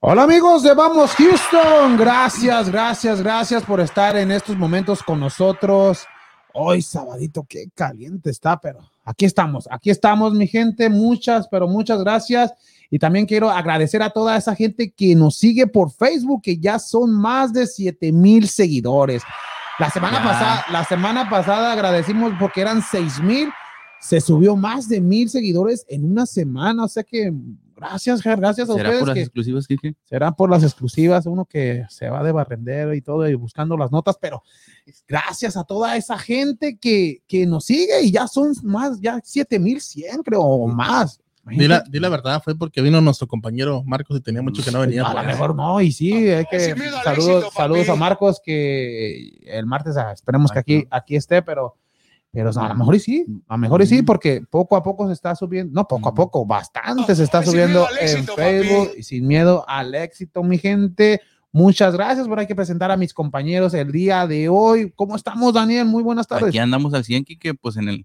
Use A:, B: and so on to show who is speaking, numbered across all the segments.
A: Hola amigos de Vamos Houston, gracias, gracias, gracias por estar en estos momentos con nosotros. Hoy sabadito, qué caliente está, pero aquí estamos, aquí estamos mi gente, muchas, pero muchas gracias. Y también quiero agradecer a toda esa gente que nos sigue por Facebook, que ya son más de 7 mil seguidores. La semana
B: Ya.
A: pasada, la semana pasada agradecimos porque eran 6 mil, se subió más de mil seguidores en una semana, o sea que gracias, Ger, gracias a
B: ¿Será
A: ustedes.
B: por las
A: que-
B: exclusivas, Kike?
A: será por las exclusivas, uno que se va de barrendero y todo y buscando las notas, pero gracias a toda esa gente que, que nos sigue y ya son más, ya 7100 creo, o más.
C: Di la, di la verdad, fue porque vino nuestro compañero Marcos y tenía mucho que no venía.
A: a lo
C: pues.
A: mejor no, y sí, hay que,
D: sí, mira,
A: saludos,
D: éxito, papi.
A: saludos a Marcos que el martes ah, esperemos que aquí, aquí esté, pero, pero no, a lo mejor y sí, a lo mejor y sí, porque poco a poco se está subiendo, no poco a poco, bastante se está
D: Sin
A: subiendo
D: miedo al
A: en
D: éxito,
A: Facebook
D: papi.
A: y sin miedo al éxito, mi gente. Muchas gracias por hay que presentar a mis compañeros el día de hoy. ¿Cómo estamos, Daniel? Muy buenas tardes.
B: Aquí andamos al 100, Kike, pues en el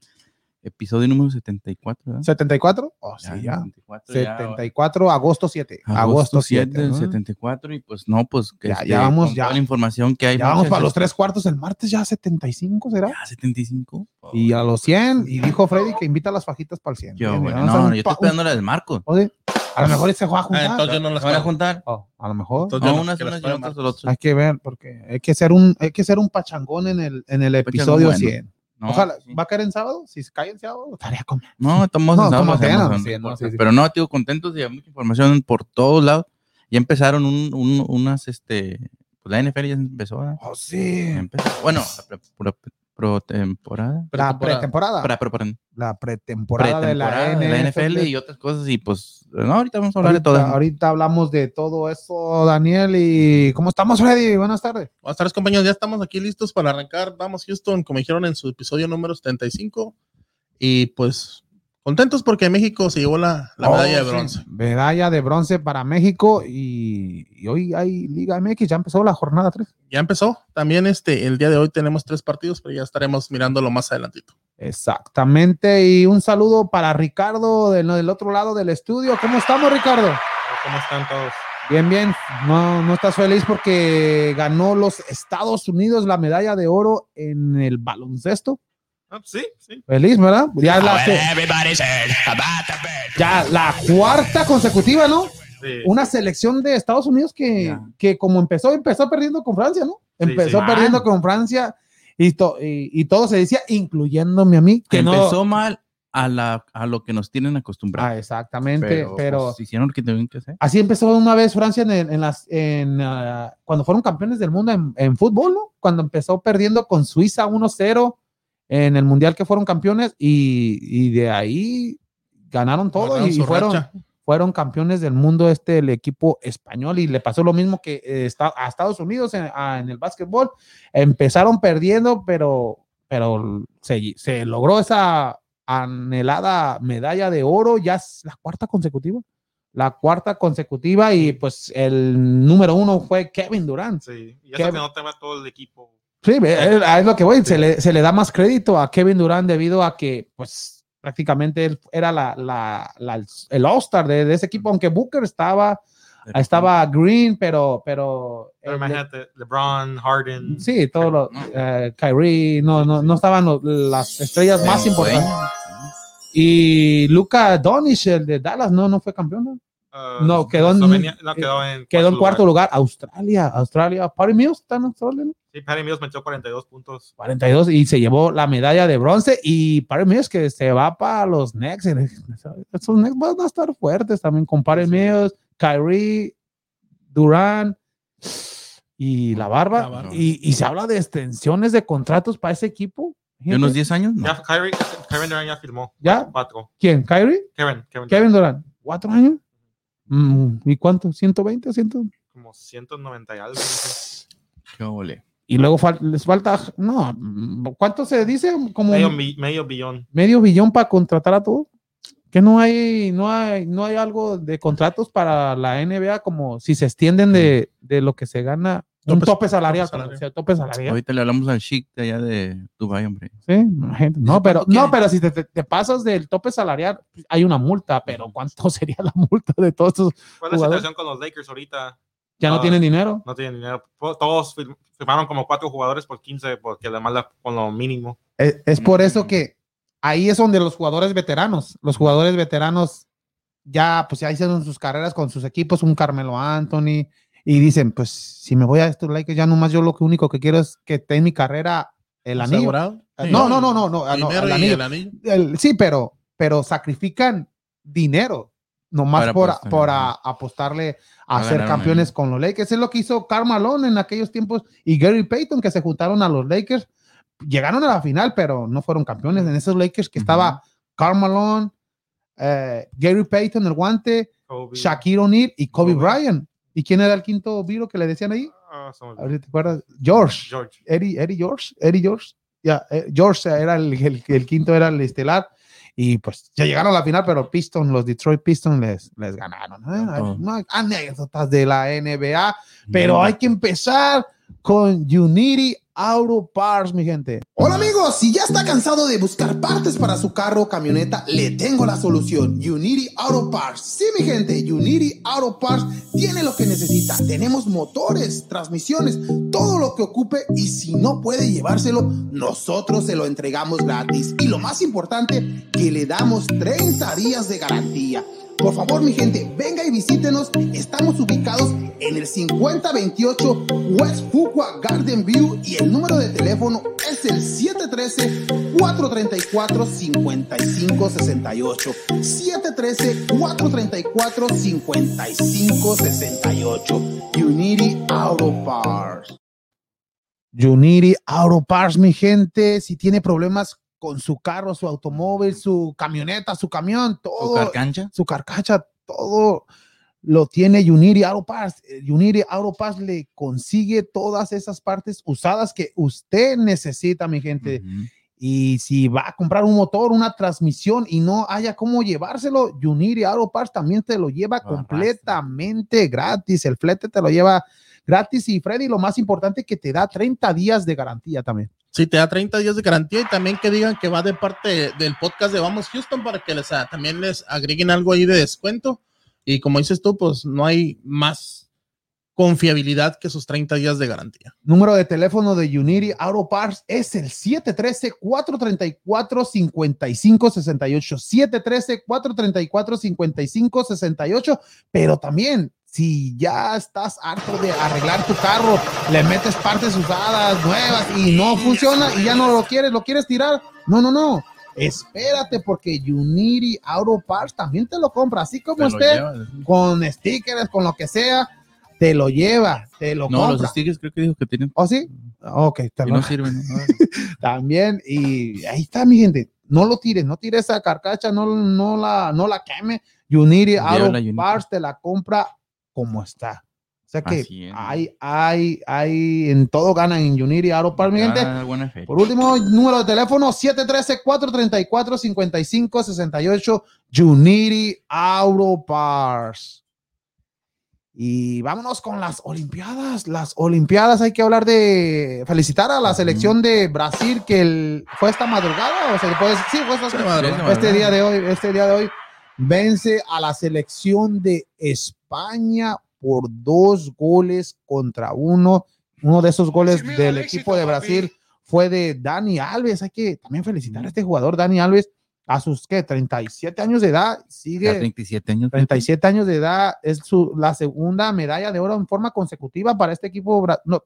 B: episodio número 74, ¿verdad?
A: ¿74? Oh, sí, ya.
B: 74, ya,
A: 74, agosto 7. Agosto 7.
B: del
A: ¿no?
B: 74 y pues no, pues que
A: Ya- ya vamos,
B: con
A: ya.
B: toda la información que hay.
A: Ya vamos
B: muchachos,
A: para los tres cuartos el martes, ya 75 será.
B: ya 75.
A: Y a los 100, y dijo Freddy que invita las fajitas para el 100.
B: Yo,
A: Bien,
B: bueno,
A: vamos a
B: no,
A: un
B: no, yo estoy
A: pa-
B: esperando la del Marco.
A: Oye, a lo mejor ese juega a
C: Ah,
A: juntar.
C: entonces yo no las
B: ¿Se van a
C: pago.
B: juntar?
A: Oh, a lo mejor.
C: Entonces
B: No,
C: yo no-
B: unas
C: que las
B: unas y
C: pague
B: otras
C: Marcos.
B: el otro.
A: Hay que ver, porque hay que ser un, hay que ser un pachangón en el, en el episodio
B: bueno.
A: 100.
B: No,
A: Ojalá,
B: sí.
A: ¿va a caer en sábado? Si cae en sábado, estaría con.
B: No, estamos
A: No,
B: en sábado,
A: como
B: hacemos
A: quieran,
B: un
A: sí, no,
B: podcast,
A: sí, sí.
B: Pero no, tío, contentos y hay mucha información por todos lados. Ya empezaron un- un- unas, este, pues la NFL ya empezó. ¿verdad?
A: Oh, sí.
B: Ya empezó. Bueno, la pre- pro- pro- temporada.
A: La pretemporada.
B: Para, para- para-
A: la pretemporada,
B: pretemporada
A: Ah, de la NFL.
B: y otras cosas. Y pues, no, ahorita vamos a hablar de
A: Ahorita-
B: todas.
A: ahorita hablamos de todo eso, Daniel. ¿Y cómo estamos, Freddy? Buenas tardes.
C: Buenas tardes, compañeros. Ya estamos aquí listos para arrancar. Vamos, Houston, como dijeron en su episodio número 75. Y pues contentos porque México se llevó la, la medalla de
A: Oh, sí.
C: bronce.
A: Medalla de bronce para México y, y hoy hay Liga MX, ya empezó la jornada 3.
C: Ya empezó. También este, el día de hoy tenemos tres partidos, pero ya estaremos mirándolo más adelantito.
A: Exactamente, y un saludo para Ricardo del, del otro lado del estudio. ¿Cómo estamos, Ricardo?
E: ¿Cómo están todos?
A: Bien, bien. No, no estás feliz porque ganó los Estados Unidos la medalla de oro en el baloncesto.
E: Ah,
C: pues
E: sí, sí.
A: Feliz, Pues ¿verdad? Ya, la, ya la cuarta consecutiva, ¿no?
E: Sí.
A: una selección de Estados Unidos que,
B: Ya.
A: que como empezó, empezó perdiendo con Francia, ¿no?
E: Sí,
A: Empezó
E: sí.
A: perdiendo con Francia y, to- y, y todo se decía, incluyéndome a mí, que no-
B: Empezó mal a, la, a lo que nos tienen acostumbrados.
A: Ah, exactamente, pero,
B: pues, hicieron lo que tenían que hacer.
A: así empezó una vez Francia en, el- en las, en, ah, cuando fueron campeones del mundo en, en fútbol, ¿no? Cuando empezó perdiendo con Suiza 1-0 en el mundial que fueron campeones y, y de ahí ganaron todo
C: Agarraron
A: y
C: su
A: fueron,
C: racha.
A: fueron campeones del mundo este el equipo español y le pasó lo mismo que eh, esta- a Estados Unidos en, a- en el básquetbol empezaron perdiendo pero pero se, se logró esa anhelada medalla de oro ya es la cuarta consecutiva la cuarta consecutiva y pues el número uno fue Kevin Durant
E: sí. Y
A: ¿Qué?
E: ya se nota más todo el equipo.
A: Sí, es, es lo que voy. Se, le, se le da más crédito a Kevin Durant debido a que, pues, prácticamente él era la, la- la- el All-Star de, de ese equipo, aunque Booker estaba, estaba Green, pero. pero
E: Pero
A: eh,
E: imagínate, LeBron, Harden.
A: sí, todos los. eh, Kyrie, no, no, no estaban los- las estrellas más importantes. Y Luca Donis, el de Dallas, no, no fue campeón. ¿no?
E: ah,
A: No, quedó en-
E: Eslovenia- no, quedó en,
A: Quedó en cuarto lugar. Australia, Australia. Party Mills está en Australia, ¿no?
E: Sí, Patty Mills metió 42 puntos.
A: 42 y se llevó la medalla de bronce y Parry Mills que se va para los Knicks. Esos Knicks van a estar fuertes también con Parry Mills, Kyrie, Durán y la barba.
C: La barba.
A: Y, y se habla de extensiones de contratos para ese equipo.
B: De unos 10 años, no.
E: Ya Kyrie, Kevin Durant ya firmó.
A: ¿Ya?
E: Cuatro.
A: ¿Quién? ¿Kyrie?
E: Kevin, Kevin,
A: ¿Kevin Durant? ¿Cuatro años? Mm, ¿Y cuánto? ¿120? ¿100?
E: Como 190 y algo. no sé.
C: Pues,
B: Qué ole.
A: Y luego fal- les falta, no, mm, ¿cuánto se dice? Como
E: Medio, bi- medio billón.
A: medio billón para contratar a todo. Que no hay, no hay, no hay algo de contratos para la NBA como si se extienden de, de lo que se gana Un
C: Tope-
A: tope salarial.
C: tope salarial.
A: o sea, tope salarial.
B: Ahorita le hablamos al chic de allá de Dubai, hombre.
A: Sí, imagínate. No, pero, no, pero si te, te- te pasas del tope salarial, pues, hay una multa, pero ¿cuánto sería la multa de todos estos?
E: ¿Cuál es la
A: Jugador.
E: situación con los Lakers ahorita?
A: Ya no
E: Ah,
A: tienen dinero.
E: No tienen dinero. Po- Todos fir- firmaron como cuatro jugadores por 15 porque además la, con lo mínimo.
A: Es, es por eso que ahí es donde los jugadores veteranos, los jugadores veteranos ya, pues ya hicieron sus carreras con sus equipos, un Carmelo Anthony, y dicen, pues si me voy a estos Lakers, ya nomás yo lo que único que quiero es que esté en mi carrera el anillo.
C: ¿Asegurado?
A: Eh, No, no, no, no, no, ah, no,
C: Primero
A: el
C: y
A: anillo.
C: el anillo.
A: El- sí, pero, pero sacrifican dinero nomás
B: Para
A: por,
B: apostar,
A: por
B: ajá.
A: a- apostarle a,
B: A
A: ser
B: ganar un
A: campeones
B: anillo.
A: con los Lakers. Es lo que hizo Karl Malone en aquellos tiempos y Gary Payton que se juntaron a los Lakers. Llegaron a la final, pero no fueron campeones. En esos Lakers que
B: Ujú.
A: estaba Karl Malone, eh, Gary Payton, el guante,
E: Kobe.
A: Shaquille O'Neal y Kobe
E: Kobe.
A: Bryant. ¿Y quién era el quinto viro que le decían ahí?
E: Ah, se me
A: A
E: olvidó.
A: ver si te acuerdas. George.
E: George.
A: Eddie, Eddie George, Eddie George, ya, eh, George era el, el- el quinto, era el estelar, y pues ya llegaron a la final, pero Pistons, los Detroit Pistons les, les ganaron. ¿eh?
B: Ujú.
A: No hay anécdotas de la NBA, pero hay que empezar con Unity Auto Parts, mi gente.
F: Hola amigos, si ya está cansado de buscar partes para su carro o camioneta, le tengo la solución. Unity Auto Parts. Sí, mi gente, Unity Auto Parts tiene lo que necesita. Tenemos motores, transmisiones, todo lo que ocupe y si no puede llevárselo, nosotros se lo entregamos gratis. Y lo más importante, que le damos 30 días de garantía. Por favor, mi gente, venga y visítenos. Estamos ubicados en el 5028 West Fuqua Garden View y el número de teléfono es el 713-434-5568. 713-434-5568. Unity Auto Parts.
A: Unity Auto Parts, mi gente, si tiene problemas con su carro, su automóvil, su camioneta, su camión,
B: ¿Tu
A: todo,
B: carcancha?
A: su carcacha, todo lo tiene Unity Auto Parts. Eh, Unity Auto Parts le consigue todas esas partes usadas que usted necesita, mi gente.
B: Ujú.
A: Y si va a comprar un motor, una transmisión y no haya cómo llevárselo, Unity Auto Parts también te lo lleva
B: Lo arrastra.
A: completamente gratis. El flete te lo lleva gratis y Freddy, lo más importante que te da 30 días de garantía también.
C: Sí, te da 30 días de garantía y también que digan que va de parte del podcast de Vamos Houston para que les, ah, también les agreguen algo ahí de descuento. Y como dices tú, pues no hay más confiabilidad que sus 30 días de garantía.
A: Número de teléfono de Unity Auto Parts es el 713-434-5568. 713-434-5568. Pero también, si ya estás harto de arreglar tu carro, le metes partes usadas, nuevas y no funciona y ya no lo quieres, lo quieres tirar. No, no, no. Espérate porque Unity Auto Parts también te lo compra, así
B: Te
A: como
B: lo
A: usted,
B: llevas.
A: con stickers, con lo que sea, te lo lleva, te lo
B: No,
A: compra.
B: los stickers creo que dijo que tienen.
A: ¿O ¿Ah, sí? Ok,
B: que
A: perdón.
B: no sirven. ¿no?
A: también. Y ahí está, mi gente. No lo tires, no tires esa carcacha, no, no, la, no la queme. Unity
B: Llévala,
A: Auto
B: Unity.
A: Parts te la compra como está. O sea que
B: Así es.
A: hay, hay, hay, en todo ganan en Unity Auto Parts, mi gente.
B: Ah, buena fe.
A: Por último, número de teléfono 713-434-5568, Unity Auto Parts. Y vámonos con las Olimpiadas. Las Olimpiadas hay que hablar de felicitar a la selección de Brasil que el- fue esta madrugada, o sea, que puede decir, sí, fue esta
C: Sí, madre,
B: Sí,
A: este día de hoy, este día de hoy, vence a la selección de España por dos goles contra uno. Uno de esos goles del equipo de Brasil fue de Dani Alves. Hay que también felicitar a este jugador, Dani Alves, a sus ¿qué? 37 años de edad.
B: Ya
A: Sigue
B: 37 años.
A: 37 años de edad. Es su, la segunda medalla de oro en forma consecutiva para este equipo. bra- No,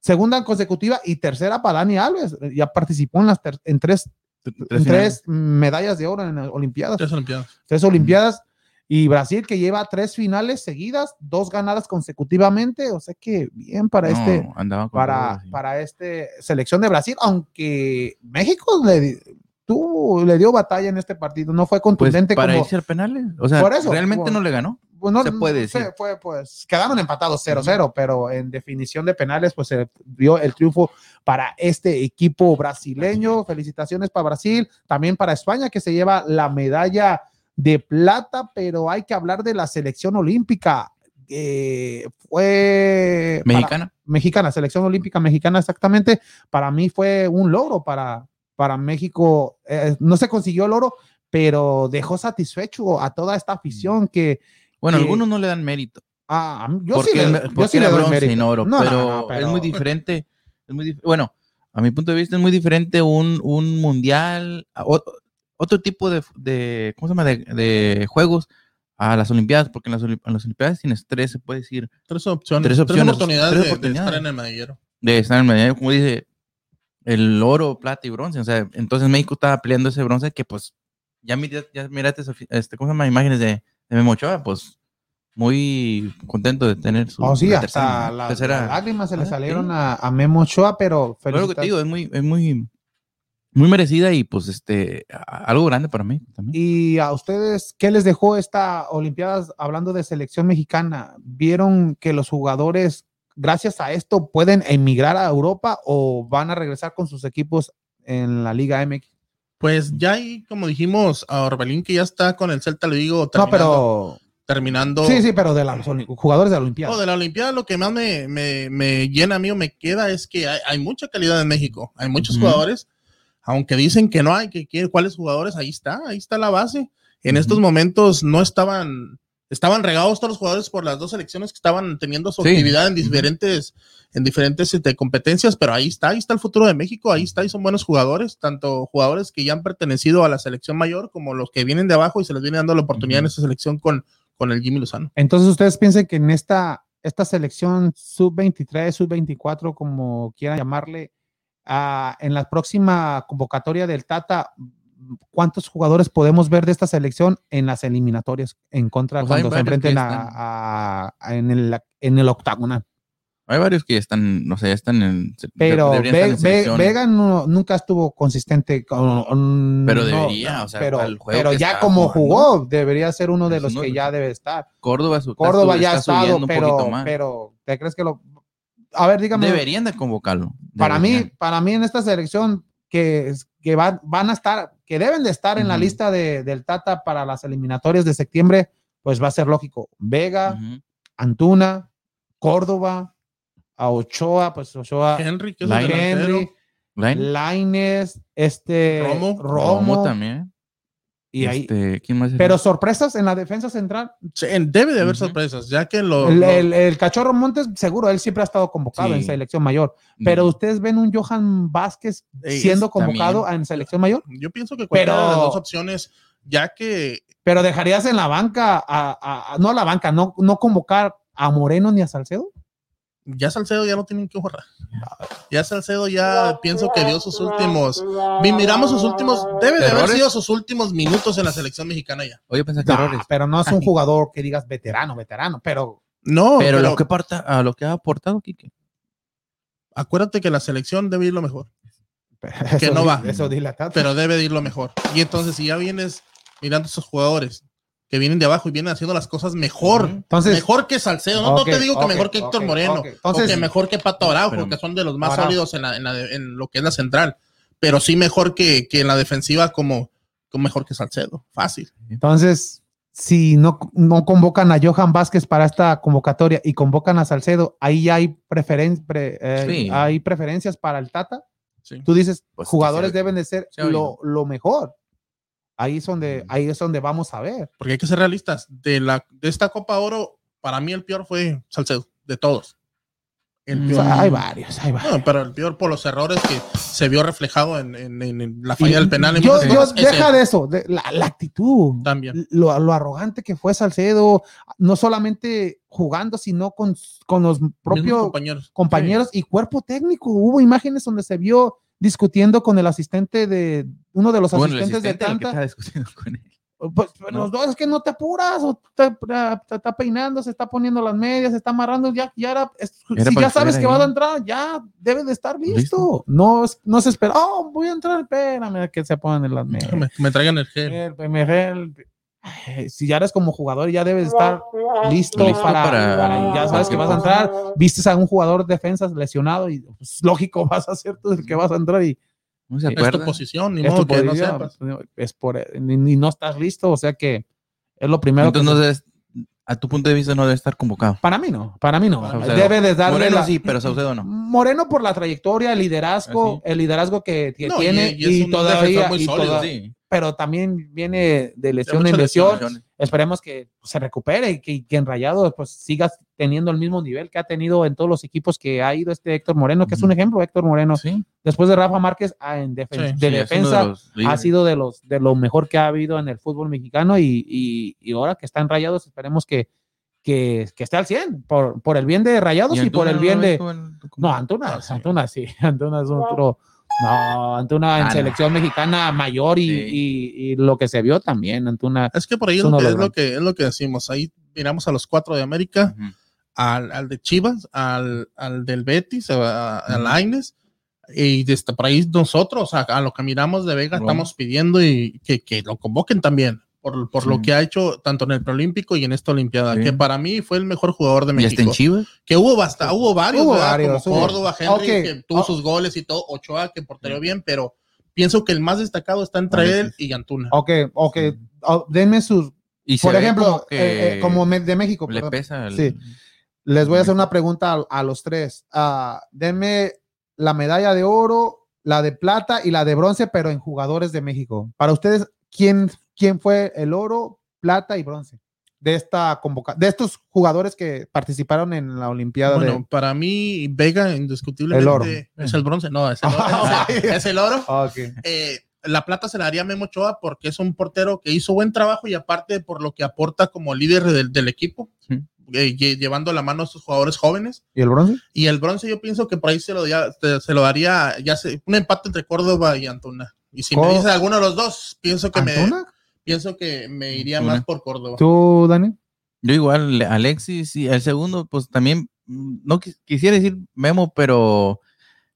A: segunda consecutiva y tercera para Dani Alves. Ya participó en, las ter- en tres en tres medallas de oro en las Olimpiadas,
C: Tres Olimpiadas.
A: tres Olimpiadas y Brasil que lleva tres finales seguidas, dos ganadas consecutivamente, o sea que bien para
B: No,
A: este
B: andaba con
A: para
B: todo, sí.
A: para este selección de Brasil, aunque México le di- tuvo- le dio batalla en este partido, no fue
B: Pues,
A: contundente
B: para
A: como
B: irse al penales. O sea,
A: Por eso,
B: realmente
A: como-
B: no le ganó.
A: pues, no-
B: se puede
A: no sé,
B: decir.
A: fue, pues quedaron empatados 0-0, pero en definición de penales pues se dio el triunfo para este equipo brasileño. Felicitaciones para Brasil, también para España que se lleva la medalla de plata, pero hay que hablar de la selección olímpica. que fue para-
B: Mexicana.
A: mexicana, selección olímpica mexicana exactamente, para mí fue un logro para, para México. Eh, no se consiguió el oro, pero dejó satisfecho a toda esta afición que
B: Bueno,
A: Sí.
B: algunos no le dan mérito.
A: ah, a mí- yo
B: porque
A: sí le,
B: el-
A: yo
B: porque
A: sí
B: era
A: le doy
B: bronce y
A: mérito.
B: no oro,
A: No, no,
B: pero,
A: no, pero-
B: es muy diferente. Es muy dif- bueno, a mi punto de vista es muy diferente un, un mundial, a o- otro tipo de, de- ¿cómo se llama? De, de juegos a las Olimpiadas, porque en las, Olim- en las Olimpiadas sin estrés se puede decir
C: Tres opciones.
B: Tres
C: Tres,
B: opciones,
C: oportunidades,
B: tres
C: de- de
B: oportunidades.
C: estar en el medallero.
B: de estar en el medallero, como dice, el oro, plata y bronce. O sea, entonces México estaba peleando ese bronce que pues ya, mira- ya miraste, Sofi- este, ¿cómo se llama? Imágenes de, de Memo Ochoa, pues muy contento de tener su
A: Oh, sí,
B: la
A: hasta
B: tercera-
A: las
B: tercera-
A: las lágrimas se le
B: Ah,
A: salieron
B: sí.
A: a, a Memo Ochoa, pero
B: Pero lo que te
A: felicita-
B: digo, es muy, es muy, muy merecida y pues este, a- algo grande para mí también.
A: ¿Y a ustedes qué les dejó esta Olimpiadas hablando de selección mexicana? ¿Vieron que los jugadores, gracias a esto, pueden emigrar a Europa o van a regresar con sus equipos en la Liga MX?
C: Pues ya ahí, como dijimos, a Orbelín que ya está con el Celta, le digo,
A: No,
C: terminando.
A: pero.
C: terminando
A: Sí, sí, pero de los oli- jugadores de la Olimpiada.
C: No, de la Olimpiada lo que más me, me- me llena, amigo, me queda es que hay, hay mucha calidad en México. Hay muchos
B: Ujú.
C: jugadores, aunque dicen que no hay, que, que- cuáles jugadores, ahí está, ahí está la base. En
B: Ujú.
C: estos momentos no estaban, estaban regados todos los jugadores por las dos selecciones que estaban teniendo su
B: Sí.
C: actividad en
B: Ujú.
C: diferentes, en diferentes este, competencias, pero ahí está, ahí está el futuro de México, ahí está, y son buenos jugadores, tanto jugadores que ya han pertenecido a la selección mayor como los que vienen de abajo y se les viene dando la oportunidad
B: Ujú.
C: en esa selección con, con el Jimmy Lozano.
A: Entonces, ¿ustedes piensan que en esta, esta selección sub-23, sub-24, como quieran llamarle, ah, en la próxima convocatoria del Tata, ¿cuántos jugadores podemos ver de esta selección en las eliminatorias en contra
B: Pues hay
A: cuando se
B: varios que
A: enfrenten a-
B: están.
A: a- a- en, el, en el octagonal?
B: Hay varios que ya están, no sé, ya están en. se-
A: Pero
B: deberían
A: Ve-
B: estar en
A: Ve-
B: selección,
A: Vega no- nunca estuvo consistente con... con-
B: Pero
A: no,
B: debería, o sea,
A: pero,
B: para el juego
A: pero
B: que
A: ya
B: está
A: como
B: jugando.
A: jugó, debería ser uno de
B: Es
A: los
B: uno de
A: que
B: los-
A: ya debe estar.
B: Córdoba, su- está
A: Córdoba
B: su-
A: ya ha
B: está subiendo
A: estado,
B: un poquito
A: pero,
B: más.
A: pero ¿te crees que lo... A ver, dígame,
B: Deberían de convocarlo.
A: para mí,
B: deberían.
A: para mí en esta selección que, es- que van, van a estar, que deben de estar en la
B: Ujú.
A: lista de, del Tata para las eliminatorias de septiembre, pues va a ser lógico. Vega,
B: Ujú.
A: Antuna, Córdoba, a Ochoa, pues
B: Ah,
A: Ochoa,
C: Henry, que es el delantero.
A: Henry,
B: Line-
A: Laines, este
C: Romo.
A: Romo,
B: Romo también.
A: y ahí.
B: Este, ¿quién más?
A: Pero sorpresas en la defensa central.
C: Sí, debe de haber
B: Ujú.
C: sorpresas, ya que lo,
A: el,
C: lo-
A: el- el cachorro Montes, seguro, él siempre ha estado convocado
B: Sí.
A: en selección mayor. Pero ustedes ven un Johan Vázquez
C: Eh,
A: siendo
B: es-
A: convocado en selección mayor,
C: yo pienso que cualquiera
A: Pero-
C: de las dos opciones, ya que
A: pero dejarías en la banca, a, a- a- no a la banca, no, no convocar a Moreno ni a Salcedo.
C: ya Salcedo ya no tienen que borrar. Ya Salcedo ya pienso que dio sus últimos, mi- miramos sus últimos, debe de haber
B: ¿Errores?
C: sido sus últimos minutos en la selección mexicana ya.
B: Oye, pensé que
A: Nah,
B: errores.
A: pero no es un jugador que digas veterano, veterano, pero
C: No,
B: Pero,
C: pero,
B: lo, que aporta, a lo que ha aportado, Kike.
C: acuérdate que la selección debe ir lo mejor,
A: eso
C: no
A: di-
C: va.
A: Eso dilatado.
C: pero debe de ir lo mejor. Y entonces si ya vienes mirando a esos jugadores que vienen de abajo y vienen haciendo las cosas mejor,
A: Entonces,
C: mejor que Salcedo, no, no
A: ok,
C: te digo que
A: ok,
C: mejor que Héctor
A: ok,
C: Moreno.
A: ok. Entonces,
C: o que mejor que Pato Araujo,
B: Pero-
C: que son de los más
A: Araujo.
C: sólidos en, la- en la de- en lo que es la central, pero sí mejor que, que en la defensiva como, como mejor que Salcedo, fácil.
A: entonces, si no, no convocan a Johan Vázquez para esta convocatoria y convocan a Salcedo, ahí ya hay, preferen- pre- eh,
B: Sí.
A: hay preferencias para el Tata.
C: Sí.
A: tú dices,
B: Pues,
A: jugadores
B: que se-
A: deben de ser
B: se oye.
A: lo, lo mejor. Ahí es, donde,
B: Ujú.
A: ahí es donde vamos a ver.
C: Porque hay que ser realistas, de, la, de esta Copa Oro, para mí el peor fue Salcedo, de todos. El
B: Mm.
A: O
C: peor.
A: sea, hay varios, hay varios.
C: No, pero el peor por los errores que se vio reflejado en, en- en- en la falla del penal. en
A: Yo,
C: muchas
A: yo-
C: cosas. Ese
A: deja de eso, de la, la actitud,
C: También.
A: lo, lo arrogante que fue Salcedo, no solamente jugando, sino con, con los
C: mismos
A: propios
C: compañeros.
A: compañeros y cuerpo técnico. Hubo imágenes donde se vio discutiendo con el asistente de uno de los
B: Bueno, el
A: asistentes
B: asistente,
A: de
B: el que
A: Tanta.
B: estaba discutiendo con él.
A: Pues, pero
B: No.
A: los dos es que no te apuras, o te, te- te está peinando, se está poniendo las medias, se está amarrando, ya, ya era, es-
B: Era
A: si
B: para
A: ya
B: estar
A: sabes que
B: ahí.
A: va a entrar, ya debe de estar listo.
B: Listo.
A: No, es- no se espera, oh, voy a entrar, espérame a que se pongan en las medias.
C: Me, me traigan el gel.
A: El PMG, ay, Si ya eres como jugador, ya debes estar listo,
B: Listo
A: para,
B: para-
A: para- Ya sabes que vas a entrar. Vistes a un jugador defensas lesionado y pues, lógico, vas a ser tú el que vas a entrar y
B: ¿No se
A: Es tu
C: Es tu
B: acuerda?
C: posición, ni
A: es
C: modo
A: tu
C: que no
A: posición,
C: sepas.
A: pues, es por, y, y no estás listo, o sea que es lo primero que
B: Entonces, no debes- a tu punto de vista no debe estar convocado.
G: Para mí no, para mí no.
B: Saucedo.
G: Debe de darle
B: Moreno
G: la-
B: sí, pero Saucedo no.
G: Moreno por la trayectoria, el liderazgo,
C: Ah,
B: Así.
G: el liderazgo que, que
C: No, y-
G: tiene
C: y es
G: y,
C: un
G: todavía,
C: defensor muy
G: y
C: sólido,
G: toda-
B: Sí.
G: pero también viene de lesión
C: muchas
G: en lesión.
B: lesiones.
G: Esperemos que se recupere y que, que en Rayados pues siga teniendo el mismo nivel que ha tenido en todos los equipos que ha ido este Héctor Moreno, que es un
B: Ujú.
G: ejemplo Héctor Moreno.
B: Sí,
G: Después de Rafa Márquez ah, en
B: sí,
C: Sí,
G: defen- de
B: es uno
G: defensa
B: de los
G: ha
B: líderes.
G: sido de los de lo mejor que ha habido en el fútbol mexicano y, y- y ahora que están rayados esperemos que, que, que esté al 100 por, por el bien de rayados y,
B: Antuna
G: por el
B: no
G: bien
B: lo ves
G: de
B: tú en- tú como-
G: no Antuna
C: Ah, sí.
G: Antuna sí Antuna es otro no Antuna en
B: Ah, no.
G: selección mexicana mayor y,
B: Sí.
G: y- y lo que se vio también Antuna
C: Es que por ahí es
G: Eso
C: lo
G: no
C: que,
G: lo
C: es, lo
G: logran.
C: que, es lo que decimos. Ahí miramos a los cuatro de América,
B: Ujú.
C: al, al de Chivas, al, al del Betis, a- a- al
B: Ujú.
C: Aines. Y desde por ahí nosotros, a, a lo que miramos de Vega,
B: Roma.
C: estamos pidiendo y que, que lo convoquen también. Por, por lo
B: Sí.
C: que ha hecho tanto en el Preolímpico y en esta Olimpiada,
B: Sí.
C: que para mí fue el mejor jugador de
B: Y está en
C: México.
B: Chivas.
C: Que hubo basta, hubo varios,
G: Hubo
C: ¿verdad?
G: varios,
C: como
G: hubo.
C: Córdoba, Henry,
G: Ok.
C: que tuvo
G: Ah.
C: sus goles y todo, Ochoa, que porteó bien, pero pienso que el más destacado está entre él y Antuna.
G: ok ok
B: Sí.
G: oh, denme sus
B: Y se
G: por
B: ve
G: ejemplo eh, eh, como,
B: que
G: me- de México
B: le
G: perdón.
B: pesa. el-
G: Sí. Les voy a hacer una pregunta a, a los tres. Ah, denme la medalla de oro, la de plata y la de bronce, pero en jugadores de México. Para ustedes, ¿quién, quién fue el oro, plata y bronce de esta convoca de estos jugadores que participaron en la Olimpiada
C: Bueno,
G: de?
C: para mí, Vega, indiscutiblemente,
G: El oro. Ah,
C: es el bronce. No, es el oro. es el- es el oro.
G: Ok.
C: Eh, la plata se la haría a Memo Ochoa porque es un portero que hizo buen trabajo y aparte por lo que aporta como líder del, del equipo,
B: Sí.
C: eh, lle- llevando la mano a sus jugadores jóvenes.
G: ¿Y el bronce?
C: Y el bronce yo pienso que por ahí se lo, ya- te- se lo daría ya sé, un empate entre Córdoba y Antuna. Y si
G: Có-
C: me dices alguno de los dos, pienso que, me,
G: ¿Antuna?
C: pienso que me iría
B: Antuna.
C: más por Córdoba.
G: ¿Tú, Dani?
B: Yo igual, le- Alexis, y el segundo, pues también, mm, no qui- quisiera decir Memo, pero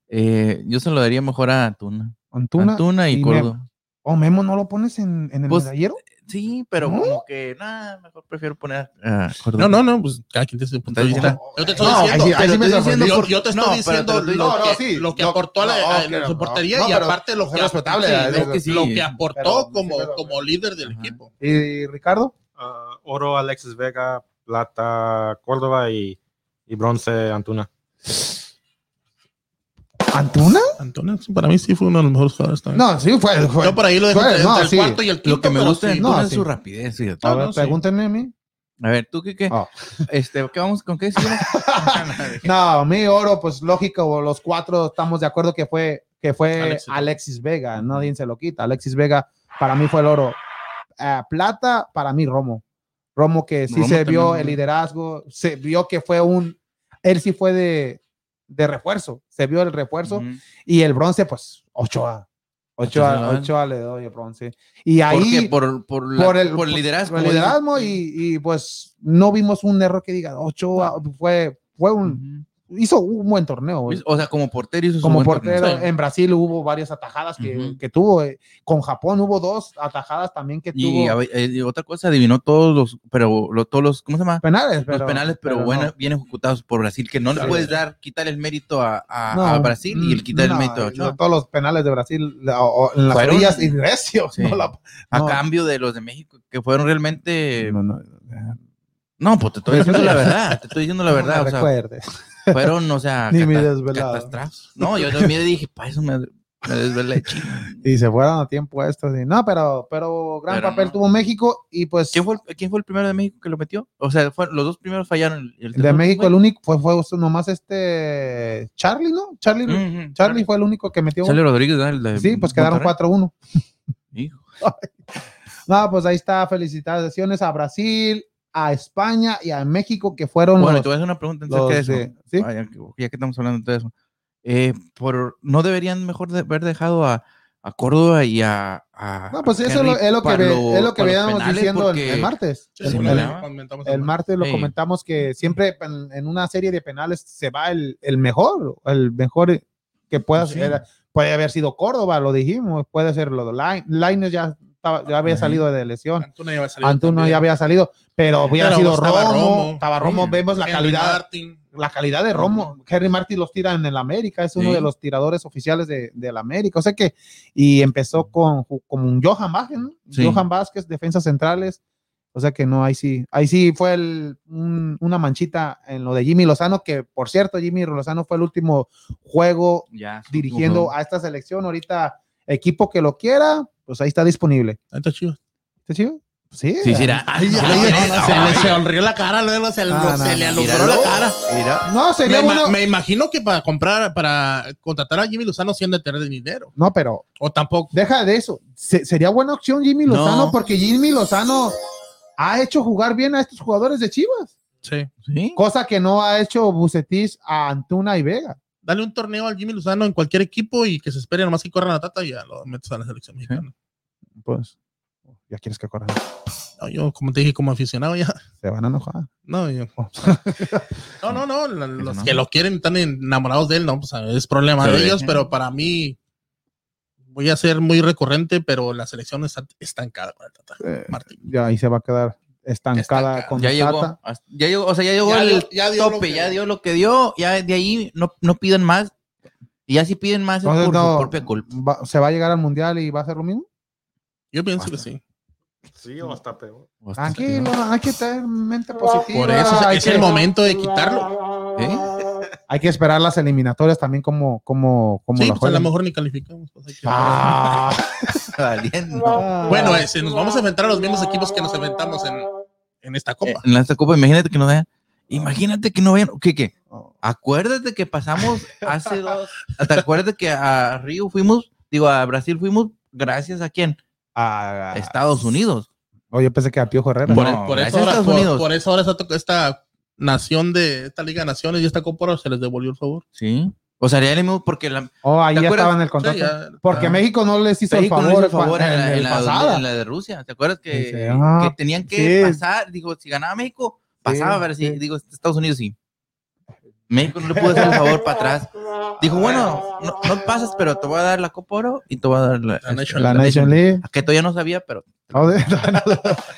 B: eh, yo se lo daría mejor a Antuna.
G: ¿Antuna?
B: Antuna, y,
G: y
B: Córdoba.
G: ¿O Memo no lo pones en, en el
B: Pues-
G: medallero?
B: Sí, pero
G: ¿No?
B: como que, nada, mejor prefiero poner a Córdoba.
C: No, no, no, pues cada quien tiene su punto de
B: Está
C: vista.
B: diciendo-
C: Yo te estoy
G: No,
C: diciendo,
G: ahí sí- ahí
C: te
G: sí me
C: estoy diciendo
G: sorprendió.
C: por- yo te
B: No,
C: estoy
B: pero te
C: diciendo
B: lo estoy-
C: lo,
B: No,
C: que,
B: no,
G: sí,
C: lo que
G: no,
C: aportó a, la,
G: no,
C: a
G: ok, no,
C: su portería y
G: no, pero-
C: aparte lo
G: no,
C: que,
G: es respetable,
C: sí,
G: es
C: lo,
B: que sí.
C: lo que aportó
G: Pero-
C: como,
G: pero-
C: como líder del
B: Ajá.
C: equipo.
G: ¿Y Eh, Ricardo?
E: Ah, oro, Alexis Vega, plata, Córdoba y, y bronce, Antuna.
G: ¿Antuna?
C: Antonio, para mí sí fue uno de los mejores jugadores también.
G: No, sí, fue. fue.
C: Pues, yo por ahí lo dejo
G: Pues,
C: entre,
G: no,
C: entre el
G: sí.
C: cuarto y el quinto.
B: Lo que me
C: pero
B: gusta de
C: sí.
G: no,
B: Antuna es
G: sí.
B: su rapidez. fíjate.
G: A ver,
C: no, sí.
G: pregúntenme a mí.
B: A ver, ¿tú qué? qué?
G: Ah.
B: Este, ¿qué vamos? ¿Con qué seguimos?
G: No, mi oro, pues lógico, los cuatro estamos de acuerdo que fue, que fue Alexis.
C: Alexis.
G: Vega, nadie se lo quita. Alexis Vega para mí fue el oro. Eh, plata para mí Romo. Romo que sí
B: Romo
G: se
B: también,
G: vio
B: ¿no?
G: el liderazgo, se vio que fue un, él sí fue de, de refuerzo, se vio el refuerzo
B: Ujú.
G: y el bronce pues Ochoa. Ochoa,
B: Ochoa.
G: Ochoa le doy el bronce. Y
B: Porque
G: ahí
B: por, por, la-
G: por el,
B: por el liderazgo.
G: por el liderazgo y, y, pues no vimos un error que diga, Ochoa fue, fue un,
B: Ujú. Pues,
G: hizo un buen torneo.
B: O sea, como portero hizo su
G: Como
B: buen
G: portero, eh,
B: torneo.
G: en Brasil hubo varias atajadas que,
B: Ujú.
G: que tuvo. eh, Con Japón hubo dos atajadas también que
B: Y,
G: tuvo.
B: a ve- eh, y otra cosa, adivinó todos los, pero lo- todos los, ¿cómo se llama?
G: penales, pero,
B: los penales, pero,
G: no.
B: bueno, bien ejecutados por Brasil, que no le
G: Sí.
B: puedes dar, quitar el mérito a, a-
G: No,
B: a Brasil y el quitar
G: Mm, no,
B: el mérito a Ochoa.
G: Todos los penales de Brasil la- o- o en las
B: Fueron-
G: orillas y recios.
B: Sí.
G: no la-
B: A
G: no.
B: cambio de los de México, que fueron realmente.
G: No, no,
B: No, pues te estoy diciendo la verdad, te estoy diciendo la
G: no
B: verdad.
G: me
B: o sea,
G: recuerdes.
B: fueron, o sea,
G: Ni mi
B: cata-
G: desvelado.
B: catastras- No, yo también dije, para eso me, me desvelé. ching".
G: y se fueron a tiempo esto. sí. No, pero, pero gran
B: Pero
G: papel
B: no.
G: tuvo México y pues
B: ¿Quién fue, el, ¿Quién fue el primero de México que lo metió? O sea, fue- los dos primeros fallaron. y el
G: De
B: tercero
G: México
B: fue-
G: el único fue, fue nomás este Charlie, ¿no? Charlie,
B: Ujú,
G: Charlie fue el único que metió.
B: Charlie Rodríguez, ¿no? El de
G: Sí, pues quedaron
B: Monterrey.
G: 4-1.
B: Hijo.
G: No, pues ahí está. Felicitaciones a Brasil, a España y a México que fueron
B: Bueno, y
G: los-
B: te voy a hacer una pregunta
G: los
B: acerca de eso.
G: de- ¿sí?
B: Ah, ya, que- ya que estamos hablando de todo eso. Eh, por, ¿No deberían mejor de- haber dejado a, a Córdoba y a, a-
G: No, pues
B: a
G: eso es lo-
B: Henry
G: es lo que,
B: para
G: ve-
B: lo-
G: es lo que
B: para los
G: veíamos
B: penales?
G: diciendo el-
B: Porque-
G: el martes.
C: Sí,
G: El-
C: sí,
B: me
G: el-
B: la-
C: comentamos comentamos
G: el
C: el
G: martes lo
B: Sí.
G: comentamos que siempre en, en una serie de penales se va el, el mejor, el mejor que pueda
B: Sí.
G: ser. Puede haber sido Córdoba, lo dijimos, puede ser lo de Lain- Lainez ya, estaba- ya había
B: Ujú.
G: salido de lesión.
C: Antuna ya va a salir
G: Antuno
C: también.
G: ya había salido, pero hubiera
C: Pero
G: sido
C: estaba
G: Romo,
C: Romo.
G: Estaba Romo,
B: Sí.
G: vemos la
C: Henry
G: calidad,
C: Martin.
G: la calidad de Romo. Henry Martin los tira en el América, es uno
B: Sí.
G: de los tiradores oficiales de, del América. O sea que, y empezó con ju- como un Johan Vázquez, ¿no?
B: Sí.
G: Johan Vázquez, defensas centrales. O sea que no, ahí sí, ahí sí fue el- un- una manchita en lo de Jimmy Lozano, que por cierto, Jimmy Lozano fue el último juego
B: Ya, su-
G: dirigiendo
B: ujú.
G: a esta selección. Ahorita, equipo que lo quiera, pues ahí está disponible.
C: Ahí está chido.
G: ¿Está chido? Sí.
B: Sí, sí, era-
C: Ay,
B: No,
C: ay,
B: no,
C: se le se sonrió la cara, luego se,
G: No, no,
C: se le
G: no.
C: alumbró la cara.
B: Mira,
G: No, sería
C: Me, ima-
G: bueno.
C: me imagino que para comprar, para contratar a Jimmy Lozano sí han de tener dinero.
G: No, pero
C: O tampoco.
G: deja de eso. Se- sería buena opción Jimmy
B: No.
G: Lozano, porque Jimmy Lozano ha hecho jugar bien a estos jugadores de Chivas,
C: Sí.
B: sí.
G: cosa que no ha hecho Bucetich a Antuna y Vega.
C: Dale un torneo al Jimmy Lozano en cualquier equipo y que se espere nomás que corran la tata y ya lo metes a la selección mexicana.
G: Pues, ya quieres que corran.
C: No, yo, como te dije, como aficionado ya.
G: Se van a enojar.
C: No, yo- no, no, no, la- Los
B: no.
C: que lo quieren están enamorados de él, no, pues es problema de
B: Sí.
C: ellos, pero para mí voy a ser muy recurrente, pero la selección está estancada para el Tata
G: Eh,
C: Martín.
G: Ya ahí se va a quedar estancada
C: Estancada.
G: con
B: ya
G: la
B: llegó.
G: Tata.
B: hasta- Ya llegó, o sea, ya llegó
C: Ya
B: el
C: dio- ya dio lo
B: tope,
C: que-
B: ya dio lo que dio, ya de ahí no, no piden más. Y ya si piden más es
G: Entonces,
B: por
G: no,
B: su propia culpa.
G: va- se va a llegar al mundial y va a ser lo mismo.
C: Yo pienso que sí.
E: Sí, o hasta peor.
G: Tranquilo, hay que tener mente positiva.
C: Por eso o sea,
G: hay,
C: es
G: que,
C: el momento de quitarlo.
B: ¿Eh?
G: hay que esperar las eliminatorias también como, como, como
C: Sí,
G: la
C: pues a lo
G: juegan.
C: mejor ni calificamos. pues, hay que-
G: Ah,
B: Valiendo.
C: Bueno, eh, se nos vamos a enfrentar a los mismos equipos que nos enfrentamos en, en esta
B: Eh,
C: copa.
B: En la Copa, imagínate que no vayan. Imagínate que no vayan. ¿Qué, qué?
C: Oh.
B: Acuérdate que pasamos hace dos. Hasta acuérdate que a Río fuimos, digo, a Brasil fuimos, gracias a quién?
G: Ah,
B: A Estados Unidos.
G: Oye, yo pensé que a Piojo Herrera.
B: Por-
G: No,
B: No,
C: por,
B: gracias
C: eso
B: a
C: ahora,
B: Estados
C: por-
B: Unidos.
C: por eso ahora esta, esta nación de esta Liga de Naciones y esta copa ahora se les devolvió el favor.
B: Sí. O sea, haría el mismo porque la,
G: Oh, ahí
B: ¿te
G: ya
B: acuerdas?
G: estaban en el contrato.
C: Sí, ya-
G: Porque
C: ah.
G: México no les hizo
B: México
G: el
B: no
G: favor,
B: hizo el favor en,
G: en
B: la, en
G: el
B: la-
G: pasada.
B: en la de Rusia. ¿Te acuerdas que,
G: Dice, ah,
B: que tenían que
G: sí.
B: pasar? Digo, si ganaba México, pasaba a ver si,
G: sí.
B: digo, este, Estados Unidos sí. México no le pudo hacer el favor para atrás. Dijo, bueno, no, no pasas, pero te voy a dar la Copa Oro y te voy a dar la, este, Ah,
C: La Nation
G: La Nation League.
B: Que todavía no sabía, pero
G: Oh, de-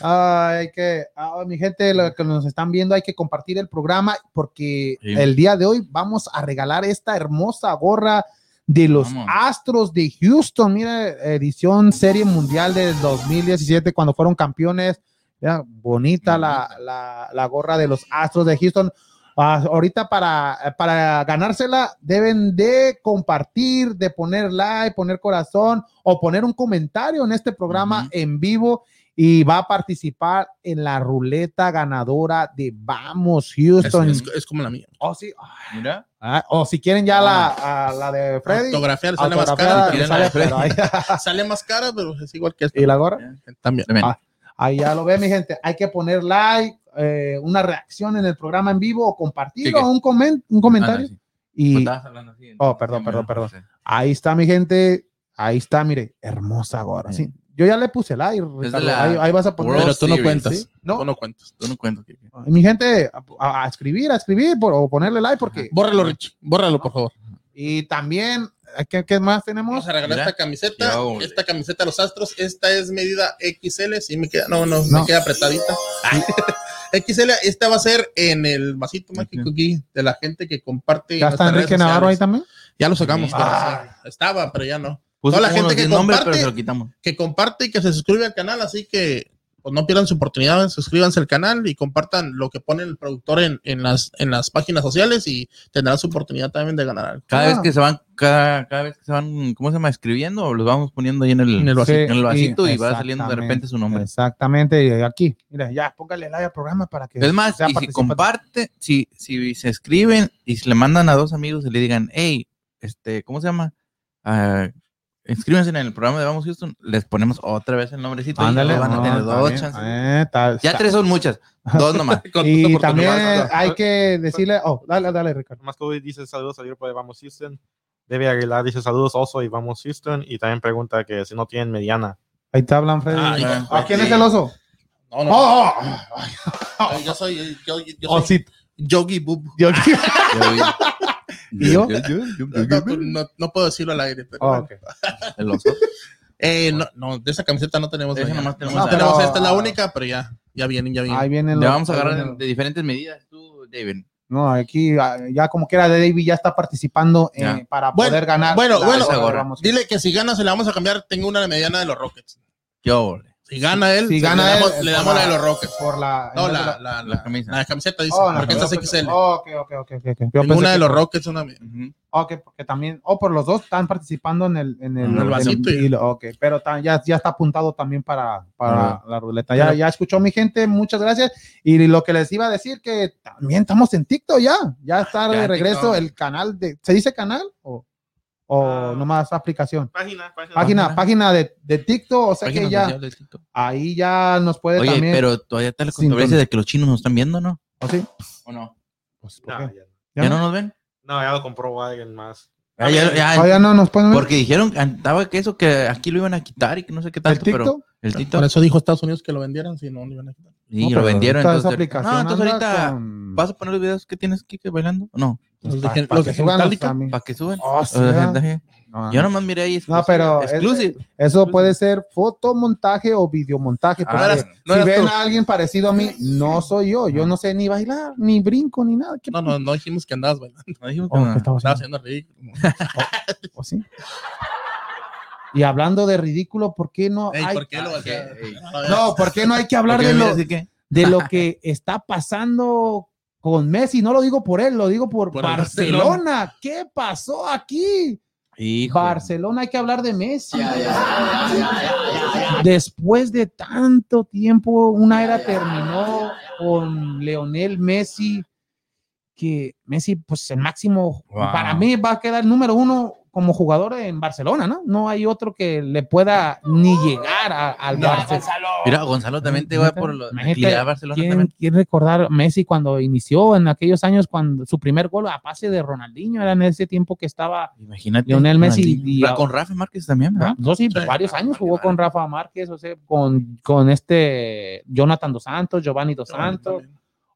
G: Ay, hay que, ah, mi gente, lo que nos están viendo, hay que compartir el programa porque
B: Sí.
G: el día de hoy vamos a regalar esta hermosa gorra de los
B: Vamos.
G: Astros de Houston. Mira, edición Serie Mundial de 2017 cuando fueron campeones. Mira, bonita la, la- la gorra de los Astros de Houston. Ah, ahorita para, eh, para ganársela deben de compartir, de poner like, poner corazón o poner un comentario en este programa
B: Ujú.
G: en vivo y va a participar en la ruleta ganadora de Vamos
C: Es,
G: Houston.
C: es- es como la mía.
G: O, si,
B: mira,
G: ah, o si quieren ya
B: Ah.
G: la, a la de Freddy.
C: Autografiar sale más
G: autografiada,
C: cara.
G: le
B: quieren
G: sale,
B: la de Freddy.
G: pero ahí-
C: Sale más cara, pero es igual que esta.
G: ¿Y la gorra?
C: También.
B: también.
G: Ah. Ahí ya lo ve, mi gente. Hay que poner like, eh, una reacción en el programa en vivo o compartir
B: Sí, que-
G: o un, comen- un
B: Ah, no,
G: comentario.
B: sí. Pues
G: Y
B: estabas hablando así.
G: Oh, perdón,
B: Sí,
G: perdón,
B: mira,
G: perdón.
B: sí.
G: ahí está, mi gente. Ahí está, mire, hermosa gorra. Sí. Yo ya le puse like, Ricardo.
B: la
G: ahí, ahí vas a poner.
B: World
C: Pero tú no
B: Series,
C: cuentas.
G: ¿sí?
C: No.
G: No.
C: Tú no cuentas.
B: Tú no cuentas. Kike.
G: Mi gente, a, a escribir, a escribir por- o ponerle like porque.
C: Bórralo, Rich. Bórralo,
B: Ah,
C: por favor.
G: Y también, eh, ¿qué, qué más tenemos?
C: Vamos a regalar
B: Mira.
C: esta camiseta.
B: Ya, hombre.
C: esta camiseta a los astros. Esta es medida XL. Sí, me queda. No, no,
G: No.
C: me queda apretadita. XL. Esta va a ser en el vasito mágico aquí de la gente que comparte.
G: Ya
C: en
G: está
C: nuestras
G: Enrique
C: redes
G: Navarro ahí
C: sociales.
G: también.
C: Ya lo sacamos.
B: Sí.
C: pero sí, Estaba, pero ya no.
B: Puso
C: Toda la
B: como unos
C: gente que
B: 10 nombres, pero
C: comparte-
B: se lo quitamos.
C: Que comparte y que se suscribe al canal. Así que pues, no pierdan su oportunidad. Suscríbanse al canal y compartan lo que pone el productor en, en las, en las páginas sociales y tendrán su oportunidad también de ganar algo.
B: Cada
G: Ah.
B: vez que se van, cada, cada vez que se van, ¿cómo se llama? Escribiendo, los vamos poniendo ahí en el,
C: En el
G: Sí,
B: en el vasito y va
G: exactamente,
B: saliendo de repente su nombre.
G: Exactamente, y aquí. Mira, ya, póngale like al programa para que.
B: Es más,
G: sea
B: y si
G: participante.
B: comparte, si, si se escriben y se le mandan a dos amigos y le digan, hey, este, ¿cómo se llama? Ah, inscríbanse en el programa de Vamos Houston, les ponemos otra vez el nombrecito. y
G: Ándale,
B: ya van a
G: no,
B: tener
G: está
B: dos
G: bien.
B: chances.
G: Eh, está-
B: Ya
G: está-
B: tres son muchas, dos nomás.
C: Con tus
G: Y también
C: oportunidades.
G: hay que decirle. Oh, dale, dale, Ricardo.
E: Nomás tú dices saludos a Europa de Vamos Houston. Debbie Aguilar dice saludos oso y Vamos Houston. Y también pregunta que si no tienen mediana.
G: Ahí te hablan, Freddy.
C: Ay,
G: Ah, ¿A
B: pues,
G: quién
B: sí.
G: es el oso?
C: No, no.
G: Oh,
C: Ay, Yo soy, yo, yo- yo
G: oh,
C: soy
G: sí.
C: Yogi Boob.
G: Yo-
B: ¿Y
G: yo?
C: No, no- no puedo decirlo al aire. pero
G: Oh,
C: bueno.
G: ok.
B: El oso.
C: Eh, no, no, de esa camiseta no tenemos.
B: De esa
C: mañana.
B: nomás tenemos
C: No,
B: la-
C: tenemos
G: pero-
C: esta, es la única, pero ya, ya vienen, ya vienen.
G: Ahí vienen
B: Le
G: los-
B: vamos a
G: ahí
B: agarrar
G: vienen
B: en- de diferentes medidas, tú, David.
G: No, aquí ah, ya como quiera, David ya está participando eh,
B: Ya.
G: para
C: Bueno,
G: poder ganar.
C: bueno,
G: la-
C: bueno.
G: esa gorra. Vamos.
C: Dile que si gana se la vamos a cambiar. Tengo una mediana de los Rockets.
B: Yo,
C: Si gana él,
G: Si
C: se-
G: gana
C: le
G: él,
C: damos,
G: es
C: le
G: por
C: damos la
G: la-
C: de los Rockets.
G: Por la.
C: No,
G: en
C: la,
G: vez de
C: la, la,
B: Ah, La camisa.
C: la camiseta dice,
G: Oh, la
C: porque esta es
G: camisa.
C: XL.
G: Oh, ok, ok, ok. ok, ok. Yo
C: Ninguna
G: pensé
C: de
G: que-
C: los Rockets, una
B: Ujú.
G: Ok, porque también, oh, por los dos están participando en el, en el,
C: En el vasito y-
G: y lo- ok, pero ta- ya, ya está apuntado también para, para la ruleta. Ya,
C: Pero-
G: ya escuchó mi gente, muchas gracias. Y lo que les iba a decir, que también estamos en TikTok ya, ya está
B: Ya,
G: de regreso
B: TikTok.
G: el canal de, ¿se dice canal? ¿O, o
E: Ah.
G: nomás aplicación?
E: Página, página.
G: Página, página de, de TikTok, o sea
B: Página
G: que ya,
B: oficial de TikTok.
G: ahí ya nos puede
B: Oye,
G: también.
B: pero todavía está la
G: Sin
B: controversia
G: don-
B: de que los chinos nos están viendo, ¿no?
G: ¿O sí?
B: ¿O no?
G: Pues, ¿por
E: No,
G: qué?
E: ya, no.
G: ¿Ya
B: ¿Ya
G: no?
B: no nos ven?
E: No, ya lo compró alguien más.
B: Ah, Ya, ya- ya,
G: Todavía Ah, no nos pueden ver
B: porque dijeron que andaba que eso, que aquí lo iban a quitar y que no sé qué
G: el
B: tanto, pero
G: TikTok.
B: el
C: Por
B: TikTok
C: eso dijo Estados Unidos que lo vendieran, si no, no iban a quitar.
B: sí,
G: No,
B: lo
G: pero
B: vendieron.
G: ahorita
B: Entonces,
G: esa aplicación
B: no, entonces
G: anda
B: ahorita
G: con-
B: vas a poner los videos que tienes Kike bailando, ¿O no,
C: Los
G: Pa-
C: de,
G: pa
C: los
G: que
C: de
G: suban los
C: Metallica.
G: ami-
B: para que suban.
G: Oh,
B: O
G: sí,
B: sea,
G: ¿verdad?
B: gente,
G: No,
B: Yo
G: no.
B: nomás miré ahí.
G: No, pero es-
B: Exclusive.
G: Eso puede ser fotomontaje o videomontaje.
B: Ah,
G: porque
C: no
G: si
C: eras
G: ven
C: tú.
G: a alguien parecido a mí, no soy yo. Yo no sé ni bailar, ni brinco, ni nada. ¿Qué
C: No, no, no dijimos que andabas bailando.
B: No dijimos que
G: oh,
B: no.
G: ¿qué estaba
C: Estabas
G: haciendo?
C: haciendo ridículo.
G: ¿O sí? Y hablando de ridículo, ¿por qué no
C: Ey,
G: hay...
C: ¿por qué lo
B: ah,
C: vas a-
B: que- ey.
G: No, ¿por qué no hay que hablar
B: Porque
G: de
B: mira,
G: lo,
B: así que-
G: de lo que está pasando con Messi? No lo digo por él, lo digo por,
C: Por el
G: Barcelona.
C: Barcelona.
G: ¿Qué pasó aquí?
B: Hijo.
G: Barcelona, hay que hablar de Messi. Después de tanto tiempo, una era terminó con Leonel Messi, que Messi, pues el máximo,
B: Wow.
G: para mí va a quedar número uno como jugador en Barcelona, ¿no? No hay otro que le pueda ni llegar a- al
C: No,
G: Barcelona.
B: Mira, Gonzalo también te va por lo- la
G: Imagínate,
B: actividad de Barcelona
G: ¿Quién,
B: también.
G: quién recordar a Messi cuando inició en aquellos años, cuando su primer gol a pase de Ronaldinho era en ese tiempo que estaba
B: Imagínate.
G: Lionel Messi y-
B: Ra- con Rafa Márquez también, ¿verdad?
G: Ah, no, sí,
C: Sí.
G: varios años jugó con Rafa Márquez, o sea, con, con este Jonathan dos Santos, Giovanni dos Santos,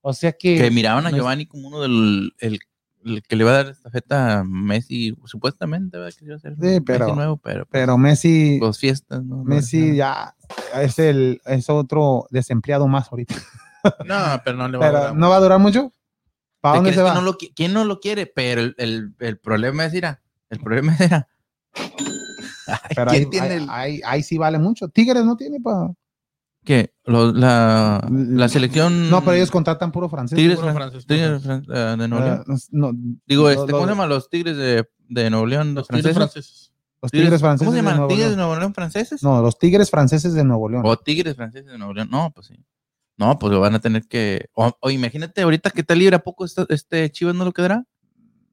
G: o sea
B: Que
G: que
B: miraban a
G: no es-
B: Giovanni como uno del el, el que le va a dar esta feta a Messi, supuestamente, ¿verdad? Que iba a ser Messi
G: pero-
B: nuevo, pero,
G: pero Messi
B: pues fiestas, ¿no?
G: Messi
B: No,
G: ya es el es otro desempleado más ahorita.
C: No, pero no le va a
G: Pero
C: durar.
G: no va a durar mucho. ¿Para
B: ¿Te
G: dónde
B: crees
G: se
B: que
G: va?
B: no lo qui- ¿Quién no lo quiere? Pero el, el, el problema es, mira, el problema es, mira,
G: Pero
B: ¿quién
G: ahí,
B: tiene
G: ahí-
B: el-
G: ahí- ahí sí vale mucho. Tigres no tiene para
B: que lo- la, la selección...
G: No, pero ellos contratan puro francés.
B: Mm. Tigres,
C: Puro
B: Fran-
C: francés,
B: Tigres, Fran- eh, de Nuevo
G: Eh,
B: León.
G: no,
B: Digo,
G: lo-
B: este, ¿cómo
G: lo-
B: se llaman los Tigres de, de Nuevo León? Los,
C: Los tigres
B: franceses.
C: franceses.
G: los Tigres franceses.
B: ¿Cómo se
G: de
B: llaman?
G: Nuevo
B: ¿Tigres de
G: León.
B: Nuevo León franceses?
G: No, los Tigres franceses de Nuevo León.
B: O Tigres franceses de Nuevo León. No, pues sí. No, pues lo van a tener que. O, o imagínate ahorita que está libre, ¿a poco esta- este Chivas no lo quedará?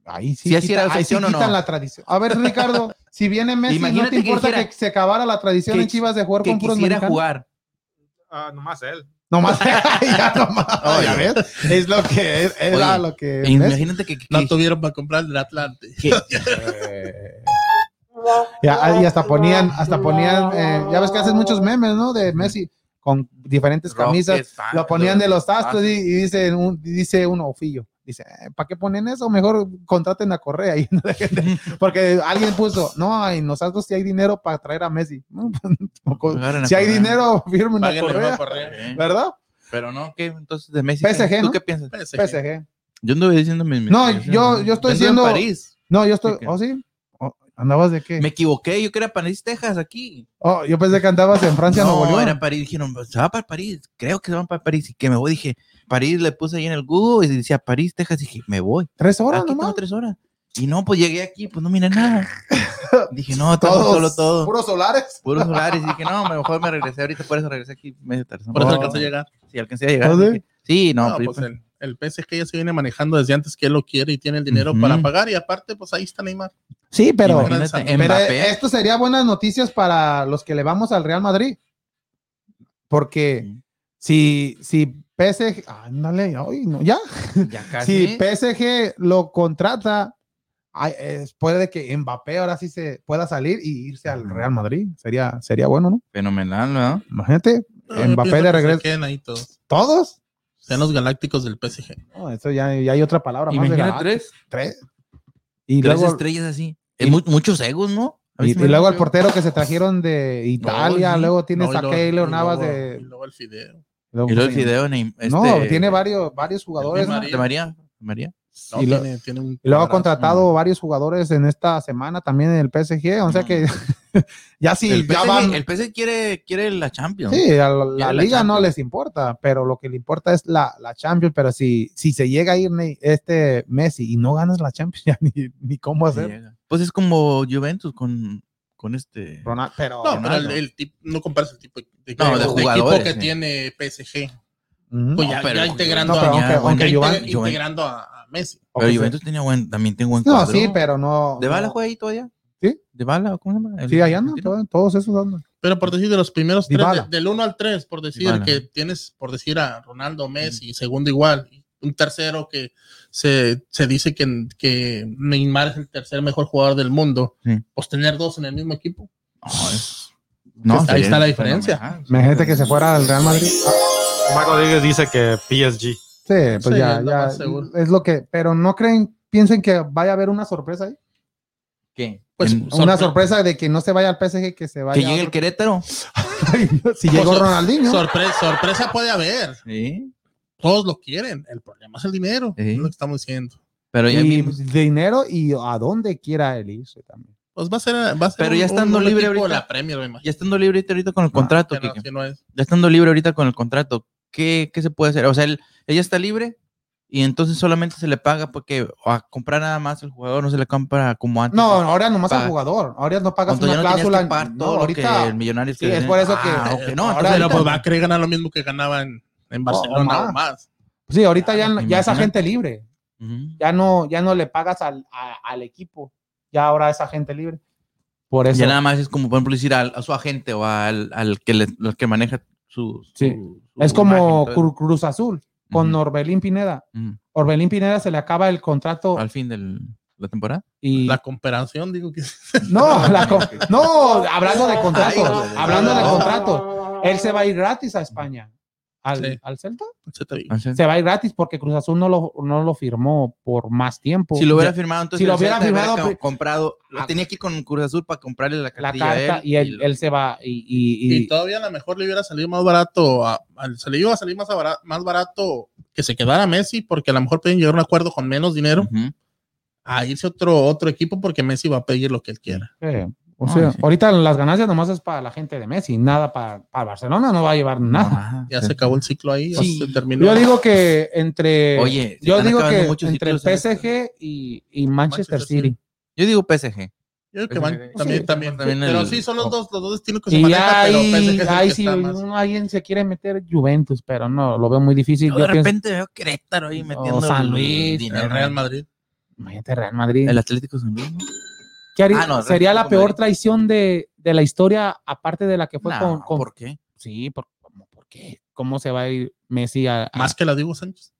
G: Ahí sí,
B: Si así
G: quita-
B: era la
G: ahí sí
B: sección o no.
G: quitan la tradición. A ver, Ricardo, si viene Messi, ¿no
B: Imagínate
G: te
B: que
G: importa que,
B: dijera-
G: se acabara la tradición
B: que-
G: en Chivas de jugar
B: Que
G: con puros
B: quisiera
G: mexicanos?
B: jugar.
E: Ah, nomás él.
G: Nomás, ya nomás, ya
B: Oye.
G: ves, es lo que es- era
B: Oye,
G: lo que
B: E
G: Messi-
B: Imagínate que. que-
C: No tuvieron para comprar el Atlante.
G: Eh, ya, ah, y hasta ponían, hasta ponían, eh, ya ves que hacen muchos memes, ¿no? De Messi con diferentes
B: Rock
G: camisas,
B: es fan-
G: lo ponían de los astros y,
B: Ah,
G: y dice, un, dice uno, Ofillo, dice, ¿para qué ponen eso? Mejor contraten a Correa y no dejen de-". porque alguien puso, no, en los astros si hay dinero para traer a Messi. No, pues, tampoco-
B: agarran a
G: si hay
B: Correa.
G: dinero, firmen a
C: Páguenle
G: Correa,
C: una correa.
B: Sí.
G: ¿verdad?
B: Pero no, ¿qué? Entonces de Messi.
G: PSG,
B: ¿qué? ¿Tú
G: ¿no?
B: qué piensas?
C: PSG.
G: PSG.
B: Yo anduve diciendo mis. mis-
G: No,
B: mis-
G: yo- yo
B: anduve
G: estoy
B: en
G: siendo-
B: París.
G: No, yo estoy,
B: ¿De qué?
G: ¿oh sí? Oh, ¿Andabas de
B: Me
G: qué?
B: equivoqué, yo que era París, Texas, aquí.
G: Oh, yo pensé que andabas en Francia, Nuevo
B: No,
G: León.
B: era París. Dijeron, "Pues, se va para París. Creo que se van para París. Y que me voy, dije, París le puse ahí en el Google y decía París, Texas. Y dije, me voy.
G: Tres horas
B: Aquí
G: nomás.
B: tengo tres horas. Y no, pues llegué aquí, pues no miré nada. dije, no, todo,
G: Todos,
B: solo todo.
G: puros solares.
B: Puros solares. Y dije, no, mejor me regresé ahorita, por eso regresé aquí medio tarde.
C: Por eso
G: Oh.
C: alcanzó a llegar.
B: Sí, alcancé a llegar.
G: ¿Ah, sí?
B: dije, sí, no,
C: No,
B: pues,
C: pues el, el PSG ya se viene manejando desde antes que él lo quiere y tiene el dinero
B: Ujú.
C: para pagar. Y aparte, pues ahí está Neymar.
G: Sí, pero,
C: Imagínate,
B: imagínate,
G: pero
B: Mbappé.
G: esto sería buenas noticias para los que le vamos al Real Madrid. Porque si, si PSG, ándale, ay, no, ya,
B: ya casi.
G: si PSG lo contrata, ay, es- puede que Mbappé ahora sí se pueda salir y irse al Real Madrid. Sería, sería bueno, ¿no?
B: Fenomenal, ¿verdad?
G: Imagínate,
C: No, yo
G: Mbappé
C: pienso
G: de
C: que se
G: regreso.
C: queden ahí todos.
G: todos.
C: Sean los galácticos del PSG.
G: No, eso ya, ya hay otra palabra más de
B: Imagina
G: la
B: tres.
G: tres. Y
B: Tres
G: luego,
B: estrellas así. Es mu- muchos egos, ¿no? A
G: y,
B: mí se me
G: y luego
B: hace
G: al
B: feo.
G: portero que se trajeron de Italia,
B: No, sí.
G: luego tienes
C: No, y
G: a
C: luego-
G: Keylor
C: y
G: Navas
C: luego-
G: de
C: Y luego el Fideo.
B: Y luego el video en este,
G: No, tiene varios, varios jugadores.
C: Di
G: ¿no?
C: María.
B: De María. María.
C: No,
G: Y lo-
C: tiene- tiene un
G: Y luego ha
C: cuadrazo.
G: contratado varios jugadores en esta semana también en el PSG. O sea
B: No.
G: que ya sí,
B: Mm. el,
G: ya
B: PSG,
G: van.
B: el PSG quiere, quiere la Champions.
G: Sí, a la,
B: Quiere la
G: liga no
B: Champions.
G: les importa, pero lo que le importa es la, la Champions. Pero si, si se llega a ir Ney- este Messi y no ganas la Champions, ya ni, ni cómo
B: Sí,
G: hacer.
B: llega. Pues es como Juventus con, con este.
G: Ronald- pero,
C: No, pero el,
B: Ronaldo.
C: el tipo, no comparas el tipo de,
B: No, de
C: equipo
B: jugadores,
C: que
B: sí.
C: tiene PSG.
G: Ujú.
C: Pues ya,
B: pero-
C: ya integrando,
G: No, pero
C: a,
G: aunque-
C: ya
G: aunque
C: inte-
G: Juven-
C: integrando a, a Messi.
B: Pero
G: Ok,
B: Juventus tenía buen, también tiene buen
G: No,
B: cuadro.
G: sí, pero no.
B: ¿De bala
G: no.
B: juega ahí todavía?
G: Sí.
B: ¿De bala? ¿Cómo se llama? El-
G: Sí, ahí andan,
B: el-
G: todos, todos esos andan.
C: Pero por decir de los primeros tres,
G: Dybala.
C: de- del 1 al 3, por decir
B: Dybala. Mm.
C: que tienes, por decir a Ronaldo, Messi, segundo igual, y un tercero que se, se dice que, que Neymar es el tercer mejor jugador del mundo,
B: Sí.
C: pues tener dos en el mismo equipo.
B: No, es- no,
C: Ahí
B: sería
C: está la diferencia.
B: fenomenal.
G: Imagínate que se fuera al Real Madrid.
E: Marco Rodríguez dice que PSG.
G: Sí, pues
C: Sí,
G: ya,
C: es lo
G: ya.
C: más seguro.
G: Es lo que. Pero no creen, piensen que vaya a haber una sorpresa ahí.
B: ¿Qué?
C: Pues,
B: En-
G: Una
C: Sorpre-
G: sorpresa de que no se vaya al PSG, que se vaya.
B: ¿Que llegue el Querétaro?
G: el... si llegó
C: Pues,
G: Ronaldinho.
C: sorpre- sorpresa puede haber,
B: Sí.
C: todos lo quieren, el problema es el dinero,
B: Sí.
C: es lo que estamos diciendo.
B: Pero ya,
G: y
B: mismo-
G: dinero y a dónde quiera él irse también.
C: Pues va a ser, va a ser
B: Pero ya estando libre
C: equipo de
B: ahorita.
C: la Premier, me imagino.
B: ya estando libre ahorita- ahorita con el contrato,
C: Que no,
B: Kike.
C: que no es.
B: ya estando libre ahorita con el contrato, ¿qué, qué se puede hacer? O sea, él, ella está libre y entonces solamente se le paga porque a comprar nada más el jugador no se le compra como antes.
G: No, ahora nomás
B: Paga.
G: al jugador. Ahora no pagas
B: Cuando
G: una
B: ya no tenías
G: cláusula.
B: que pagar
G: no,
B: todo lo que
G: ahorita.
B: el millonario
G: Sí,
B: que-
G: es por eso que-
B: Ah, ok, no,
G: ahora-
B: entonces
C: Pero
B: ahorita-
C: pues va a querer ganar lo mismo que ganaba en, en Barcelona
G: más.
C: o más.
G: Sí, ahorita ya, ya esa
B: Ah, Imagínate.
G: gente libre.
B: Ujú.
G: Ya no, ya no le pagas al, a- al equipo. Ya ahora esa gente libre. Por eso.
B: Ya nada más es como, por ejemplo, decir al- a su agente o al, al que, le- los que maneja su.
G: Sí.
B: su- su
G: es como
B: imagen, todo.
G: Cru- Cruz Azul con
B: Ujú,
G: Orbelín Pineda.
B: ujú.
G: Orbelín Pineda se le acaba el contrato
B: Al fin de la temporada.
G: y
C: La comparación, digo que
G: no, la co- no, hablando de contratos,
B: Ay, no.
G: hablando de
C: No.
G: contratos, él se va a ir gratis a España. ¿Al,
C: Sí.
G: al Celta?
C: se te digo.
B: O sea,
G: Se va a ir gratis porque Cruz Azul no lo, no lo firmó por más tiempo.
B: si lo hubiera firmado, entonces.
G: si lo
B: el
G: hubiera
B: Celta
G: firmado,
B: co- comprado.
G: ah.
B: Lo tenía que ir con Cruz Azul para comprarle la
G: la
B: cartilla. a
G: carta y él,
B: lo-
G: él se va y, y- y-
C: Y todavía a lo mejor le hubiera salido más barato, a- al- se le iba a salir más, abara- más barato que se quedara Messi, porque a lo mejor pueden llegar a un acuerdo con menos dinero
B: Ujú.
C: a irse otro otro equipo, porque Messi va a pedir lo que él quiera.
G: eh, o
B: Ay,
G: sea,
B: sí.
G: ahorita las ganancias nomás es para la gente de Messi, nada para, para Barcelona, no va a llevar nada.
B: Ajá.
C: Ya se acabó el ciclo ahí, ya
B: Sí.
C: se terminó.
G: Yo digo que entre
B: Oye, se
G: Eh, yo
B: están
G: digo
B: acabando
G: que
B: muchos
G: entre
B: ciclos en
G: PSG y, y Manchester,
C: Manchester
G: City.
B: Yo digo PSG.
C: Yo digo que van
B: Sí,
C: también,
G: sí,
C: también,
B: también
C: Pero
B: el-
C: sí, son los dos, los dos destinos que se
G: Y ya
C: manejan, pero
G: ahí,
C: PSG es el
G: ahí
C: que
G: si
C: está más-
G: uno- alguien se quiere meter Juventus, pero no, lo veo muy difícil.
B: Yo
G: Yo
B: de
G: pienso,
B: repente veo Querétaro ahí metiendo.
G: San
B: el
G: Luis,
B: dinero.
C: el Real Madrid.
G: imagínate Real Madrid.
B: El Atlético San Luis. ¿no?
G: ¿Qué haría?
B: Ah, no,
G: sería la
B: Atlético
G: peor
B: Madrid.
G: traición de, de la historia, aparte de la que fue
B: Nah,
G: con, con-
B: ¿Por qué?
G: Sí, por, como, ¿por qué? ¿Cómo se va a ir Messi a,
B: Ah.
G: a-
C: Más que la Diego Sánchez.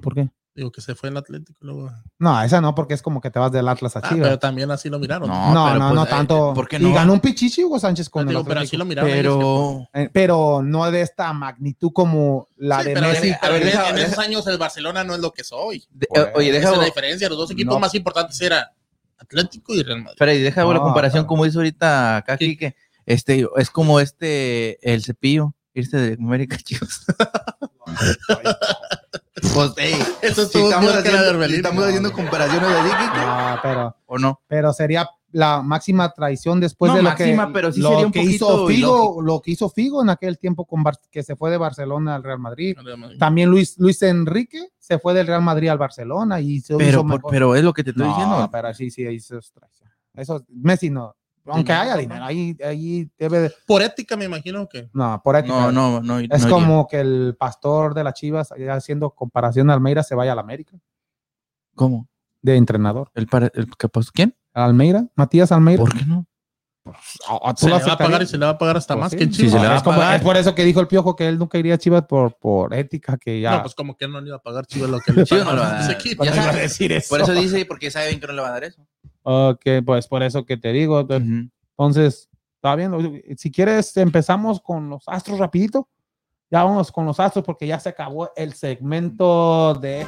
G: ¿Por qué?
C: Digo que se fue el Atlético. luego-
G: No, esa no, porque es como que te vas del Atlas a
C: Ah,
G: Chivas.
C: pero también así lo miraron.
G: no,
B: pero
G: no,
B: pues,
G: no
B: eh,
G: tanto.
B: ¿Por qué
G: Y
B: no? Ah,
G: ganó un pichichi Hugo Sánchez con el
C: Digo, pero
G: Atlético.
C: así lo miraron. ellos.
B: Pero.
G: Eh, pero no de esta magnitud como la
C: Sí,
G: de
C: pero
G: Messi.
C: en- pero
B: A ver,
C: en-
B: deja-
C: en
B: deja-
C: esos años el Barcelona no es lo que es hoy.
B: de- eh,
G: Por-
B: oye,
C: Esa
B: deja.
C: es la diferencia. Los dos equipos
B: No.
C: más importantes eran Atlético y Real Madrid.
B: Freddy, deja la
G: No,
B: comparación,
G: no.
B: como dice ahorita acá,
C: Sí.
B: que este, es como este, el cepillo, irse de América, chicos. pues, hey, si
C: Eso estuvo
B: estamos
C: peor que la de
B: haciendo, si
C: Orbelín.
B: estamos
C: No,
B: haciendo
C: no.
B: comparaciones de Dicky,
G: No, pero,
B: ¿o no?
G: pero sería la máxima traición después
B: No,
G: Pues de lo
B: máxima,
G: que,
B: pero sí
G: lo
B: sería un
G: que
B: poquito
G: hizo Figo,
B: ilógico.
G: lo que hizo Figo en aquel tiempo con Bar- que se fue de Barcelona al Real Madrid.
C: Real Madrid.
G: También Luis, Luis Enrique se fue del Real Madrid al Barcelona y se hizo
B: Pero, por-
G: mejor.
B: pero es lo que te estoy
G: No,
B: diciendo.
G: pero sí, sí, eso es traición. Eso, Messi no. Aunque
C: no,
G: haya
C: no.
G: dinero, ahí, ahí debe de-
C: Por ética, me imagino
B: Pues
C: que.
G: No, por ética.
B: No, no, no.
G: Es
B: no iría.
G: como que el pastor de las Chivas, ya haciendo comparación a Almeida, se vaya al América
B: ¿Cómo?
G: de entrenador.
B: ¿El, para, el capaz- ¿Quién?
G: Almeida, Matías Almeida.
B: ¿Por qué no?
G: O- o tú
C: Pues, Se
G: lo
C: le va a
G: aceptarías.
C: pagar y se le va a pagar hasta
G: Pues
C: más
G: sí.
C: que en
B: Sí,
C: Chivas.
B: se le va
G: es,
B: a
G: como-
B: pagar.
G: es por eso que dijo el piojo que él nunca iría a Chivas por, por ética, que ya.
C: No, pues como que no le iba a pagar Chivas lo que le
B: Chivas no
C: pagaron
B: lo va a
C: a ese
B: dar.
C: equipo.
B: Ya
G: iba a
B: sabes.
G: decir eso.
B: Por eso dice, porque saben que no le va a dar eso.
G: Ok, pues por eso que te digo.
B: Ujú.
G: Entonces, está bien. Oye, Si quieres, empezamos con los astros rapidito. Ya vamos con los astros porque ya se acabó el segmento de...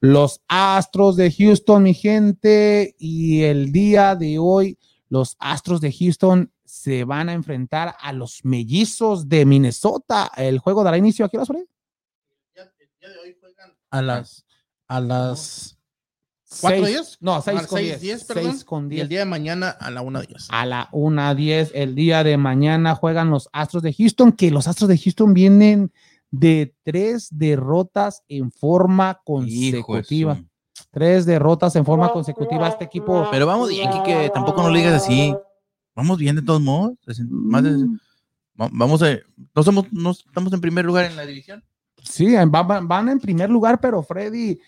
G: Los Astros de Houston, mi gente, y el día de hoy los Astros de Houston se van a enfrentar a los mellizos de Minnesota. El juego dará inicio aquí a las
C: A las, a las
G: seis-
C: cuatro días.
G: No, 6
C: Al
G: con
C: seis,
G: 10.
C: diez,
G: 6
C: perdón,
G: con
C: Y el
G: 10.
C: día de mañana a la una de
B: Ah,
C: ellas.
G: A la 1.10 el día de mañana juegan los Astros de Houston, que los Astros de Houston vienen de tres derrotas en forma
B: Hijo de su-
G: consecutiva. Tres derrotas en forma consecutiva. Este equipo
B: Pero vamos bien, que tampoco nos digas así. Vamos bien de todos modos. sesen- Más de-
G: Mm,
B: va- vamos a, no somos, no estamos en primer lugar en la división.
G: Sí, en- va- va- van en primer lugar, pero Freddy,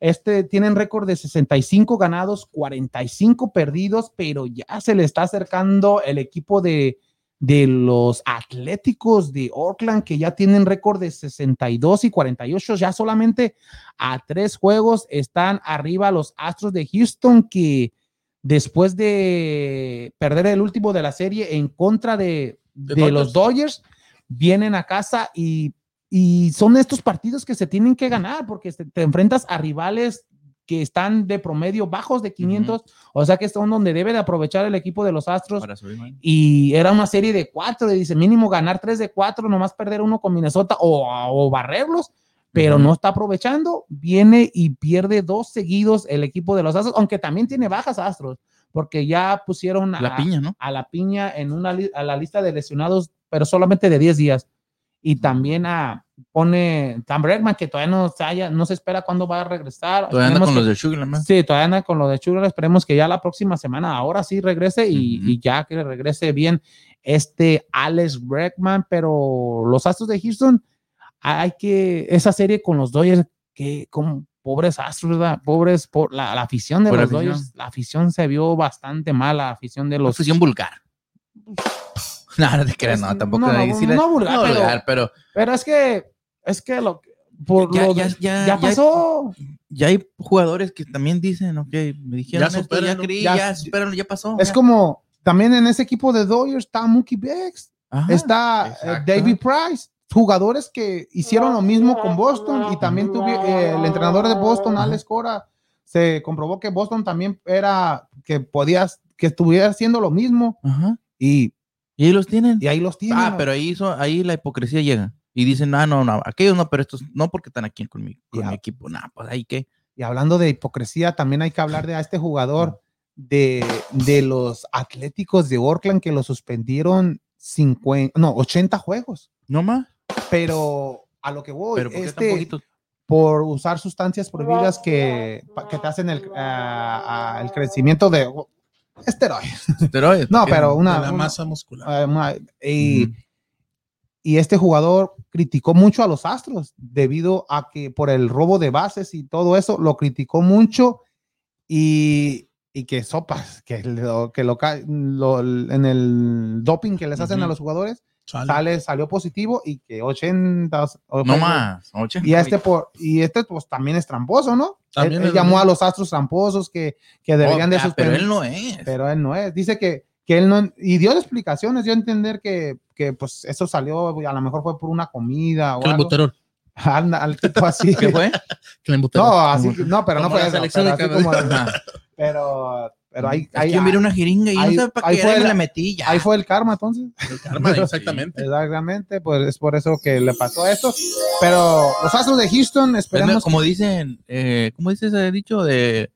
G: este tienen récord de 65 ganados, 45 perdidos, pero ya se le está acercando el equipo de, de los Atléticos de Oakland, que ya tienen récord de 62 y 48, ya solamente a tres juegos están arriba los Astros de Houston, que después de perder el último de la serie en contra de,
C: De
G: de los Dodgers, vienen a casa y, y son estos partidos que se tienen que ganar, porque se- te enfrentas a rivales que están de promedio bajos de 500, o sea que son donde debe de aprovechar el equipo de los Astros
B: Para subir, man.
G: y era una serie de cuatro, y dice mínimo ganar tres de cuatro, nomás perder uno con Minnesota o, o barrerlos, pero no está aprovechando, viene y pierde dos seguidos el equipo de los Astros, aunque también tiene bajas Astros, porque ya pusieron a
B: La piña, ¿no?
G: a la piña en una li- a la lista de lesionados, pero solamente de 10 días. Y también a, pone Tam Bregman, que todavía no se, haya- no se espera cuándo va a regresar.
B: Todavía anda
G: Esperemos
B: con
G: que-
B: los de Sugar, man.
G: Sí, todavía anda con lo de Chula. Esperemos que ya la próxima semana, ahora sí regrese y,
B: Ujú.
G: y ya que regrese bien este Alex Bregman. Pero los Astros de Houston, hay que. Esa serie con los Dodgers, que como pobres Astros, ¿verdad? pobres por la, la afición de
B: Por
G: los
B: afición.
G: Dodgers. La afición se vio bastante mala, la afición de los.
B: Fusión vulgar. No, no te creas, no, tampoco.
G: Pues, No, no,
B: ahí sí la-
G: no vulgar,
B: no,
G: pero,
B: vulgar, pero
G: pero es que. Es que lo. Por
B: ya,
G: lo-
B: ya, ya,
G: ya
B: ya-
G: pasó.
B: ya hay jugadores que también dicen, ok, me dijeron,
C: Ya
B: esto, ya
C: supérenlo,
B: creí,
G: ya-
B: ya, supérenlo, ya pasó.
G: Es
B: ya.
G: como. También en ese equipo de Dodgers está Mookie Bex.
B: Ajá.
G: está eh,
B: exacto.
G: David Price, jugadores que hicieron lo mismo con Boston y también tuvi- eh, el entrenador de Boston, Alex Cora, se comprobó que Boston también era que podías que estuviera haciendo lo mismo
B: Ajá.
G: y,
B: Y ahí los tienen.
G: y ahí los tienen.
B: Ah, pero ahí, hizo- ahí la hipocresía llega. Y dicen, ah, no, no, aquellos no, pero estos no porque están aquí con mi, con
G: Ya.
B: mi equipo. Nah, pues ahí qué.
G: Y hablando de hipocresía, también hay que hablar de a este jugador de, de los Atléticos de Oakland que lo suspendieron 50, no, 80 juegos,
B: No más.
G: pero a lo que voy,
B: Pero ¿por qué tan
G: este,
B: poquito?
G: por usar sustancias prohibidas que, pa- que te hacen el, ah, ah, el crecimiento de oh, esteroides.
B: Esteroides,
G: No,
B: ¿por qué
G: pero una,
C: de la
G: una-
C: masa muscular.
G: ah, una- y,
B: Ujú.
G: y este jugador criticó mucho a los Astros debido a que por el robo de bases y todo eso lo criticó mucho y, y que sopas, que lo que lo, ca- lo- en el doping que les hacen
B: Ujú.
G: a los jugadores
C: Chale.
G: sale salió positivo y que 80
B: No más. oye.
G: y a este por y este pues también es tramposo, ¿no?
C: También
G: él, él
C: es
G: llamó
C: lo
G: a los astros tramposos que, que
B: Oh,
G: deberían de
B: ah, Pero
G: suspender,
B: él no es.
G: no es. Dice que, que él no y dio explicaciones, dio a entender que, que pues eso salió a lo mejor fue por una comida o
C: Clem
G: algo.
C: Buterol.
G: Anda, al tipo así.
B: ¿Qué fue?
C: Clem Buterol.
G: No, así no, pero no
C: Como
G: fue
C: la
G: eso,
C: selección
G: pero
C: de
G: así
C: Canadá.
G: como-
B: Ajá.
G: pero pero ahí
B: Mm, Es que
G: ahí,
B: yo miré una jeringa y yo
G: ahí-
B: no sé para
G: ahí
B: qué
G: fue
B: era, me
G: la-
B: la metí ya.
G: ahí fue el karma entonces.
C: El karma, exactamente.
G: Exactamente, pues es por eso que le pasó esto, pero los Astros de Houston
B: Pero
G: esperamos
B: como dicen, eh, ¿cómo dice ese dicho de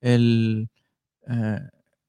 B: el eh,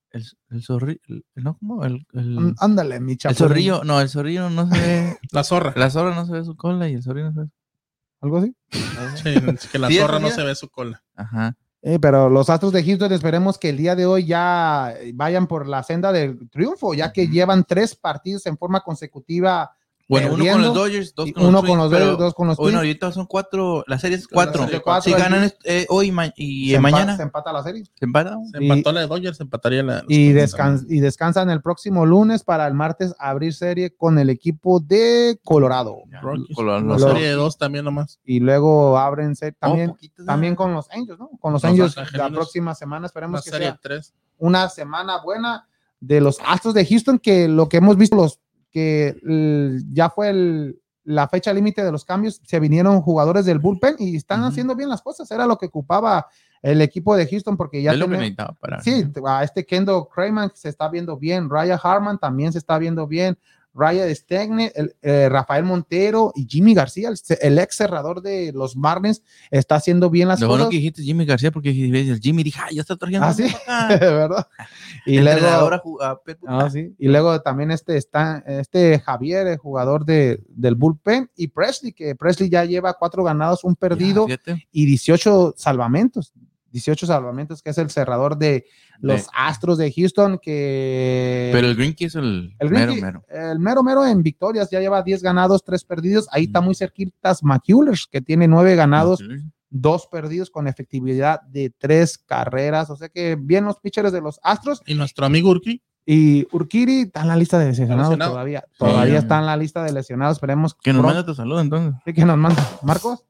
B: el, el zorrillo? ¿No? ¿Cómo? El, el,
G: Mm, Ándale, mi
B: el
G: chapulín.
B: zorrillo, no, el zorrillo no se ve,
C: La zorra.
B: la zorra no se ve su cola y el zorrillo no se ve su
G: Algo así.
C: Sí, es que la
B: Sí,
C: zorra no
B: sí.
C: se ve su cola.
B: Ajá.
G: Eh, pero los Astros de Houston esperemos que el día de hoy ya vayan por la senda del triunfo, ya que
B: Ujú.
G: llevan tres partidos en forma consecutiva,
B: Bueno, uno con
G: Perdiendo,
B: los Dodgers, dos
G: y
B: con
G: uno
B: los
G: con los
B: Twins,
G: Dodgers,
B: pero-
G: dos con los
B: Bueno,
G: Twins.
B: ahorita son cuatro, la serie es cuatro.
G: serie cuatro,
B: si
G: el-
B: ganan est- eh, hoy y ma- y
G: Se empa-
B: mañana,
G: se empata la serie
B: ¿se empatan?
C: Se
G: Y-
C: empató la de Dodgers, se empataría la.
G: y,
C: la-
G: descan- y descansan el próximo lunes para el martes abrir serie con el equipo de Colorado
C: Rockies.
B: Con los-
C: La
G: los-
C: serie de dos también nomás.
G: y luego abren se- también
B: Oh, poquito,
G: también con los Angels, ¿no? Con los,
C: Los
G: Angels la
C: Angelinos.
G: próxima semana
C: La
G: esperemos que
C: serie
G: sea
C: tres.
G: una semana buena de los Astros de Houston, que lo que hemos visto, los que el- ya fue el- la fecha límite de los cambios, se vinieron jugadores del bullpen y están
B: Ujú.
G: haciendo bien las cosas, era lo que ocupaba
A: el equipo de Houston porque ya
B: es lo que
A: tiene-
B: necesitaba para.
A: Sí, te- a este Kendo Crayman se está viendo bien, Raya Harman también se está viendo bien, Raya Stegne, el- eh, Rafael Montero y Jimmy García, el, ce- el ex cerrador de los Marlins, está haciendo bien las
B: Lo bueno
A: cosas.
B: que dijiste Jimmy García, porque dijiste, Jimmy dije, ay, ya está trayendo.
A: Ah, sí.
B: para acá".
A: ¿verdad? Y
B: Entrenador
A: luego,
B: a ju- a Pep-
A: Ah, sí. y luego también este, está, este Javier, el jugador de, del bullpen, y Presley, que Presley ya lleva cuatro ganados, un perdido
B: Ya, fíjate.
A: y 18 salvamentos. 18 salvamentos, que es el cerrador de los
B: Sí.
A: Astros de Houston, que...
B: Pero el Green Key es el,
A: El
B: mero,
A: mero,
B: mero.
A: el mero mero en victorias, ya lleva 10 ganados, 3 perdidos. Ahí está
B: Mm.
A: muy cerquitas McCullers, que tiene 9 ganados,
B: Ah, Sí.
A: 2 perdidos con efectividad de 3 carreras. O sea que bien los pitchers de los Astros.
C: Y nuestro amigo Urki,
A: Y Urquiri está en la lista de lesionados
C: Lesionado.
A: todavía. Todavía
B: ya.
A: está en la lista de lesionados. Esperemos
B: Que nos
A: pronto-
B: manda tu saludo entonces.
A: sí, que nos mande. Marcos.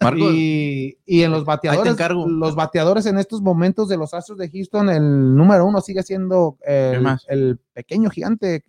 B: Marcos,
A: Y, y en los bateadores,
B: encargo.
A: los bateadores en estos momentos de los Astros de Houston, el número uno sigue siendo el,
B: más?
A: el pequeño gigante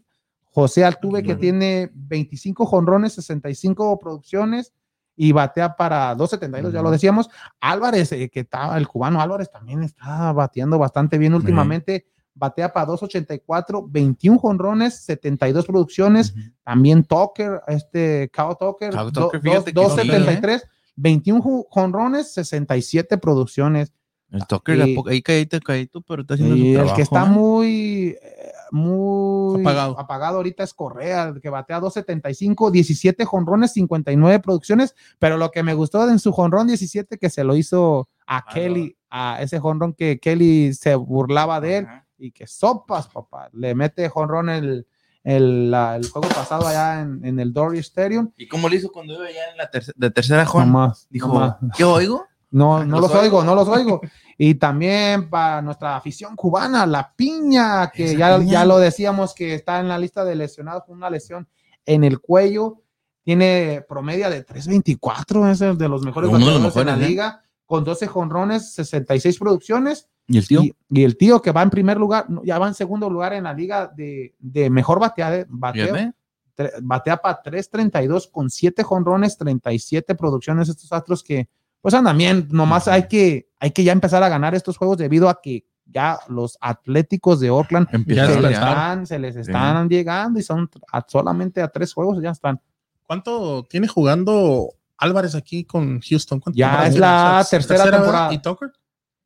A: José Altuve, que
B: Ujú.
A: tiene 25 jonrones, 65 producciones y batea para 272, ya
B: Ujú.
A: lo decíamos. Álvarez, eh, que estaba el cubano Álvarez también está bateando bastante bien últimamente. Batea para 284, 21 jonrones, 72 producciones, también Tucker, este Kyle Tucker,
B: Kyle
A: do-
B: Tucker, fíjate
A: dos-
B: que sí, ¿eh?
A: 273, 21 ju- jonrones, 67 producciones.
B: el Tucker, de a
A: y-
B: poco- ahí caíste, caíste, pero está haciendo su
A: Y el
B: trabajo.
A: que está
B: ¿eh?
A: muy eh, muy
C: Apagado.
A: ahorita es Correa, el que batea 275, 17 jonrones, 59 producciones, pero lo que me gustó en su jonrón 17 que se lo hizo a
B: no.
A: Kelly, a ese jonrón que Kelly se burlaba de él
B: Ajá.
A: y que sopas, papá. Le mete jonrón el, el, la- el juego pasado allá en, en el Dory Stadium.
B: ¿Y cómo lo hizo cuando iba ya en la tercera, de tercera
A: No
B: Juan?
A: más,
B: Dijo,
A: no más.
B: ¿qué oigo?
A: No, no
B: ¿Los
A: los
B: oigo?
A: oigo, no los oigo. Y también para nuestra afición cubana, la piña, que
B: Esa
A: ya,
B: piña.
A: ya lo decíamos que está en la lista de lesionados con una lesión en el cuello. Tiene promedia de 3.24, es el de los mejores
B: Uno de los
A: bateadores en la
B: mejores, ¿eh?
A: liga, con 12 jonrones, 66 producciones.
B: ¿Y el tío?
A: Y, y el tío que va en primer lugar, no, ya va en segundo lugar en la liga de, de mejor batea, bateo,
B: Fíjate.
A: tre- batea para 3.32 con 7 jonrones, 37 producciones. Estos astros que, pues andan bien, nomás hay que, hay que ya empezar a ganar estos juegos debido a que ya los atléticos de Oakland
B: Empieza
A: se,
B: a
A: les
B: pelear.
A: están, se les están llegando y son a- solamente a tres juegos, ya están.
C: ¿cuánto tiene jugando Álvarez aquí con Houston? ¿Cuántas
A: Ya
C: temporadas
A: es
C: tiene?
A: la
C: O sea,
A: tercera temporada.
C: ¿verdad? ¿Y Tucker?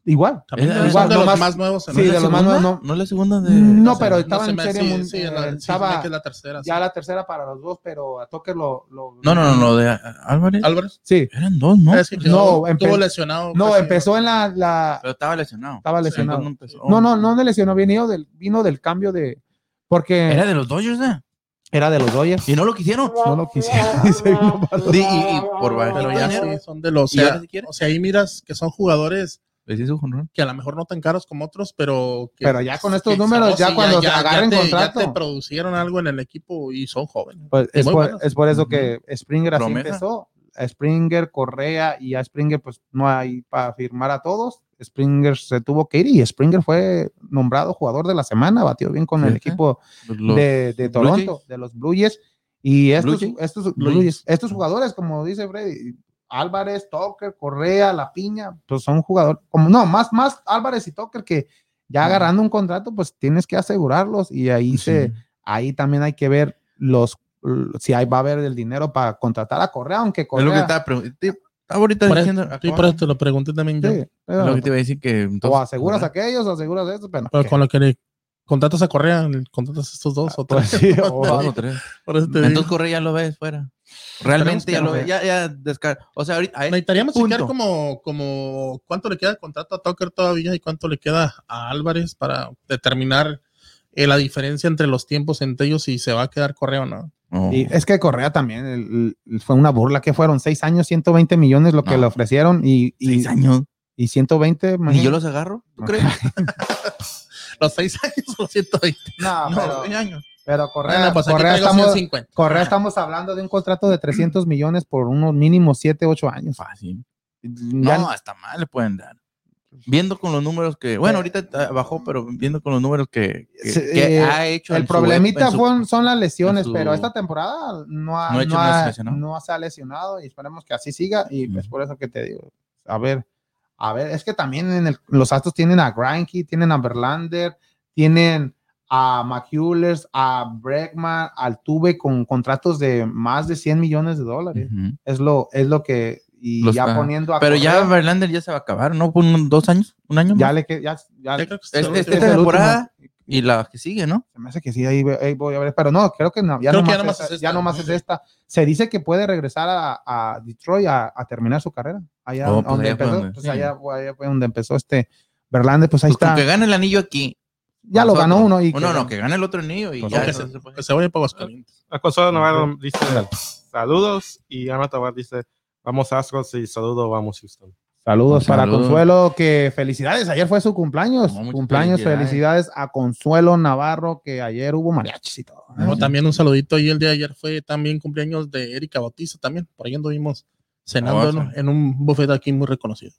A: Igual.
C: También
B: Es-
C: son
B: igual,
C: de los
A: nomás-
C: más nuevos. en
A: sí,
C: la-
A: de los
C: no
A: más nuevos, no.
B: No es la segunda de.
A: No,
B: la
A: pero
B: segunda.
A: estaba
C: se
A: en
C: me-
A: serie
C: sí,
A: mun-
C: sí, en
A: eh,
C: la- sí, se me
A: estaba-
C: que es la tercera. sí.
A: Ya la tercera para los dos, pero a Tucker lo, lo-
B: No, no, no, lo de Álvarez.
C: Álvarez.
A: Sí.
B: Eran dos, ¿no?
C: Es que
A: No,
C: quedó- estuvo
A: empe-
C: lesionado. pues,
A: No,
C: casi-
A: empezó en la, la-
B: Pero estaba lesionado.
A: Estaba
B: Sí,
A: lesionado.
B: cuando empezó.
A: No, no, no le lesionó, vino del, vino del cambio de... Porque
B: Era de los Dodgers, ¿eh?
A: era de los Dodgers.
B: Y no lo quisieron.
A: No lo quisiera. y se vino para-
B: Di- y, y por
C: Pero ya sí, son de los.
B: ¿Y
C: O sea,
B: ahora si quiere?
C: o sea, ahí miras que son jugadores
B: Les hizo jonrón.
C: que a lo mejor no tan caros como otros, pero. que-
A: Pero ya con estos
C: que-
A: números,
C: no,
A: ya
C: sí,
A: cuando se agarren
C: te-
A: contrato.
C: Ya te producieron algo en el equipo y son jóvenes.
A: Pues
C: Y
A: es,
C: muy
A: por,
C: buenos.
A: es por eso que Springer así
B: Promesa.
A: empezó. A Springer, Correa y a Springer pues no hay para firmar a todos. Springer se tuvo que ir y Springer fue nombrado jugador de la semana, batió bien con el
B: Fíjate.
A: equipo
B: Los-
A: de, de
B: Blue
A: Toronto,
B: Jays.
A: de los Blue Jays. Y estos,
B: Jays.
A: estos,
B: Blue
A: Blue
B: Jays.
A: Jays, estos jugadores, como dice Freddy, Álvarez, Tucker, Correa, La Piña, pues son jugadores, como no, más, más Álvarez y Tucker que ya agarrando un contrato, pues tienes que asegurarlos y ahí se,
B: Sí.
A: ahí también hay que ver los si ahí va a haber el dinero para contratar a Correa, aunque
B: Es lo que
A: Correa
B: estaba preguntando. Estaba ahorita
C: Por eso-
B: diciendo.
C: Sí, por eso te lo pregunté también yo.
A: sí,
B: Es lo que
A: eh,
B: te iba a decir que. entonces-
A: o aseguras a aquellos, o aseguras esto, pero
C: Pero
A: que-
C: con lo que le contratas a Correa, le contratas a estos dos o
A: pues
C: tres.
A: sí, o-
B: Dos o tres.
C: Por eso te digo.
B: Entonces Correa ya lo ves fuera. Realmente
C: que
B: ya
C: no
B: lo ves.
A: vea.
B: Ya, ya descar- O sea, ahorita. a él-
C: Necesitaríamos
B: Eh, punto.
C: chequear como, como cuánto le queda el contrato a Tucker todavía y cuánto le queda a Álvarez para determinar eh, la diferencia entre los tiempos entre ellos y se va a quedar Correa o no.
B: No.
A: Y eh, es que Correa también el- el- fue una burla, que fueron seis años, 120 millones lo que
B: No.
A: le ofrecieron y, y,
B: Seis años.
A: y 120.
B: ¿Ni
A: imagínate.
B: yo los agarro? ¿Tú crees?
C: Los seis años o los 120.
G: Ah,
A: No, pero,
C: seis años.
A: pero Correa,
C: Bueno, pues aquí
A: Correa
C: traigo
A: estamos,
C: 150.
A: Correa estamos hablando de un contrato de 300 millones por unos mínimos 7, 8 años.
B: Fácil.
A: Ya-
B: No, hasta mal le pueden dar. Viendo con los números que. Bueno, ahorita ah, bajó, pero viendo con los números que, que,
A: Se-
B: que
A: eh,
B: ha hecho.
A: el
B: en su-
A: problemita
B: en su-
A: fueron- son las lesiones,
B: en su-
A: pero esta temporada no, ha-
B: No
A: no,
B: ha hecho nada
A: ha-
B: lesionado.
A: no se ha lesionado y esperemos que así siga y pues
B: Ujú.
A: por eso que te digo, a ver,
G: A ver, es que también en el- los Astros tienen a Granky, tienen a Verlander, tienen a McHullers, a Bregman, al Tuve con contratos de más de 100 millones de dólares.
B: Ujú.
G: Es lo, es lo que. Y
B: Los-
G: ya
B: ajá.
G: poniendo a.
B: Pero ya
G: Correa,
B: Verlander ya se va a acabar, ¿no? ¿Por un- dos años? ¿Un año?
G: ya
B: más?
G: le que- ya, ya-
C: Yo creo que es el
B: Este-
C: último.
B: esta
G: es el último.
B: temporada y la que sigue, ¿no?
G: Se me hace que sí, ahí, ve- ahí voy a ver, pero no, creo que no, ya
C: Creo que
G: nomás,
C: ya nomás
G: esa-
C: es esta,
G: ya nomás
C: ¿no?
G: es esta. Se dice que puede regresar a, a Detroit a, a terminar su carrera, allá
B: Oh, pues
G: donde
B: allá fue
G: empezó,
B: donde-
G: pues
B: sí.
G: allá, fue- allá fue donde empezó este Verlander, pues ahí
B: Pues con
G: está,
B: que gane el anillo aquí. Oh,
G: ya lo ganó uno y
B: no, no, que gane el otro anillo y
G: Pues
B: ya.
G: no, que
B: entonces, pues,
C: Que se vaya para Aguascalientes.
E: La consola Navarro dice saludos y Ana Tabar dice vamos Astros y saludo vamos Houston.
G: Saludos
B: Un
G: para
B: saludo.
G: Consuelo, que felicidades, ayer fue su cumpleaños,
B: No, muchas
G: cumpleaños,
B: felicidades.
G: felicidades a Consuelo Navarro, que ayer hubo mariachis y todo. ¿eh?
C: O Oh, también un saludito y el día de ayer fue también cumpleaños de Erika Bautista también. Por ahí anduvimos cenando
B: Ah,
C: en,
B: sí.
C: en un buffet aquí muy reconocido.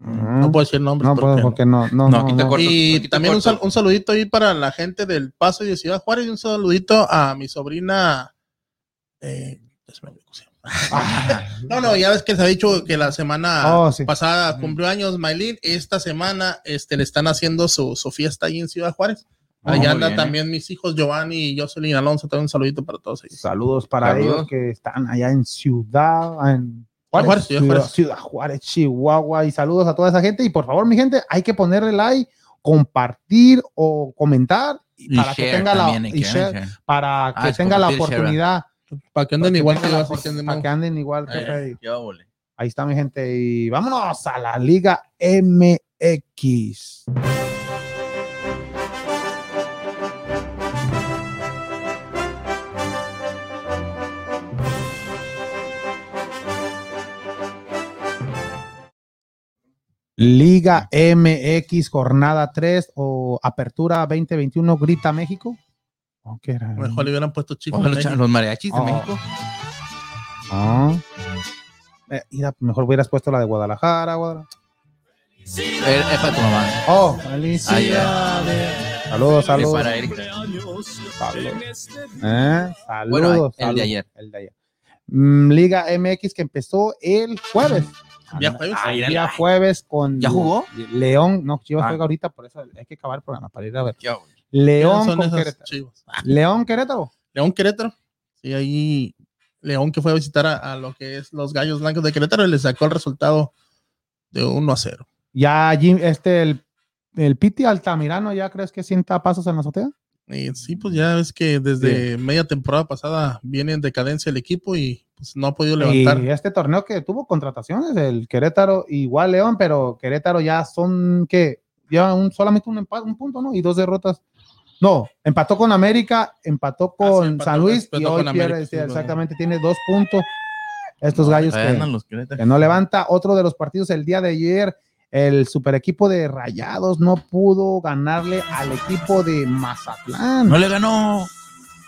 G: Ujú.
C: No puedo decir nombres.
G: No,
C: porque
G: pues, porque no,
B: No,
G: no, no,
B: aquí te
G: no.
B: corto.
C: Y
B: Aquí te
C: también un,
B: corto.
C: sal- un saludito ahí para la gente del Paso y de Ciudad Juárez y un saludito a mi sobrina. eh, ya se me olvidó cómo se llama. no, no, ya ves que se ha dicho que la semana
G: Oh, sí.
C: pasada
B: Ujú.
C: cumplió años Maylin. Esta semana este, le están haciendo su, su fiesta ahí en Ciudad Juárez. Allá
B: Oh, muy
C: anda
B: bien, eh.
C: también mis hijos Giovanni y Jocelyn Alonso. También un saludito para todos ellos.
G: Saludos para
B: Saludos.
G: ellos que están allá en Ciudad en Juárez,
C: Juárez, Ciudad
G: Ciudad,
C: Juárez.
G: Ciudad Juárez, Chihuahua. Y saludos a toda esa gente. Y por favor, mi gente, hay que ponerle like, compartir o comentar y
B: Y
G: para que
B: share
G: tenga la
B: también, hay
G: y
B: que
G: share,
B: share.
G: para
B: Ah,
G: que
B: es
G: tenga la
B: compartir, share,
G: oportunidad
C: Para que anden
G: para
C: igual
G: que
C: que
G: tenga
C: yo.
G: la
C: así que
G: opor-
C: andemos.
G: para que anden igual que
B: Eh,
G: Freddy.
B: ya volé.
G: Ahí está mi gente y vámonos a la Liga MX. Liga MX, jornada 3 o apertura 2021, grita México. ¿O qué era?
C: Mejor le hubieran puesto chicos.
B: Oh, los, los mariachis de
G: Oh.
B: México.
G: Ah. Eh, mira, mejor hubieras puesto la de Guadalajara, Guadalajara.
B: Eh, Es para tu mamá.
G: Oh,
B: Ah, ya.
G: Saludos,
B: Es
G: saludos.
B: para Erika.
G: Saludos. Eh, saludos,
B: Bueno, el de
G: saludos.
B: ayer.
G: El de ayer. Mm, Liga MX que empezó el jueves.
C: Ya jueves.
G: Ah, el día jueves con
B: ¿Ya jugó?
G: León. No, Chivas
B: Ah.
G: juega ahorita, por eso hay que acabar el programa para ir a ver.
B: Ya volé.
G: León
C: Son
G: con
C: esos
G: Querétaro.
C: chivos.
G: León Querétaro.
C: León Querétaro. Sí, ahí León que fue a visitar a, a lo que es los Gallos Blancos de Querétaro y le sacó el resultado de 1 a 0.
G: Ya Jim, este, el, el Piti Altamirano, ¿ya crees que sienta pasos en la azotea?
C: Y sí, pues ya es que desde media temporada pasada viene en decadencia el equipo y pues no ha podido levantar.
G: Y este torneo que tuvo contrataciones, el Querétaro, igual León, pero Querétaro ya son que lleva un, solamente un empate, un punto, ¿no? Y dos derrotas. No, empató con América, empató con
C: Ah, empató,
G: San Luis y
C: empató
G: hoy
C: con
G: pierde,
C: América, sí,
G: sí,
C: lo-
G: exactamente, tiene dos puntos. Estos gallos que,
B: Ganan los Querétaro.
G: que no levanta. Otro de los partidos el día de ayer, el super equipo de Rayados no pudo ganarle al equipo de Mazatlán
B: No le ganó.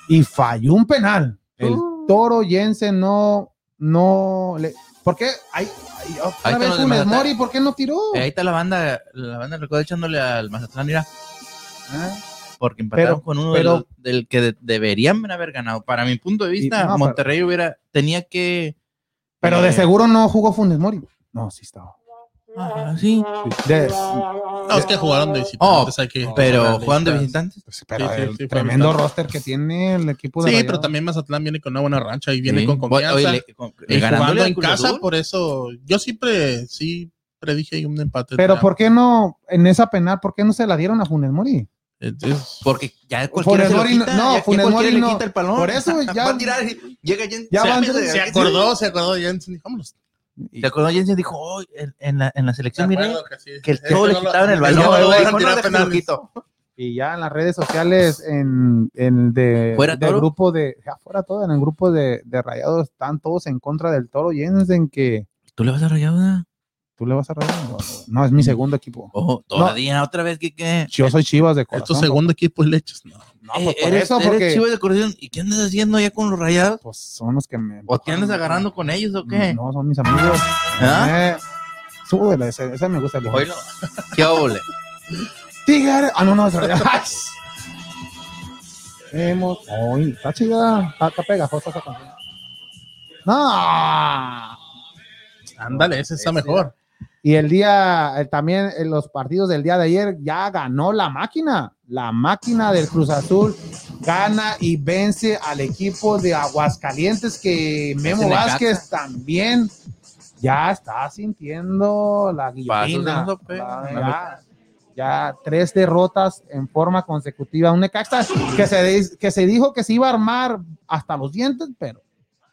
G: y falló un penal. El
B: Uh.
G: toro Jensen no, no le. ¿Por qué? Ay, ay,
B: Ahí
G: otra
B: está
G: vez
B: lo de
G: Funes
B: Mazatlán.
G: Mori, ¿por qué no tiró?
B: Eh, ahí está la banda, la banda recuerda echándole al Mazatlán, mira,
G: Ah,
B: porque empataron
G: Pero-
B: con uno
G: pero-
B: de los- del que de- deberían haber ganado. Para mi punto de vista,
G: no, pero-
B: Monterrey hubiera, tenía que.
G: Pero de
B: eh,
G: seguro no jugó Funes Mori. No, sí estaba.
B: ah, sí,
G: De-
C: No, es que jugaron de visitantes. hay que-
B: Oh, pero
C: hay que-
B: jugando de visitantes.
G: pues, pero
C: Sí, sí,
G: el
C: sí, fue
G: tremendo
C: brutal.
G: roster que tiene el equipo de
C: Sí,
G: Rayados.
C: pero también Mazatlán viene con una buena rancha y viene
B: Sí.
C: con confianza.
B: Oye, le- con-
C: y
B: ganándole
C: jugando
B: al
C: en
B: Cruz
C: casa,
B: Azul.
C: por eso yo siempre sí predije ahí un empate.
G: Pero
C: Ya,
G: ¿por qué no, en esa penal, por qué no se la dieron a Funes Mori?
C: es- es-
B: Porque ya cualquiera
G: Funes
B: se lo
G: Mori no-
B: quita,
G: no,
B: ya- ya
G: Funes
B: cualquiera
G: Mori
B: le
G: no.
B: quita el palón.
G: Por eso ya-
B: Va a tirar y llega Jensen.
G: Ya
B: se,
G: van-
C: se acordó, se acordó. Ya dijo, "Vámonos".
B: Se acordó Jensen dijo, "Oh, en, en la, en la selección,
C: Me
B: mire,
C: acuerdo que sí.
B: que el
C: Ese
B: todo le
C: no lo-
B: quitaban el
C: ese
B: balón.
C: no lo
B: Dijo,
C: dejan
B: "No,
C: tirar
B: déjame lo
C: penales".
B: quito".
G: Y ya en las redes sociales, en, en de,
B: ¿Fuera
G: del
B: Toro?
G: grupo de, ya fuera todo, en el grupo de, de Rayados, están todos en contra del toro Jensen que
B: ¿Tú le vas a rayar?
G: tú le vas a Rayados. No, No, es mi segundo equipo.
B: Oh, todavía, otra vez, que qué?
G: Yo soy Chivas de
C: Es
G: corazón.
C: tu segundo equipo de lechos. No.
G: No,
B: Eh,
G: pues por
B: eres,
G: eso,
B: eres
G: porque
B: chivo de corazón. ¿Y qué andas haciendo ya con los rayados?
G: pues, son los que me... Mm,
B: ¿O te andas agarrando con ellos o qué?
G: No, son mis amigos.
B: ¿Ah?
G: Eh, súbele, ese, ese me gusta. el hijo.
B: Oílo. ¿Qué ole?
G: Tigre. Ah, no, no, es Rayados. Hemos... Ay, está chida. Está, está pegajosa esa canción. No.
C: Ándale, ese está mejor.
G: Y el día, eh, también en los partidos del día de ayer, ya ganó la máquina. La máquina del Cruz Azul gana y vence al equipo de Aguascalientes, que Memo
B: el Necaxa.
G: Vázquez también ya está sintiendo la guillotina.
B: Pasos de
G: La-
B: eso,
G: ya, ya tres derrotas en forma consecutiva. Un Necaxa que se, dis- que se dijo que se iba a armar hasta los dientes, pero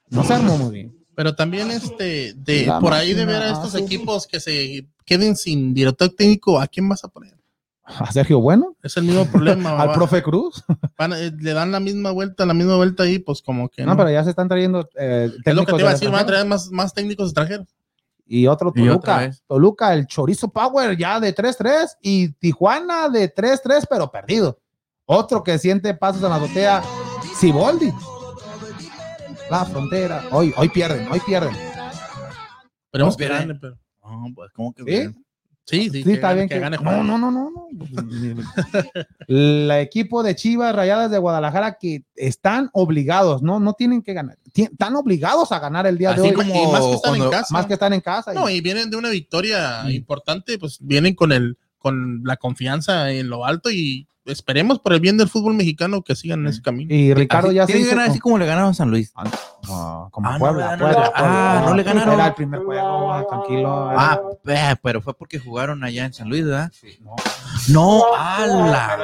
G: no se armó muy bien.
C: Pero también
G: Ah,
C: este, de,
G: La
C: por ahí de
G: máquina
C: ver a
B: Ah,
C: estos
G: azul.
C: equipos que se queden sin director técnico, ¿a quién vas a poner?
G: A Sergio Bueno,
C: Es el mismo problema.
G: al
C: va-
G: profe Cruz.
C: van a- eh, le dan la misma vuelta, la misma vuelta ahí, pues como que.
G: No,
C: no.
G: pero ya se están trayendo eh,
C: es lo que
G: técnicos
C: te iba a
G: de
C: decir, van a
G: extranjero.
C: traer más, más técnicos extranjeros.
G: Y otro
B: Y otra
G: Toluca.
B: vez.
G: Toluca, el Chorizo Power ya de 3-3 y Tijuana de 3-3, pero perdido. Otro que siente pasos en la azotea, Siboldi. La frontera. Hoy, hoy pierden, hoy pierden.
C: Esperemos
B: No,
C: que
B: pero-
C: gane, pero-
B: No, pues, ¿cómo que?
G: ¿Sí?
C: Sí, sí,
G: Sí,
C: que
G: está
C: gane-
G: bien
C: que
G: que-
C: gane
G: no,
C: Juárez.
G: no, no, no, no. El equipo de Chivas Rayadas de Guadalajara que están obligados, no, no tienen que ganar. Tien- Están obligados a ganar el día de
B: Así
G: hoy.
B: como
C: y más que están en
B: cuando-
C: casa.
G: Más que están en casa. y-
C: No, y vienen de una victoria importante, pues vienen con el con la confianza en lo alto y esperemos por el bien del fútbol mexicano que sigan en ese camino.
G: y, Ricardo
B: Así-
G: ya se
B: tiene que
G: hizo
B: ganar así
G: con-
B: como
G: Ah,
B: le ganaron a San Luis.
G: No, como
B: Ah, no,
G: Puebla,
B: no, no,
G: Puebla,
B: no. Ah,
G: Puebla.
B: no le ganaron.
G: Era el primer juego, ah, tranquilo.
B: Ah,
G: era-
B: pe- pero fue porque jugaron allá en San Luis, ¿verdad? No, a la.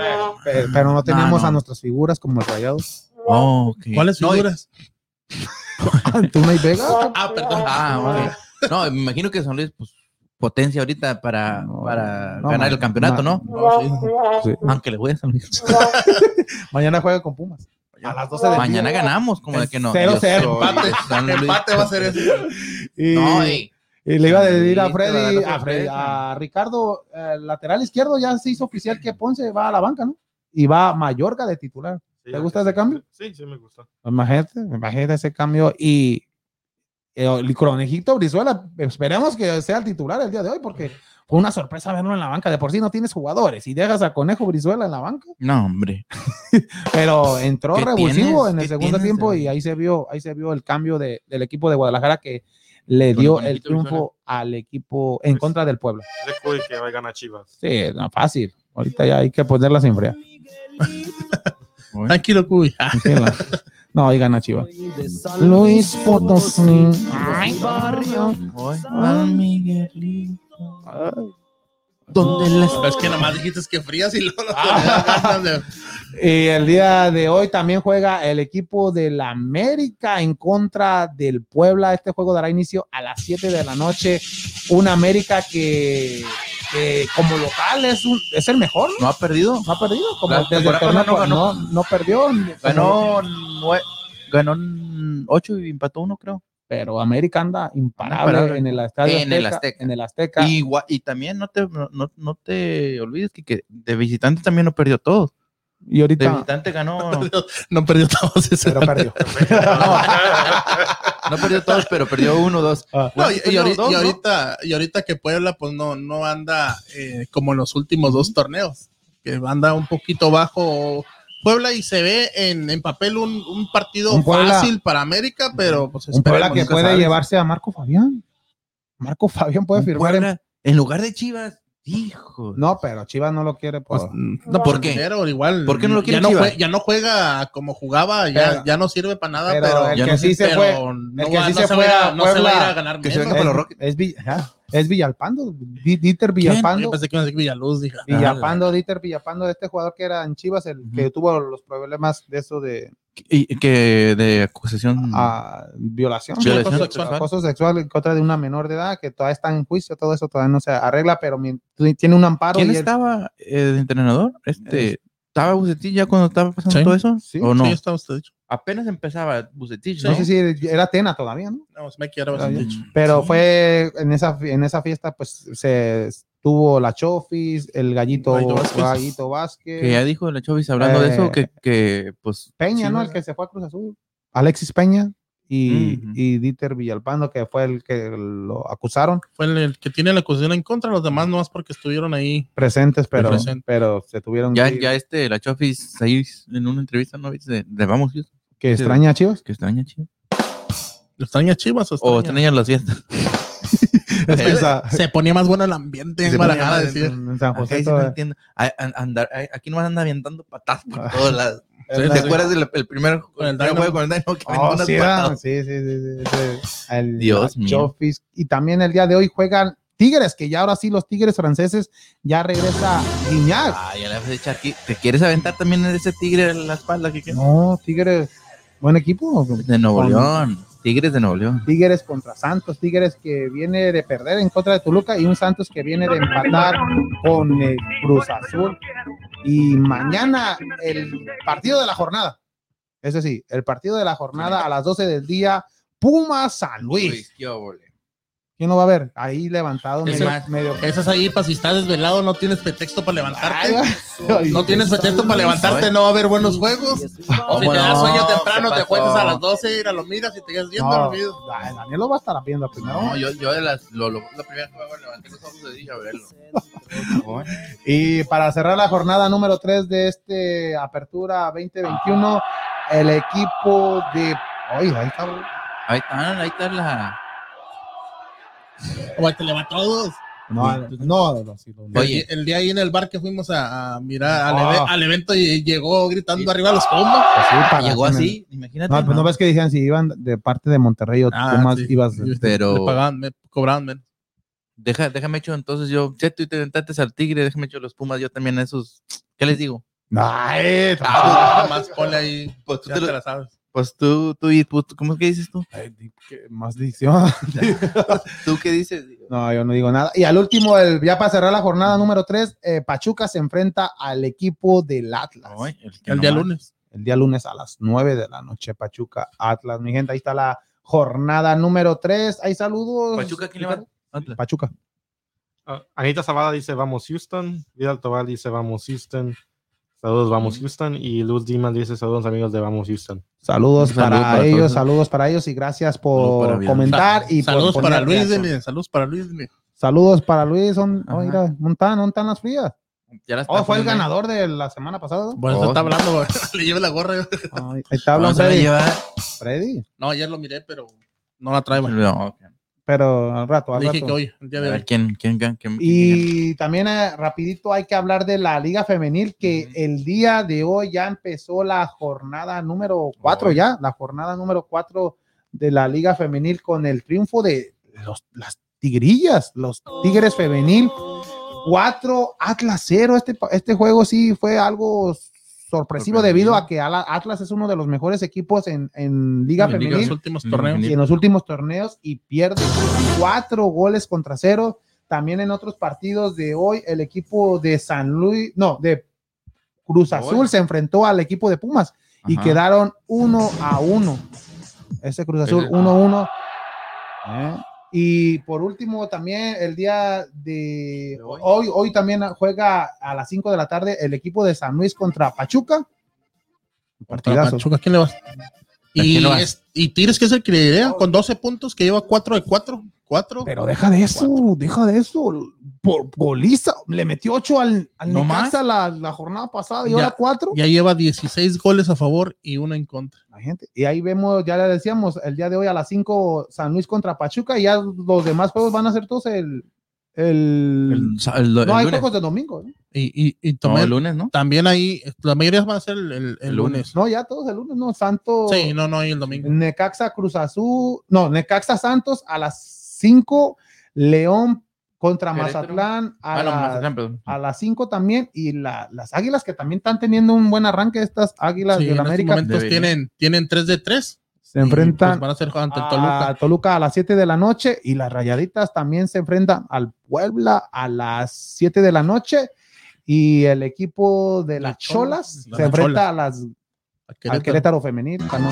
G: Pero, pero no teníamos
B: No, no.
G: a nuestras figuras como el Rayados.
B: Oh, ok.
C: ¿Cuáles
B: No, y-
C: figuras?
G: Antuna y Vega.
C: Ah, perdón.
B: Ah, ok. No, me imagino que San Luis, pues, potencia ahorita para,
G: No,
B: para
G: no,
B: ganar el
G: ma-
B: campeonato,
G: ma-
B: ¿no?
G: Sí.
B: Aunque le voy a San Luis.
G: Mañana juega con Pumas. A las 12 de
B: Mañana ganamos, como de que no.
G: Cero,
B: Yo
G: cero.
B: soy
C: Empate.
B: San Luis.
C: Empate va a ser ese.
G: Y-
B: No, ey.
G: Y le iba a decir a
B: Sí, te la
G: Freddy,
B: ganaste
G: a, Freddy-
B: Freddy.
G: a Ricardo, el lateral izquierdo ya se hizo oficial que Ponce va a la banca, ¿no? Y va a Mallorca de titular.
E: Sí,
G: ¿Te gusta ese cambio?
E: Sí, sí, me gusta.
G: Imagínate, imagínate ese cambio. Y el conejito Brizuela, esperemos que sea el titular el día de hoy, porque fue una sorpresa verlo en la banca. De por sí no tienes jugadores y dejas a Conejo Brizuela en la banca,
B: No, hombre.
G: pero entró
B: Pues, ¿Qué
G: revulsivo
B: tienes?
G: en el
B: ¿Qué
G: segundo
B: tienes,
G: tiempo y
B: eh?
G: ahí se vio, ahí se vio el cambio de- del equipo de Guadalajara que
B: Con el
G: le dio el
B: conejito Pues
G: triunfo al equipo en contra del pueblo.
E: Es de Cuy que va a ganar Chivas.
G: Sí, no, fácil. Ahorita ya hay que ponerlas en fría.
C: Tranquilo, Cuy.
G: Tranquila. No, ahí gana Chivas. Luis Potosí. Ay,
B: Voy al Miguelito.
G: Ay.
B: ¿Dónde las
C: Pero es que nomás dijiste que frías y luego no te
G: Y el día de hoy también juega el equipo del América en contra del Puebla. Este juego dará inicio a las 7 de la noche. Un América que, que como local es, un- es el mejor.
B: ¿No
G: ¿no?
B: ha perdido?
G: No ha perdido. Como
B: La
G: desde el
B: temporada
G: torneo,
B: pasada no
G: no, no perdió.
B: Ganó, nue- ganó 8 y empató uno, creo.
G: Pero América anda imparable,
B: Imparable.
G: en el estadio
B: En el
G: Azteca.
B: Azteca.
G: En el Azteca.
B: Y, gua- y también no te, no, no- no te olvides que, que de visitante también no perdió todo.
G: Y
B: De
G: ahorita.
B: visitante ganó.
C: No perdió todos ese.
G: Pero perdió.
B: No perdió todos, pero perdió uno, dos.
G: Ah.
C: No, y, y
B: Perdió
C: ahori-
B: dos,
C: y
B: ¿no?
C: ahorita, y ahorita que Puebla pues no, no anda eh, como en los últimos dos torneos, que anda un poquito bajo Puebla y se ve en, en papel un, un partido
G: Un Puebla-
C: fácil para América, pero pues
G: Un Puebla
C: esperemos,
G: que
C: nunca
G: puede
C: sabes.
G: llevarse a Marco Fabián. Marco Fabián puede
B: Un
G: firmar. en-
B: Puebla, en lugar de Chivas, hijo.
G: No, pero Chivas no lo quiere. por-
C: Pues,
B: ¿por
C: no,
B: qué?
C: dinero, igual,
B: ¿Por qué no lo quiere
C: ya no,
B: Chivas?
C: jue- ya no juega como jugaba, ya,
G: Pero-
C: ya no sirve para nada,
G: pero,
C: pero,
G: el
B: ya
G: que
B: no
G: sí
B: sé,
G: se
C: pero
G: fue.
C: no,
G: el que
C: va-
G: sí
C: no
G: se
C: se,
G: fue
C: va a
G: a
C: ir- no se va a ir
G: Puebla,
C: a ganar
B: que se
C: menos.
B: venga para los
G: Es-
B: Rockets.
G: Es, Villa- ajá, es Villalpando. Di- Dieter
C: Yo
G: Villalpando.
C: pensé que iba a decir Villaluz, dije.
G: Villapando, Dieter Villapando, este jugador que era en Chivas, el que
B: Ujú.
G: tuvo los problemas de eso de
B: Y- y que de acusación.
G: ah, violación,
B: Violación
G: acoso,
B: sexual.
G: acoso sexual en contra de una menor de edad que todavía está en juicio, todo eso todavía no se arregla, pero mi- tiene un amparo.
B: ¿Quién
G: y él-
B: estaba eh, de entrenador? Este, ¿Estaba Bucetich ya cuando estaba pasando
C: Sí.
B: todo eso?
G: Sí.
B: ¿O no?
C: Sí, está usted dicho.
B: Apenas empezaba Bucetich,
G: No
B: ¿no?
G: sé si era Atena todavía, ¿no?
C: No, se me quiere
G: Está bien.
C: bastante.
G: Pero
B: Sí.
G: fue en esa, en esa fiesta, pues se tuvo la Chofis, el Gallito,
C: Gallito
G: Gallito
C: Vázquez.
G: Vázquez,
B: Que ya dijo la Chovis hablando de eso, que, que pues.
G: Peña,
B: sí,
G: ¿no? El que se fue a Cruz Azul, Alexis Peña y,
B: Ujú.
G: y Dieter Villalpando, que fue el que lo acusaron
C: fue el, el que tiene la acusación en contra, los demás no es porque estuvieron ahí.
G: presentes, pero,
C: Presente.
G: pero se tuvieron
B: Ya,
G: que,
B: ya este, la Chofis ahí en una entrevista, ¿no? Dice, le vamos, Houston,
G: que extraña a Chivas.
B: que extraña, chido.
C: ¿Lo extraña Chivas o extraña?
B: O extraña las fiestas.
E: Esa-
C: Se ponía más bueno el ambiente en
G: Se
C: Guadalajara,
G: pone
C: decir.
G: en- en San
B: Acá
G: José
B: sí
G: todo-
B: no entiendo. A- a- andar- a- aquí nomás anda aventando patas por todas las.
E: es
B: ¿Te
E: la-
B: acuerdas del el primer
C: Con el
B: primer
C: Dynamo.
B: juego con el Dynamo que aventó
G: Oh,
B: unas
G: sí, ¿verdad?
B: patadas?
G: sí, sí, sí, sí, sí. Al-
B: Dios
G: al
B: mío.
G: Chofis. Y también el día de hoy juegan Tigres, que ya ahora sí los Tigres franceses ya regresa Guiñac.
B: Ay, a la vez de Charqui, ¿Te quieres aventar también en ese tigre en la espalda? que- que-
G: No, Tigres, buen equipo.
B: De Nuevo
G: Con-
B: León. Tigres de Nuevo León.
G: Tigres contra Santos, Tigres que viene de perder en contra de Toluca y un Santos que viene de empatar con el Cruz Azul. Y mañana el partido de la jornada. Eso sí, el partido de la jornada a las 12 del día, Puma San Luis.
B: qué óvole.
G: ¿Quién lo va a ver? Ahí levantado,
C: Es
G: medio,
B: más-
G: medio
C: Esas ahí, para si estás desvelado, no tienes pretexto para
G: Ay,
C: levantarte.
G: va. Ay,
C: No tienes pretexto para levantarte, no va a haber buenos juegos. O si te das sueño temprano, te juegas a las 12, ir a lo miras y te quedas bien
G: no.
C: dormido.
G: Ay, Daniel lo va a estar viendo primero.
B: No, yo, yo de las. Lo, lo, la primera juego levanté los ojos y dije a verlo.
G: Y para cerrar la jornada número 3 de este Apertura 2021, el equipo de. Ay, ahí está.
B: Ahí están, ahí está la.
C: O te le va a todos.
G: No, no, no, no, sí, no, no.
B: Oye.
C: El día ahí en el bar que fuimos a, a mirar al,
G: Ah.
C: eve- al evento y llegó gritando
B: Sí.
C: arriba los combos.
G: Pues sí, para-
B: Llegó así, imagínate.
G: No, pues no ves que dijeron si iban de parte de Monterrey o
C: Ah,
G: tú más
C: sí.
G: ibas.
C: Me
B: Pero.
C: pagaban, me cobraban menos.
B: Deja, déjame hecho entonces yo, si tú te tentaste al Tigre, déjame hecho los Pumas, yo también a esos, ¿qué les digo?
G: Ay,
C: Nada más ponle ahí.
B: Pues tú,
C: Ya
B: te
C: te
B: lo-
C: la sabes.
B: pues tú, tú y pues, ¿cómo es que dices tú?
G: ay, di- qué más dicción.
B: ¿Tú qué dices?
G: No, yo no digo nada. Y al último, el, ya para cerrar la jornada número 3, Pachuca se enfrenta al equipo del Atlas.
B: Ay, el que
C: El
B: no
C: día
B: más.
C: lunes.
G: el día lunes a las 9 de la noche, Pachuca Atlas. Mi gente, ahí está la jornada número 3. Hay saludos.
B: Pachuca, ¿quién le va? Atlas.
G: Pachuca.
E: Ah, Anita Zavala dice vamos Houston. Vidal Tobar dice vamos Houston. Saludos, vamos Houston. Y Luz Dimas dice saludos amigos de vamos Houston.
G: Saludos
B: Un saludo
G: para,
B: para
G: ellos,
B: todos.
G: saludos para ellos y gracias por
B: Saludo para
G: comentar y por
C: Saludos
G: poner
C: para Luis,
G: reacción.
C: dile, saludos para Luis. dile.
G: Saludos para Luis. Son,
B: Ajá.
G: oh, mira, montan, montan las frías.
B: Ya ¿eh? las
G: Oh,
B: está
G: fue el
B: poniendo.
G: ganador de la semana pasada.
C: Por eso
B: Oh.
C: está hablando, güey. le lleve la gorra. güey.
G: Ay, ahí está
B: No,
G: hablando
B: se la
G: Freddy.
B: lleva-
G: Freddy.
C: No, ayer lo miré, pero no la trae. güey.
B: No, ok.
G: Pero al rato, al
C: Dije
G: rato.
C: que hoy, el día
B: A
C: de
B: ver,
C: hoy.
B: ¿quién, quién, gan- quién- quién
G: Y también eh, rapidito hay que hablar de la Liga Femenil que
B: Ujú.
G: el día de hoy ya empezó la jornada número 4
B: Ay.
G: ya, la jornada número 4 de la Liga Femenil con el triunfo de los, las Tigrillas, los Tigres Femenil 4 Atlas 0. Este, pa- este juego sí fue algo sorpresivo
B: Sorpresivo.
G: debido a que Ala- Atlas es uno de los mejores equipos en, en Liga
C: En
G: Femenil
C: los últimos torneos.
G: y en los últimos torneos y pierde cuatro goles contra cero. También en otros partidos de hoy, el equipo de San Luis, no, de Cruz
B: Hoy.
G: Azul se enfrentó al equipo de Pumas y
B: Ajá.
G: quedaron uno a uno. Ese Cruz Azul
B: Ese-
G: uno a uno. ¿Eh?
B: Ah,
G: Y por último, también el día de
B: De hoy.
G: hoy, hoy también juega a las 5 de la tarde el equipo de San Luis contra Pachuca.
C: Contra
G: Partidazo.
C: Pachuca, ¿quién le vas? Y,
B: quién le vas?
C: es- y Tigres, que es el que le idea, con 12 puntos, que lleva 4 de 4. 4.
G: Pero deja de eso, deja de eso. Por goliza, le metió 8 al, al
B: ¿No
G: Necaxa la, la jornada pasada y
C: Ya.
G: ahora 4.
C: Ya lleva 16 goles a favor y uno en contra.
G: Y ahí vemos, ya le decíamos, el día de hoy a las 5 San Luis contra Pachuca y ya los demás juegos van a ser todos el. el,
B: El, sa- el- el
G: no hay
B: lunes.
G: juegos de domingo. ¿eh? ¿no?
C: Y, y, y
B: No,
C: tomé-
B: el lunes, ¿no?
C: también ahí, la mayoría van a ser el, el- el
B: El
C: lunes.
B: lunes.
G: No, ya todos el lunes, no. Santos,
C: Sí, no, no, y el domingo.
G: Necaxa Cruz Azul, no, Necaxa Santos a las 5, León contra
B: Querétaro.
G: Mazatlán a
B: Ah, no,
G: las-
B: Mazatlán, perdón.
G: a las 5 también y la- las águilas que también están teniendo un buen arranque, estas águilas
C: Sí,
G: de
C: en este
G: la
C: estos
G: América
C: momentos
B: Debería.
C: tienen, tienen 3 de 3.
G: se enfrentan
C: pues, van a ser ante el
G: a
C: Toluca.
G: Toluca a las 7 de la noche y las rayaditas también se enfrentan al Puebla a las 7 de la noche y el equipo de las
C: Las Cholas,
G: Cholas
C: las
G: se enfrenta
C: Cholas.
G: a las
C: a
G: al
C: Querétaro.
G: Querétaro femenil, para no,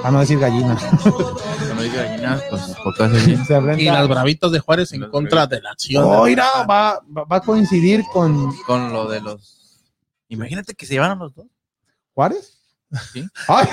G: para no decir gallina.
B: Cuando dice gallinas, pues por todo hace bien.
G: Se enfrenta
C: Y las bravitas de Juárez en
B: Las
C: contra de la acción.
G: Oh, mira, va, va va a coincidir con
B: Con lo de los. Imagínate que se llevaron los dos.
G: Juárez.
B: Sí.
G: Ay,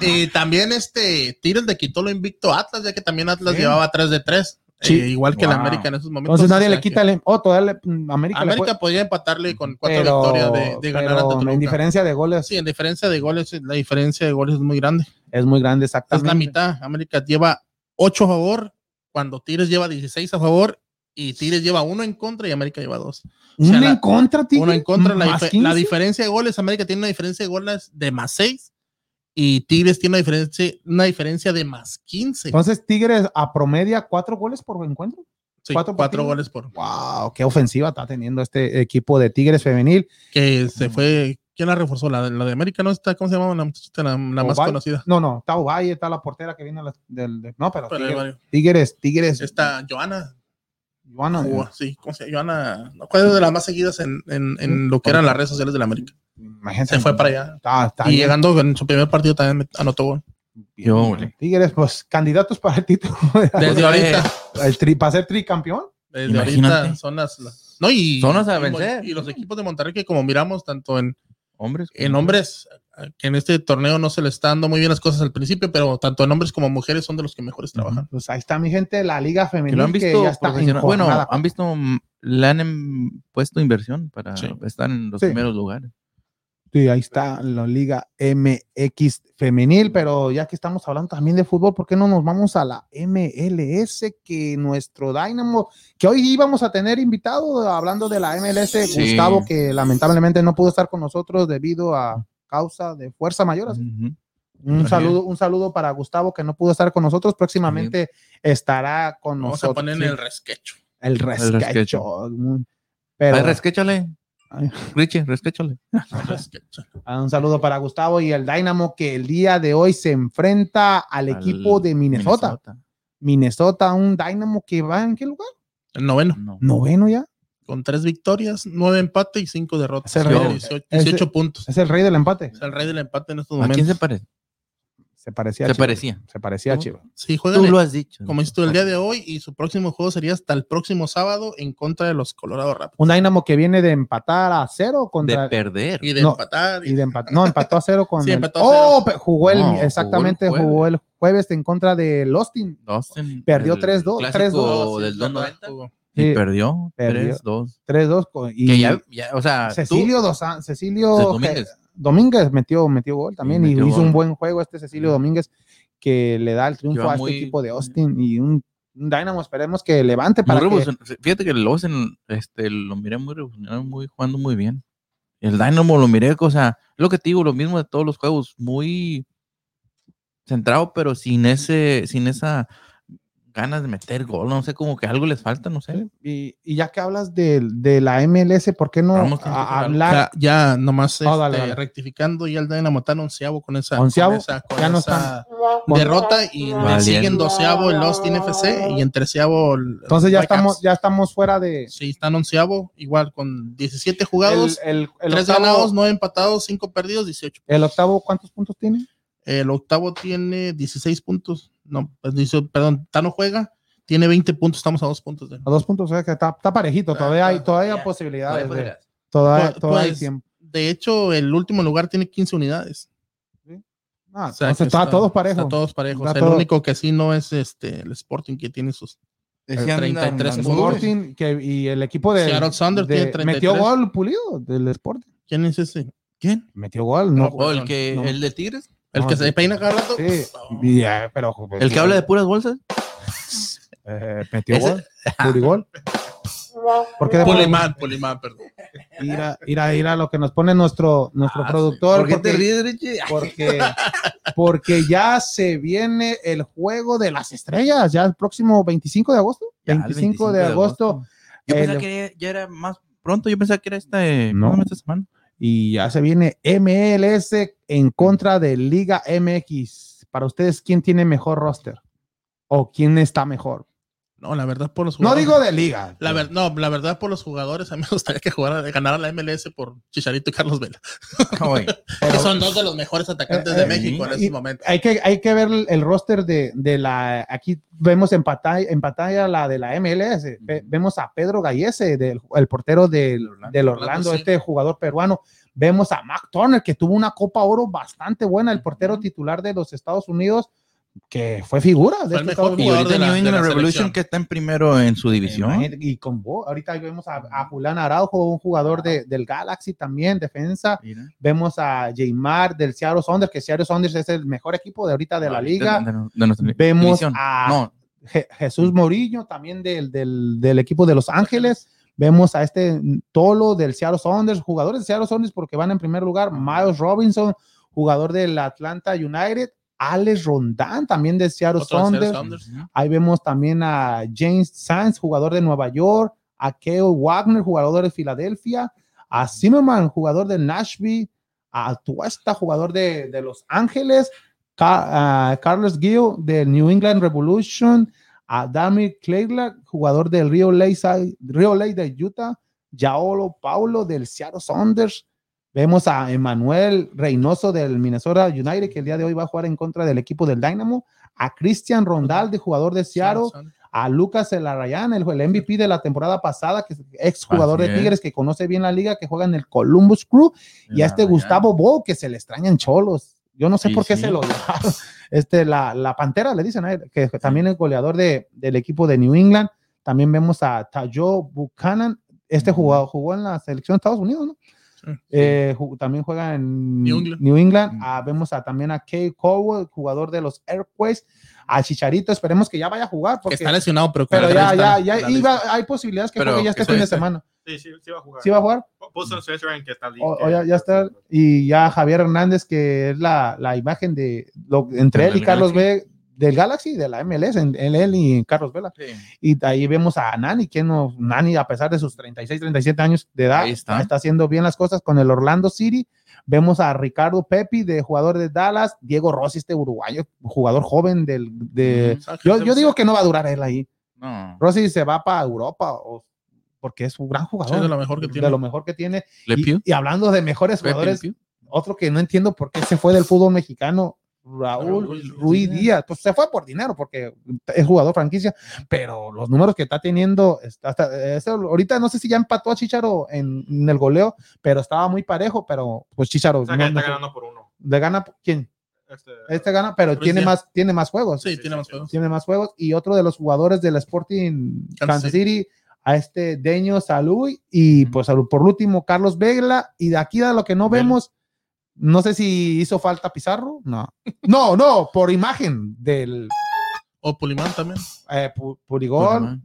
C: Y también este Tigres le quitó lo invicto a Atlas, ya que también Atlas
G: Sí.
C: llevaba 3 de 3.
G: Sí.
C: igual que la
B: Wow.
C: América en esos momentos.
G: entonces nadie
C: O sea
G: le quita el. Oh, todavía le-
C: que
G: América, le fue-
C: América podía empatarle con cuatro victorias de, de ganar
G: pero
C: ante
G: En
C: Toluca.
G: diferencia de goles
C: Sí, en diferencia de goles, la diferencia de goles es muy grande.
G: es muy grande,
C: Es
G: exactamente.
C: la mitad. América lleva 8 a favor cuando Tigres lleva 16 a favor y Tigres lleva uno en contra y América lleva dos.
G: Uno
C: sea, la-
G: en contra, Tigre.
C: Uno en contra, la,
G: más
C: dife- la
G: 15.
C: diferencia de goles, América tiene una diferencia de goles de más 6 y Tigres tiene una diferencia, una diferencia de más 15.
G: Entonces, Tigres a promedia cuatro goles por encuentro.
C: Sí,
G: cuatro
C: cuatro, goles
G: partidos.
C: por.
G: Wow, qué ofensiva está teniendo este equipo de Tigres femenil.
C: Que se fue. ¿Quién la reforzó? La, la de América, ¿no? Está, ¿Cómo se llama la muchachita? La, la más
G: Ovalle.
C: conocida.
G: No, no, está Ovalle, está la portera que viene a la- del, de- no, pero,
C: Pero hay
G: Tigres,
C: varios.
G: Tigres, Tigres,
C: Está Joana.
G: Ivana,
C: Cuba, sí, ¿cómo se llama? Joana. No ¿cuál es de las más seguidas en, en, en lo que eran las redes sociales de la América.
G: imagínate.
C: Se fue para allá.
G: Está- está
C: Y
G: bien.
C: llegando en su primer partido también met- anotó gol.
B: Yo, güey.
G: Tigres, pues candidatos para el título,
C: Desde
B: eh,
C: ahorita.
G: el tri- para ser tricampeón.
C: Desde
B: Imagínate.
C: ahorita son las, las- no y
B: Son las a
C: y-
B: vencer.
C: y los equipos de Monterrey que como miramos tanto en,
B: Hombres.
C: en hombres que en este torneo no se le está dando muy bien las cosas al principio, pero tanto en hombres como mujeres son de los que mejores trabajan.
G: Pues ahí está mi gente, la liga
B: Que
G: femenil
B: lo han visto.
G: ya está
B: profesional-
G: en
B: Bueno,
G: jornada.
B: han visto. mm, Le han em, puesto inversión para
C: Sí.
B: estar en los
G: Sí.
B: primeros lugares.
G: Sí, ahí está la liga MX femenil, pero ya que estamos hablando también de fútbol, ¿por qué no nos vamos a la MLS que nuestro Dynamo, que hoy íbamos a tener invitado hablando de la MLS,
B: Sí.
G: Gustavo, que lamentablemente no pudo estar con nosotros debido a causa de fuerza mayor. así
B: Ujú.
G: Un
B: Así
G: saludo, un saludo para Gustavo que no pudo estar con nosotros. Próximamente estará con
C: Vamos a
G: nosotros.
C: poner en
G: Sí,
C: el resquecho.
G: el
B: resquecho.
G: resquecho. mm. Pero,
B: Ay, resquéchale.
G: Ay.
B: Richie, resquéchale.
C: el resquecho.
G: Ah, Un saludo para Gustavo y el Dynamo que el día de hoy se enfrenta al
B: Al
G: equipo de Minnesota. Minnesota, un Dynamo que va en qué lugar?
C: El noveno,
B: No.
G: Noveno ya.
C: con tres victorias, nueve empates y cinco derrotas.
G: Ese
C: Tiene
B: rey-
C: 18,
G: ese-
C: 18 puntos.
G: Es el rey del empate.
C: Es el rey del empate en estos
B: ¿A quién se
C: momentos.
B: parece?
G: Se parecía. a
B: Se
G: Chivas.
B: parecía.
G: Se parecía a
B: ¿Tú?
G: Chivas.
C: Sí,
B: Tú
C: juegan
B: lo Ah. has dicho.
C: como dices tú, el día de hoy y su próximo juego sería hasta el próximo sábado en contra de los Colorado Rapids.
G: Un Dynamo que viene de empatar a cero
B: De
G: contra.
B: perder.
C: Y de
G: No,
C: empatar.
G: y de empa- no, empató a cero con.
C: Sí,
G: el-
C: empató a
G: oh, pe- jugó el.
B: No, jugó el
G: exactamente, jugó el,
B: jueves.
G: jueves en contra del Austin.
B: Austin,
G: Perdió
B: el
G: 3-2,
B: clásico
G: 3-2.
B: del Don 90,
G: Sí,
B: y perdió
G: perdió.
B: 3-2.
G: 3-2. con- Y
B: Que ya, ya, o sea, tú-
G: Cecilio, Dos San- Cecilio
B: Cecilio Domínguez.
G: Domínguez metió, metió gol también
B: Sí,
G: y
B: metió
G: hizo
B: gol.
G: un buen juego este Cecilio
B: Sí.
G: Domínguez que le da el triunfo
B: Lleva
G: a este
B: muy-
G: equipo de Austin y un, un Dynamo esperemos que levante para
B: muy
G: que
B: revolucion- Fíjate que el Austin este, lo miré muy revolucionario, muy, jugando muy bien. El Dynamo lo miré, o sea, lo que te digo, lo mismo de todos los juegos, muy centrado, pero sin ese, sin esa ganas de meter gol, no sé, como que algo les falta, no sé.
G: y, y ya que hablas de, de la MLS, ¿por qué no
B: Vamos, tiene
G: a-
B: que tocar.
G: hablar?
C: Ya, ya nomás
G: Oh, dale,
C: este,
G: dale.
C: rectificando ya el Dynamo está en onceavo con esa,
G: Onceavo,
C: con esa, con
G: ya no
C: esa
G: Con-
C: derrota y le
B: Valiente.
C: siguen doceavo el Austin FC y en treceavo el-
G: Entonces ya
C: Whitecaps.
G: estamos ya estamos fuera de
C: sí, están onceavo igual con 17
G: el,
C: jugados,
G: el- el
C: tres
G: octavo,
C: ganados, nueve empatados, cinco perdidos, 18.
G: el octavo ¿cuántos puntos tiene?
C: El octavo tiene 16 puntos, no, pues, 18, perdón, Tano juega, tiene 20 puntos, estamos a dos puntos de
G: A dos puntos, o sea que está, está parejito,
C: Está-
G: todavía hay
C: está-
G: todavía
B: ya,
G: posibilidades, de-
B: Ah, Todavía
G: todavía,
C: Pues-
G: todavía hay
C: pues,
G: tiempo.
C: De hecho, el último lugar tiene 15 unidades.
G: Ah,
B: pues,
C: O sea,
G: entonces
C: que
G: está, todos parejos.
C: Está todos parejos.
G: Está
C: el
G: todo-
C: único que sí no es este el Sporting que tiene sus.
B: Decían
C: 33
B: Armando.
C: puntos.
G: Sporting que, y el equipo de,
C: Seattle Sounders
G: de-
C: tiene 33.
G: metió gol pulido del Sporting.
C: ¿Quién es ese? ¿Quién?
G: Metió gol, no.
B: O el que
G: No.
B: el de Tigres,
C: El
G: No,
C: que
G: sí.
C: se peina cada rato.
G: Sí, y, eh, pero
B: el que habla de puras bolsas.
G: eh, metió
B: Ese-
G: gol, puligol. Porque de
C: Polimán, Polimán, perdón.
G: ir a, ir a- ir a lo que nos pone nuestro nuestro
C: Ah,
G: productor porque
B: ríes, Richie?
G: porque porque ya se viene el juego de las estrellas, ya el próximo 25 de agosto,
B: Ya, el
G: 25,
B: 25
G: de
B: de
G: agosto,
B: Yo pensaba
G: El-
B: que ya era más pronto, yo pensaba que era esta, eh, ¿cómo
G: No.
B: se llama esta semana.
G: y ya se viene MLS en contra de Liga MX. Para ustedes, ¿quién tiene mejor roster? ¿O quién está mejor?
C: No, la verdad por los
G: No
C: jugadores.
G: digo de liga.
C: La ver- no, la verdad por los jugadores, a mí me gustaría que jugara, ganara la MLS por Chicharito y Carlos Vela.
B: Oye,
G: Pero
C: que son dos de los mejores atacantes
G: Eh, eh,
C: de México en
G: y-
C: este momento.
G: hay, que, hay que ver el roster de, de la... Aquí vemos en pantalla, en pantalla la de la MLS. Ve- vemos a Pedro Gallese, del, el portero del Orlando, del Orlando,
C: Orlando, sí.
G: este jugador peruano. Vemos a Mac Turner, que tuvo una Copa Oro bastante buena, el portero titular de los Estados Unidos, que fue figura. De este
C: Fue el mejor
G: estos Estados
B: y
G: Unidos.
C: jugador
B: ahorita
C: de la-
B: New
C: de
B: England
C: la
B: Revolution
C: selección.
B: que está en primero en su división.
G: Imagínate, Y con vos, ahorita vemos a, a Julián Araujo, un jugador de- del Galaxy también, defensa.
B: Mira.
G: Vemos a Jaymar del Seattle Sounders, que Seattle Sounders es el mejor equipo de ahorita de la
B: Ahorita
G: liga.
B: de- de- de nuestra
G: Vemos
B: división.
G: a
B: No,
G: Je- Jesús Mourinho, también del, del, del equipo de Los Ángeles. Vemos a este Tolo del Seattle Sounders, jugadores de Seattle Sounders porque van en primer lugar. Miles Robinson, jugador del Atlanta United. Alex Rondán, también de Seattle
C: Otro de Seattle
G: Sounders.
C: Sounders.
G: Ahí vemos también a James Sanz, jugador de Nueva York, a Keo Wagner, jugador de Filadelfia, a Zimmerman, jugador de Nashville, a Tuesta, jugador de, de Los Ángeles, Ca- a Carlos Gill del New England Revolution, a Damir Clayla, jugador del Rio Lake, Rio Lake de Utah, Yaolo Paulo del Seattle Saunders. Vemos a Emanuel Reynoso del Minnesota United, que el día de hoy va a jugar en contra del equipo del Dynamo, a Cristian Rondal, de jugador de Seattle, a Lucas Elarayán, el, el MVP de la temporada pasada, que es ex jugador
B: Así
G: de
B: es.
G: Tigres, que conoce bien la liga, que juega en el Columbus Crew, y a este Gustavo Bo, que se le extrañan cholos. Yo no sé
B: Sí,
G: por qué
B: sí.
G: se lo llevaron. Este, la, la Pantera, le dicen a él, que también es goleador de, del equipo de New England. También vemos a Tayo Buchanan, este
B: Ujú.
G: jugador jugó en la selección de Estados Unidos, ¿no?
C: Sí.
G: Eh, ju- también juega en
C: New England.
G: New England.
B: Ujú.
G: Ah, vemos a, también a Kay Cowell, jugador de los Airways, a Chicharito, esperemos que ya vaya a jugar,
C: Que
G: porque,
C: está lesionado, pero,
G: pero
C: que
G: ya,
C: está
G: ya,
C: en
G: ya
C: la
G: iba-
C: lista.
G: hay posibilidades que
B: Pero
G: juegue ya este
B: que
G: fin de
B: esté-
G: semana.
E: Sí, sí, sí va a jugar.
G: ¿Sí va a jugar?
E: Puso en Twitter en que está
G: O, o ya, ya está. Y ya Javier Hernández, que es la, la imagen de lo, entre
B: Del
G: él y Carlos
B: Galaxy.
G: B. del Galaxy, de la MLS, en, en él y Carlos Vela.
B: Sí.
G: Y de ahí vemos a Nani, que no, Nani, a pesar de sus 36, 37 años de edad,
B: Ahí está.
G: haciendo bien las cosas con el Orlando City. Vemos a Ricardo Pepi, de jugador de Dallas, Diego Rossi, este uruguayo, jugador joven del, de...
C: Ujú.
G: Eh, Yo, yo digo que no va a durar él ahí.
B: No.
G: Rossi se va para Europa, o, porque es un gran
C: Sí, es de
G: jugador.
C: lo mejor que tiene.
G: de lo mejor que tiene.
B: Le
G: Y,
B: Pew.
G: y hablando de mejores
B: Pepe Le
G: jugadores,
B: Pew.
G: otro que no entiendo por qué se fue del fútbol mexicano, Raúl
C: Raúl Ruiz
G: Ruiz
C: Díaz.
G: Díaz. Pues se fue por dinero porque es jugador franquicia, pero los números que está teniendo, está- hasta, eso, ahorita no sé si ya empató a Chicharo en, en el goleo, pero estaba muy parejo, pero pues Chicharo
E: Está,
G: no- no
E: está
G: sé.
E: ganando por uno.
G: le gana quién?
E: Este,
G: Este gana, pero
C: Ruiz
G: tiene
C: Díaz.
G: más, tiene más juegos
C: Sí, tiene más juegos.
G: tiene más juegos. Y otro de los jugadores del Sporting Kansas City, a este Deño Salui y pues al- por último Carlos Vegla. Y de aquí a lo que no
C: Vela.
G: vemos, no sé si hizo falta Pizarro, no. No, no, por imagen del
C: O Pulimán también.
G: eh, Pu- Purigol.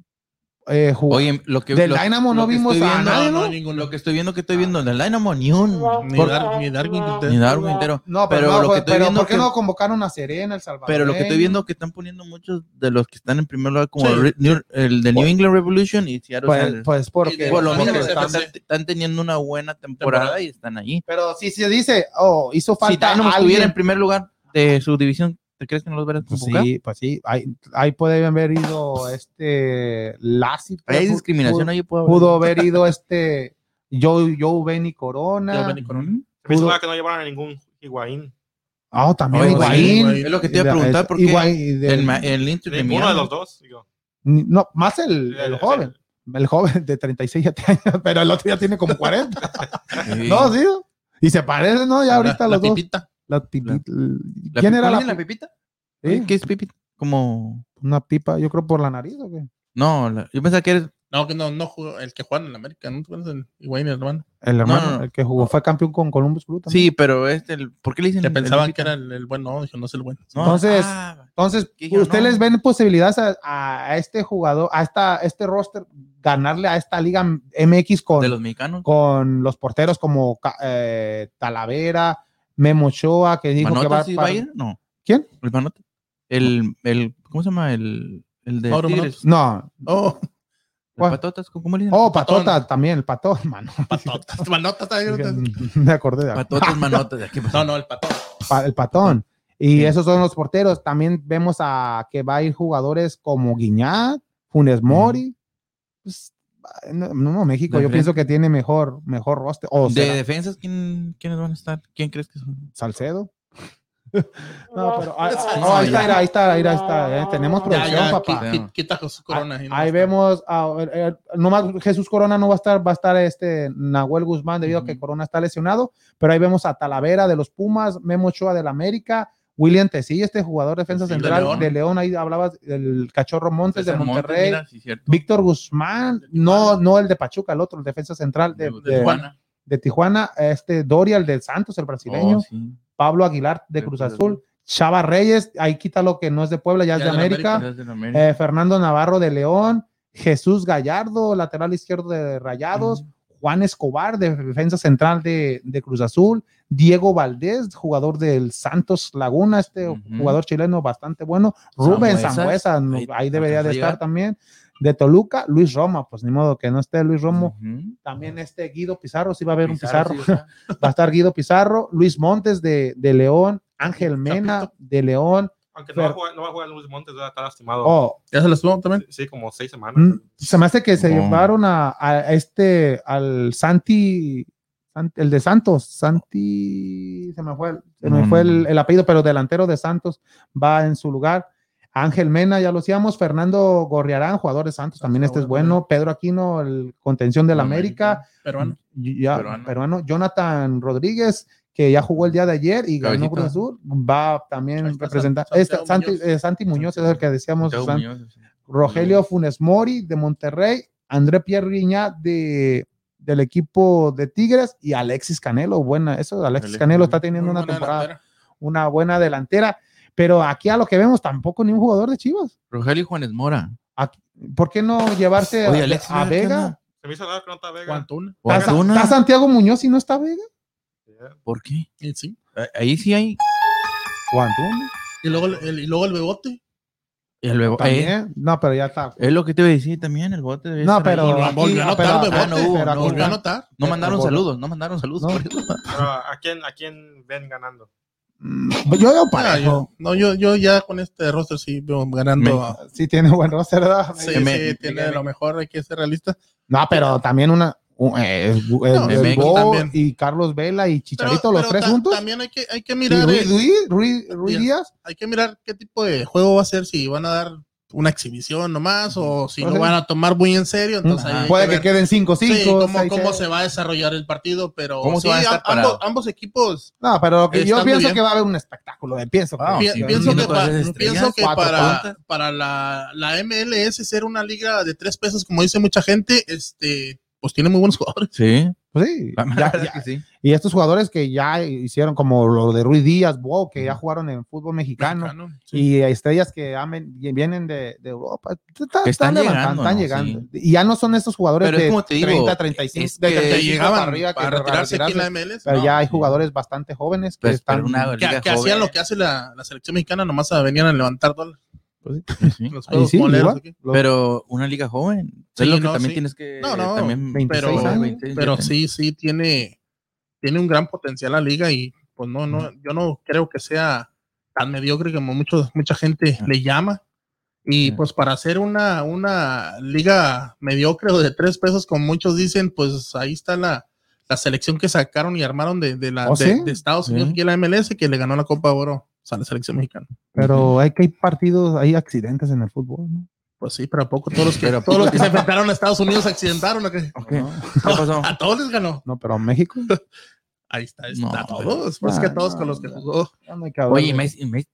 G: eh, ju-
B: Oye, lo que
G: del
B: lo-
G: Dynamo
B: lo
G: no
B: que
G: vimos
B: estoy
G: a
B: viendo-
G: nadie,
C: no,
G: Ah, ¿no?
C: hay ninguno.
B: Lo que estoy viendo que estoy viendo del Dynamo ni un
C: Ni,
B: por-
C: Dar- ni
G: Ah.
C: Darwin Quintero.
B: ni Darwin entero.
G: No, pero,
B: Pero
G: no,
B: lo
G: fue-
B: que estoy
G: pero
B: viendo
G: ¿por qué
B: que-
G: no convocaron a Serena, El Salvador?
B: Pero lo que estoy viendo que están poniendo muchos de los que están en primer lugar como
C: Sí.
B: el, Re- New- el de New England Revolution y Seattle
G: Pues,
B: Sounders.
G: pues porque,
C: Sí, de-
B: por lo
G: porque
B: menos
C: Ándale,
B: están,
C: FC.
B: están teniendo una buena temporada,
C: Temporada.
B: y están ahí.
G: Pero si se dice, oh, hizo
B: Si
G: falta
B: Dynamo estuviera
G: alguien
B: en primer lugar de su división, ¿te crees que no los verás
G: Pues
B: convocar?
G: sí, pues sí. Ahí, ahí puede haber ido este Lassie.
B: Hay
G: pudo-
B: discriminación
G: Pudo,
B: ahí, puedo
G: pudo haber ido este Joe, Joe Benny Corona.
C: Joe Benny.
B: Ujú.
E: También se
G: pudo-
E: juega que no llevaron a ningún Higuaín.
G: Ah, también
B: Oye,
G: Higuaín. Este,
C: Higuaín.
B: Es lo que te iba a preguntar porque
G: Higuaín del-
B: el, ma- el Inter de
E: Ninguno de
B: Miami-
E: los dos. Digo.
G: ni- no, más el, el
E: Sí,
G: joven. El joven de 36 ya tiene años, pero el otro ya tiene como 40.
B: Sí.
G: No, sí. Y se parecen, ¿no? Ya ahorita
C: la,
G: los
C: la
G: dos.
C: pipita.
G: La pipi-
B: ¿La
G: ¿Quién
B: pi-
G: era
B: cómo
G: la,
B: dicen
G: pi-
B: pipita?
G: sí,
B: ¿Qué es pipita? Como
G: Una pipa, yo creo por la nariz. ¿o qué?
B: no, la- yo pensaba que era
C: No, que no, no jugó. El que juega en el América, ¿no? ¿Te acuerdas del Higuaín, hermano?
G: El hermano,
B: no, no.
G: el que jugó, fue campeón con Columbus Crew también.
B: Sí, pero este, el- ¿por qué le dicen?
C: Que
B: el
C: pensaban que
B: Pipita?
C: era el, el bueno. No, dijo, no es el bueno.
B: No,
G: Entonces-
B: ah,
G: Entonces,
B: Que yo
G: ¿ustedes
B: no.
G: les ven posibilidades a, a este jugador, a esta, este roster, ganarle a esta liga MX
B: de
G: con,
B: los mexicanos.
G: con los porteros como Ca- eh, Talavera, Memo Ochoa, que dijo que
B: ¿Manota
G: va,
B: sí
G: para-
B: va a ir? No.
G: ¿Quién?
B: El Manota. El, el, ¿cómo se llama? El, el de
C: Mauro
B: Tigres.
G: No.
C: Oh,
B: El
G: ¿Cuál?
B: Patotas, ¿cómo le dicen?
G: Oh, Patota también, el Patón, mano.
C: patotas. Manotas. ¿sabes?
G: Me acordé de
B: Patotas, Manotas. ¿Qué pasó?
C: No, no, el patón.
G: pa- el Patón. Y
B: Sí.
G: esos son los porteros. También vemos a que va a ir jugadores como Guiñat, Funes Mori. Pues, no, no, México,
B: De
G: yo
B: frente.
G: pienso que tiene mejor, mejor roster. O
B: de
G: será-
B: defensas, ¿quién, ¿quiénes van a estar? ¿Quién crees que son?
G: Salcedo. No, pero ah, ah,
C: Salcedo.
G: no, ahí está, mira, ahí está, ahí está, ahí está, eh, Tenemos
C: Ya,
G: producción,
C: ya,
G: papá.
C: qui- qui- quita con su corona.
G: ahí
C: no
G: ahí
C: más.
G: vemos, ah, eh, eh, nomás Jesús Corona no va a estar, va a estar este Nahuel Guzmán debido a que
B: Ujú.
G: Corona está lesionado, pero ahí vemos a Talavera de los Pumas, Memo Ochoa del América, William Tecillo, este jugador de defensa
C: Sí, de
G: central de
C: León.
G: León, ahí hablabas del Cachorro Montes de
B: César Montes,
G: Monterrey,
B: mira, sí, cierto.
G: Víctor Guzmán, no, no el de Pachuca, el otro, el defensa central de,
B: De-
G: de-
C: Tijuana.
G: de Tijuana, este Doria, el del Santos, el brasileño.
B: Oh, sí.
G: Pablo Aguilar de
B: De
G: Cruz
B: Cruz
G: Azul,
B: Azul.
G: Chava Reyes, ahí quita lo que no es de Puebla, ya, es de América.
B: Desde la América.
G: Eh, Fernando Navarro de León, Jesús Gallardo, lateral izquierdo de Rayados, Juan Escobar, de defensa central de, de Cruz Azul, Diego Valdés, jugador del Santos Laguna, este
B: Ujú.
G: jugador chileno bastante bueno, Rubén
B: Sambuesas,
G: Zambuesa, no-
B: ahí-
G: ahí, debería
B: acaba
G: de
B: de
G: estar
B: llegar.
G: también, de Toluca, Luis Roma, pues ni modo que no esté Luis Romo,
B: Ujú.
G: también este Guido Pizarro, sí va a haber
B: Pizarro,
G: un Pizarro,
B: sí, o sea,
G: va a estar Guido Pizarro, Luis Montes de, de León, Ángel Mena de León,
E: Aunque no va, a
G: Fer-
E: jugar, no va a jugar Luis Montes, ¿verdad? está lastimado.
G: oh,
C: ¿Ya se las pongo también?
E: Sí, como seis semanas.
G: Mm, Se me hace que se
B: No.
G: llevaron a, a este, al Santi, San- el de Santos, Santi, se me fue, el- se me
B: No,
G: fue
B: no,
G: el,
B: no.
G: el apellido, pero delantero de Santos va en su lugar. Ángel Mena, ya lo decíamos, Fernando Gorriarán, jugador de Santos, también este es
C: eh.
G: bueno. Pedro Aquino, el contención del
B: la
G: América,
C: Peruano.
G: y- ya-
B: Peruano.
G: peruano. Jonathan Rodríguez, que ya jugó el día de ayer y ganó
B: Cabecita.
G: Cruz Azul, va
C: Ahí
G: también
C: está
G: representar.
C: San-
G: este,
C: Santiago
G: Santi,
C: Muñoz.
G: eh, Santi Muñoz es el que decíamos,
B: Santiago
G: San-
B: Muñoz, o sea.
G: Rogelio Funes Mori de Monterrey, André Pierre Guiñá de del equipo de Tigres y Alexis Canelo, buena, eso de Alexis
B: Alexis
G: Canelo
B: Canelo.
G: está teniendo
C: Muy
G: una
C: buena
G: temporada,
C: delantera.
G: una buena delantera, pero aquí a lo que vemos tampoco ni un jugador de Chivas.
B: Rogelio Juanes Mora.
G: ¿Por qué no llevarse a-
B: Oye, Alexis,
G: Este, a,
B: ¿qué
G: Vega?
B: onda?
E: Se me hizo raro que no está Vega.
C: Guantuna.
B: ¿O
G: ¿Está,
B: Antuna?
G: está Santiago Muñoz y no está Vega?
E: ¿eh?
B: ¿Por qué?
C: Y sí.
B: A- Ahí sí hay.
C: Y luego el, el- y luego el bebote.
B: y luego- eh,
G: También. No, pero ya está.
B: es lo que te voy a decir también. El bote debe
G: No,
B: estar ahí.
G: pero
C: Volvió,
G: aquí-
C: volvió a
G: ah,
C: anotar el
G: pero-
B: ah, no
C: bebote.
B: hubo,
G: pero
B: no,
G: aquí
C: volvió a
G: está-
C: anotar.
B: No mandaron
G: Pero-
B: saludos. No mandaron saludos. por
G: No.
B: eso.
E: Pero, ¿a quién, ¿A quién ven ganando?
G: Mm, Yo veo
C: Ah,
G: parejo.
C: yo, no, yo, yo ya con este roster sí veo ganando.
B: Me-
C: a-
G: Sí tiene buen roster, ¿verdad?
C: Ah, sí,
B: me-
C: sí,
B: me-
C: tiene de lo mejor, hay que ser realista.
G: No, pero también una. un- eh, el- el- el
B: MX
G: Bo
C: también.
G: y Carlos Vela y Chicharito, los tres
C: ta-
G: juntos.
C: También hay que, hay que
G: Y
C: mirar. eh,
G: Ruiz, Ruiz- Ruiz- Ruiz
C: Bien.
G: Díaz.
C: hay que mirar qué tipo de juego va a ser, si van a dar una exhibición nomás o si
G: Ajá.
C: lo van a tomar muy en serio. Entonces,
B: Ajá.
C: ahí hay
G: Puede que
C: ver,
G: queden 5-5.
C: sí, cómo, cómo se va a desarrollar el partido, pero
B: ¿Cómo se
C: sí,
B: va a estar
C: am-
B: parado?
C: ambos, ambos equipos.
G: No, pero lo que yo
C: Están
G: pienso
C: bien.
G: que va a haber un espectáculo. eh, Pienso.
B: Ah,
G: que-
C: pi-
B: sí,
C: pienso,
B: un
C: que
B: minuto
C: pa-
B: de estrellas,
C: pienso que
G: cuatro
C: para,
B: puntas.
C: para la, la MLS ser una liga de tres pesos, como dice mucha gente, este pues tiene muy buenos jugadores.
B: Sí.
G: pues sí,
B: La
G: ya-
B: verdad
G: ya-
B: que sí.
G: Y estos jugadores que ya hicieron, como lo de Ruiz Díaz, Bo, que ya jugaron en fútbol
B: Ah,
G: mexicano.
C: Mexicano, sí.
G: Y estrellas que amen- y vienen de, de Europa. Está-
B: Que están llegando,
G: levantando, están
B: ¿no?
G: llegando. Y ya no son estos jugadores
B: Pero es
G: de
B: como te digo,
G: 30, 35.
B: es
G: de
B: que
G: 35
C: Que llegaban
G: para arriba, que
C: para
G: para
C: retirarse aquí en
G: retirarse.
C: la MLS.
G: Pero
C: no.
G: ya hay
B: sí.
G: jugadores bastante jóvenes que
B: Pues,
G: están.
B: para una
C: que,
B: liga
C: que hacían
B: joven.
C: lo que hace la, la selección mexicana, nomás a- venían a levantar dólares.
B: Pues Sí.
C: en los
G: Y
C: juegos
G: sí,
C: boleros
G: igual,
C: aquí.
G: los-
B: Pero una liga joven. Es
C: Sí,
B: lo que
C: no,
B: también
C: sí.
B: tienes que.
C: No, no,
B: también-
G: 26
C: pero-
G: años.
B: 26,
C: pero
B: 27.
C: sí, sí tiene, tiene un gran potencial la liga y pues no, no, yo no creo que sea tan mediocre como mucho, mucha gente le llama. Y
B: Ah.
C: pues para hacer una, una liga mediocre o de tres pesos, como muchos dicen, pues ahí está la, la selección que sacaron y armaron de, de la,
G: ¿Oh,
C: de,
G: sí?
C: de Estados
B: Sí.
C: Unidos, que es la MLS, que le ganó la Copa de Oro o sea, la selección mexicana.
G: Pero hay que hay partidos, hay accidentes en el fútbol. ¿no?
C: Pues sí, pero a poco todos los que,
B: Pero a
C: todos los
B: poco-
C: que se enfrentaron a Estados Unidos se accidentaron. ¿o qué?
B: Ok. ¿Qué pasó?
C: A todos les ganó.
G: No, pero México.
C: Ahí está,
B: No,
C: está a todos. Pues
G: no,
C: que a todos
G: no,
C: con los que
G: no.
C: jugó.
G: ya no hay que hablar
B: Oye, y
G: de-
B: Messi, y Messi-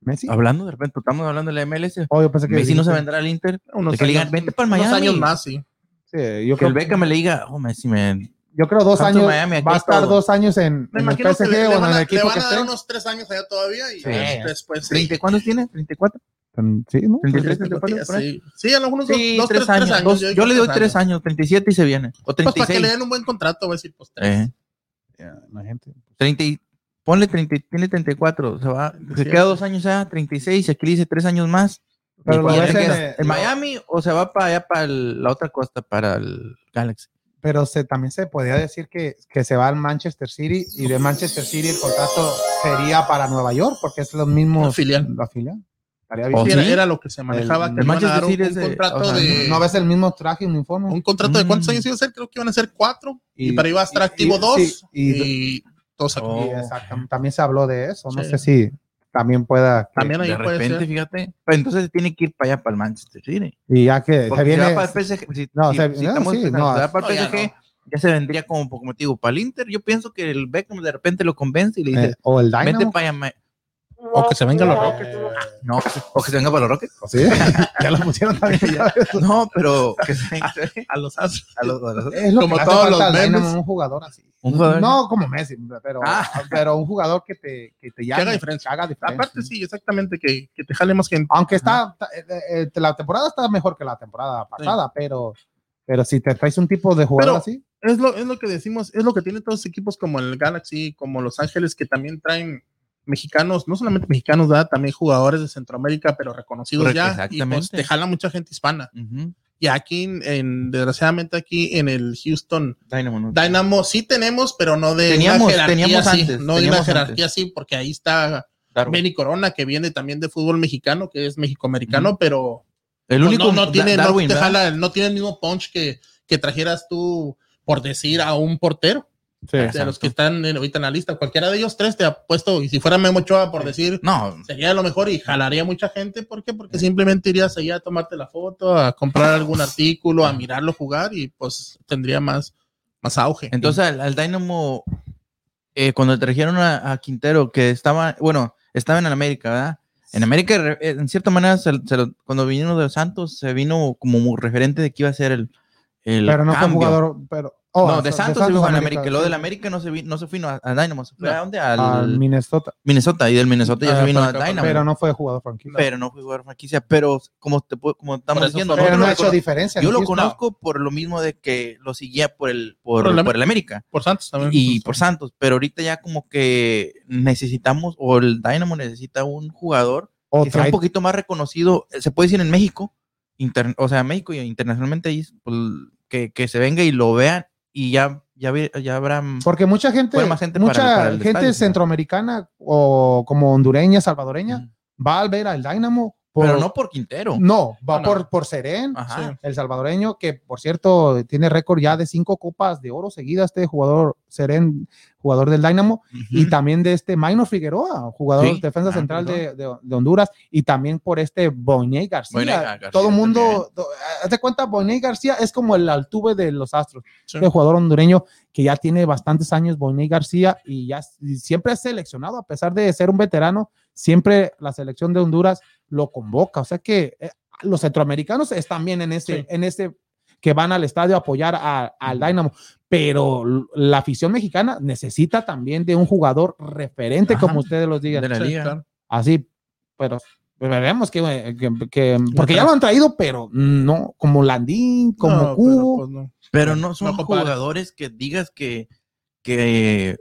G: Messi.
B: hablando de repente, estamos hablando de la MLS.
G: Oh, yo pensé que
B: Messi no se vendrá al Inter.
C: Unos
B: De que le digan,
C: años-
B: "Vente pa'l
C: unos
B: Miami".
C: años más, sí.
G: Sí, yo,
B: Que el
G: creo,
B: Beckham me le diga, oh, Messi, me
G: yo creo dos
B: Santos
G: años.
B: Miami, aquí
G: va a estar
B: todo.
G: dos años en,
C: Me
G: en el
C: imagino
G: PSG
C: que le, le
G: o
C: van
G: en
C: a,
G: el
C: le
G: equipo
C: van
G: que
C: a dar
G: esté.
C: unos tres años allá todavía y
G: Sí.
C: después sí. Pues,
B: 30, ¿cuántos tiene? ¿34?
G: Tan- Sí, ¿no?
B: 33, 34, por ahí.
C: Sí, sí, a lo mejor unos dos-
B: Sí,
C: dos,
B: tres años. dos- yo,
C: digo
B: le doy
C: tres
B: tres años, 37 y se viene. O
C: Pues para que le
B: 36.
C: den un buen contrato, voy a decir, pues tres.
B: Eh,
G: Ya, la gente.
B: 30 y- ponle 30, y- tiene 34. Se, va, se
C: Sí.
B: queda dos años ya, 36. Y aquí le dice tres años más. Y
G: Pero lo
B: pues,
G: ves
B: ¿se
G: en,
B: queda
G: eh,
B: en Miami o se va para allá, para el- la otra costa, para el Galaxy?
G: Pero se, también se podría decir que, que se va al Manchester City y de Manchester City el contrato sería para Nueva York porque es los
C: Un
G: mismos.
C: filial.
G: La fila. Estaría
B: ¿O
G: bien.
C: Sí,
B: sí?
C: Era, era lo que se manejaba,
G: El-
B: el
C: que le iban a
B: Manchester
C: dar un, un
B: City es de-
C: contrato
B: o sea,
C: de...
G: ¿No ves el mismo traje, uniforme?
C: Un contrato de cuántos
B: Mm.
C: años iba a ser, creo que iban a ser cuatro. Y, para iba a estar
G: y-
C: activo
G: y-
C: dos.
G: sí, y-
C: y, dos aquí.
G: y
B: Oh,
G: exactam- También se habló de eso. No
C: Sí.
G: sé si también pueda. que-
C: También ahí
B: de
C: puede
B: repente,
C: ser.
B: fíjate. Pero entonces se tiene que ir para allá, para el Manchester City.
G: Y ya que
B: Porque
G: Eh, se
B: si
G: viene.
B: va para el PSG, si,
G: No,
B: si-
G: se-
B: si
G: no,
B: estamos
G: sí,
B: pensando,
G: no.
B: si va para el
C: No, ya
B: PSG, ya, se vendría como, como te digo, para el Inter. Yo pienso que el Beckham de repente lo convence y le dice,
G: eh, o el
B: vete
G: Dynamo.
B: para allá.
C: O que se vengan los Rockets.
B: No, o que se venga para los Rockets.
G: Sí, ya lo pusieron también.
B: No, pero que se
C: A los Astros.
B: a los, a los-
G: Es lo
C: Como
G: que le hace
C: todos
G: falta
C: los
G: al
C: memes.
G: Dynamo, un jugador así.
B: Un jugador.
G: No como Messi, pero,
B: Ah.
G: pero un jugador que te, que te llame,
C: haga diferencia.
G: haga diferencia.
C: Aparte, sí, exactamente, que, que te jale más gente.
G: Aunque está, ta- eh, eh, eh, la temporada está mejor que la temporada pasada, pero, pero si te traes un tipo de
C: Pero-
G: jugador así,
C: Es lo, es lo que decimos, es lo que tienen todos los equipos como el Galaxy, como Los Ángeles, que también traen mexicanos, no solamente mexicanos, ¿verdad? también jugadores de Centroamérica, pero reconocidos
B: Correcto,
C: ya. Y pues
B: exactamente.
C: te jala mucha gente hispana.
B: Ujú.
C: Y aquí, en- en, desgraciadamente, aquí en el Houston
B: Dynamo, ¿no?
C: Dynamo sí tenemos, pero no de
B: Teníamos-
C: una jerarquía
B: teníamos
C: así,
B: antes,
C: no de una
B: teníamos
C: jerarquía así, porque ahí está
B: Darwin.
C: Benny Corona, que viene también de fútbol mexicano, que es mexicoamericano, pero
B: El
C: no-
B: único
C: Pues no, no
B: Da-
C: tiene, no
B: Darwin,
C: te
B: ¿verdad?
C: jala- no tiene el mismo punch que, que trajeras tú, por decir, a un portero, de
B: Exacto.
C: los que están en- ahorita en la lista. Cualquiera de ellos tres te ha puesto, y si fuera Memo Ochoa, por decir,
B: No,
C: sería lo mejor y jalaría mucha gente. ¿Por qué? Porque simplemente irías allá a tomarte la foto, a comprar algún artículo, a mirarlo jugar y pues tendría más, más auge.
B: Entonces al, al Dynamo, eh, cuando trajeron a, a Quintero, que estaba, bueno, estaba en América, ¿verdad? En América, re- eh, en cierta manera, se- se lo- cuando vinieron de los Santos, se vino como mu- referente de que iba a ser el, el
G: pero no fue
B: cambio.
G: un jugador. Pero, oh,
B: no, de Santos, se fue a América. Lo
G: sí.
B: del América no se, vi- no se vino a, a Dynamo, se fue
C: No.
B: a dónde? Al
G: Al Minnesota,
B: Minnesota, y del Minnesota ya
C: Ah,
B: se vino
C: para
B: a
C: acá, para
B: Dynamo.
G: pero
B: Pero,
G: no fue jugador franquicia.
B: no fue jugador franquicia, pero como, te puedo- como estamos
C: Por eso
B: diciendo,
C: fue-
G: Pero
B: nosotros
G: no
B: lo
G: ha hecho
B: cono-
G: diferencia. en
B: yo lo
G: Houston.
B: conozco por lo mismo de que lo seguía por el, por,
C: Por el América.
B: por el América.
C: por Santos también. Pues,
B: y por Santos, pero ahorita ya como que necesitamos, o el Dynamo necesita un jugador
G: O
B: que sea un
G: trae-
B: poquito más reconocido, eh, se puede decir en México, inter- o sea, México y internacionalmente, ahí, pues, que, que se venga y lo vean y ya, ya, vi- ya habrá...
G: porque mucha gente,
B: Fue más gente
G: mucha
B: para el- para el
G: gente
B: estadio, ¿no?
G: centroamericana o como hondureña, salvadoreña, va al ver al Dynamo. por-
B: Pero no Ah. por Quintero.
G: No, va
C: No, no.
G: por, por Serén,
B: Ajá.
G: sí, el salvadoreño, que por cierto tiene récord ya de cinco copas de oro seguidas, este jugador Serén, jugador del Dynamo, y
B: Ujú.
G: también de este Maino Figueroa, jugador
B: Sí,
G: defensa
B: ah,
G: central de, de- de Honduras, y también por este Boñé García.
B: Boiney García
G: Todo el mundo,
B: también.
G: do- eh, haz de cuenta, Boñé García es como el altuve de los astros
C: Sí.
G: el jugador hondureño que ya tiene bastantes años, Boiney García, y ya s- y siempre es seleccionado, a pesar de ser un veterano, siempre la selección de Honduras lo convoca. O sea que eh, los centroamericanos están bien en ese,
C: Sí.
G: en ese que van al estadio a apoyar a- al Dynamo, pero l- la afición mexicana necesita también de un jugador referente,
B: Ajá.
G: como ustedes los digan.
B: de la
C: Sí,
B: liga.
C: claro.
G: Así, pero veremos que, eh, que- que- porque ya lo han traído, pero no, como Landín, como
C: No, pero,
G: Cubo.
C: pues, no.
B: Pero no son
C: No compares.
B: jugadores que digas que, que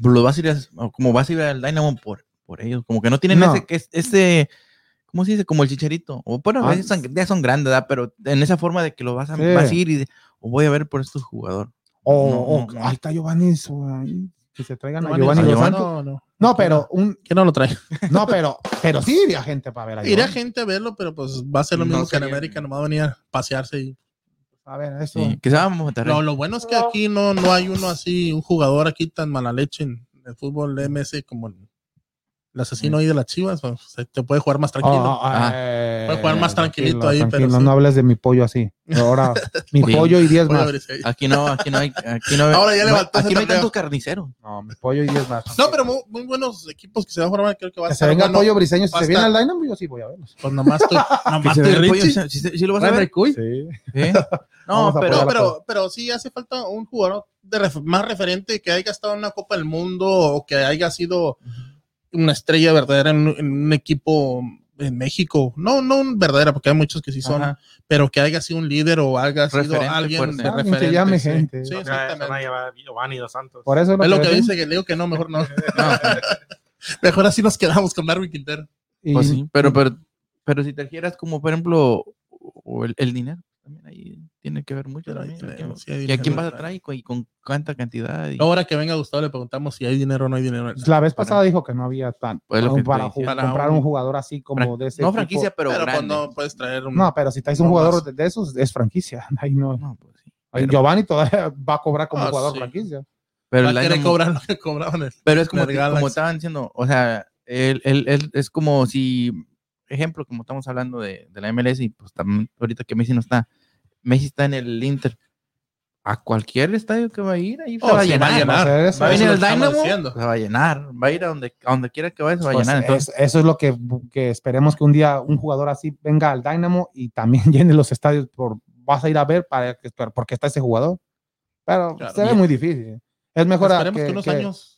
B: lo vas a ir a- o como vas a ir al Dynamo por, por ellos. Como que no tienen
G: No.
B: ese, que es- ese, ¿cómo se dice? Como el chicharito. O bueno, a
G: Ah.
B: veces son- ya son grandes, ¿verdad? pero en esa forma de que lo vas a,
G: Sí.
B: vas a ir y de- o voy a ver por estos jugadores.
G: O,
B: No,
G: o-
B: no, no.
G: Oh, ahí está Giovanni, su- ahí, que se traigan a
C: Giovanni
G: Giovanni
B: Dos
G: Dos
B: Santos.
G: Santos.
C: No, no.
G: No, pero un,
C: Que no lo trae.
G: no, pero, pero sí iría gente para ver a
C: Irá
G: Giovanni.
C: gente a verlo, pero pues va a ser lo
B: No
C: mismo que en
B: sería-
C: América, nomás venía a pasearse. Y...
G: A ver, eso.
B: Sí, que se van a Monterrey.
C: Lo, lo bueno es que aquí no, no hay uno así, un jugador aquí tan mala leche en el fútbol MS como el, el asesino ahí de las chivas. o sea, te puede jugar más
G: Oh,
C: tranquilo.
G: oh,
B: Ah.
G: eh,
C: Puede jugar más tranquilito ahí, pero
G: tranquilo,
C: sí.
G: No hables de mi pollo así. Ahora, mi
B: Sí.
G: pollo y diez
C: Voy a
G: más.
C: ver ese ahí.
B: Aquí no, aquí no hay, aquí no hay-
C: Ahora ya
B: no- aquí
C: levantó ese
B: no hay
C: torneo.
B: tantos carniceros.
G: No, mi pollo y diez más.
C: No, pero muy, muy buenos equipos que se va a formar. Creo que va a
G: que se
C: estar
G: venga el
C: bueno.
G: pollo briseño. Si
C: va a
G: se viene al
C: estar-
G: Dynamo, yo sí voy a verlos.
C: Pues nomás tú, nomás
B: Se
C: tú y
B: ve el pollo,
C: Richie.
B: ¿Sí, sí- sí lo vas a
C: Bueno,
B: ver?
G: Sí.
B: Sí. No,
G: Vamos a
B: pero
C: No,
G: apoyarlo.
C: pero, pero sí hace falta un jugador de ref- más referente que haya estado en una Copa del Mundo o que haya sido una estrella verdadera en, en un equipo en México. No, no un verdadera, porque hay muchos que sí son,
B: Ajá.
C: pero que haya sido un líder o haya sido
B: Referente
C: alguien
B: fuerte. Ah,
C: de
G: Alguien que
C: referente.
G: llame
C: sí.
G: gente.
C: Sí,
E: Van a- van a
C: exactamente.
E: llevar a Giovanni Dos Santos.
G: Por eso
C: Es lo que
G: decimos.
C: dice que le digo que no, mejor no.
B: No,
C: Mejor así nos quedamos con Darwin Quintero.
G: Y-
B: Pues sí, pero, pero, pero si trajeras como, por ejemplo, o el, el dinero, también ahí tiene que ver mucho.
C: Pero ahí
B: También,
C: tenemos, sí,
B: ¿Y
C: hay
B: a
C: dinero
B: quién vas a
C: atrás.
B: traer y cu- y con cuánta cantidad? y-
C: Ahora que venga Gustavo le preguntamos si hay dinero o no hay dinero.
G: La vez pasada dijo que no había tan
B: Pues lo que te
G: para,
B: dije.
G: ju-
C: Para
G: comprar
C: un-
G: un jugador así como
B: Fran-
G: de ese
B: no
G: tipo.
B: franquicia, pero,
C: Pero pues
B: grande.
C: no puedes traer un...
G: No, pero si traes un
C: No
G: jugador
C: más.
G: de- de esos, es franquicia. Ahí no.
B: No, pues sí.
G: Ay,
B: Pero-
G: Giovanni todavía va a cobrar como
C: Ah,
G: jugador
C: sí.
G: franquicia.
B: Pero,
C: va a
B: el
C: querer
B: Dynamo-
C: cobrar lo que cobraban el-
B: pero es como,
C: la
B: te-
C: Galaxy.
B: como estaban diciendo, o sea, él, él- él- es como si, ejemplo, como estamos hablando de, de la MLS y pues tam- ahorita que Messi no está, Messi está en el Inter. A cualquier estadio que va a ir, ahí se
C: Oh,
B: va a
C: sí, va a
B: llenar.
C: llenar.
G: Va a ser eso.
B: Va a venir
C: Eso
B: el
C: lo estamos
B: Dynamo,
C: diciendo.
B: se va a llenar. Va a ir a donde, a donde quiera que vaya, se va a
G: Pues
B: llenar. Entonces,
G: es- eso es lo que, que esperemos que un día un jugador así venga al Dynamo y también llene los estadios por vas a ir a ver para que- pero- porque está ese jugador. Pero
C: Claro,
G: se ve
B: y-
G: muy difícil. Es mejor a
C: Esperemos que,
G: que-
C: unos
G: que-
C: años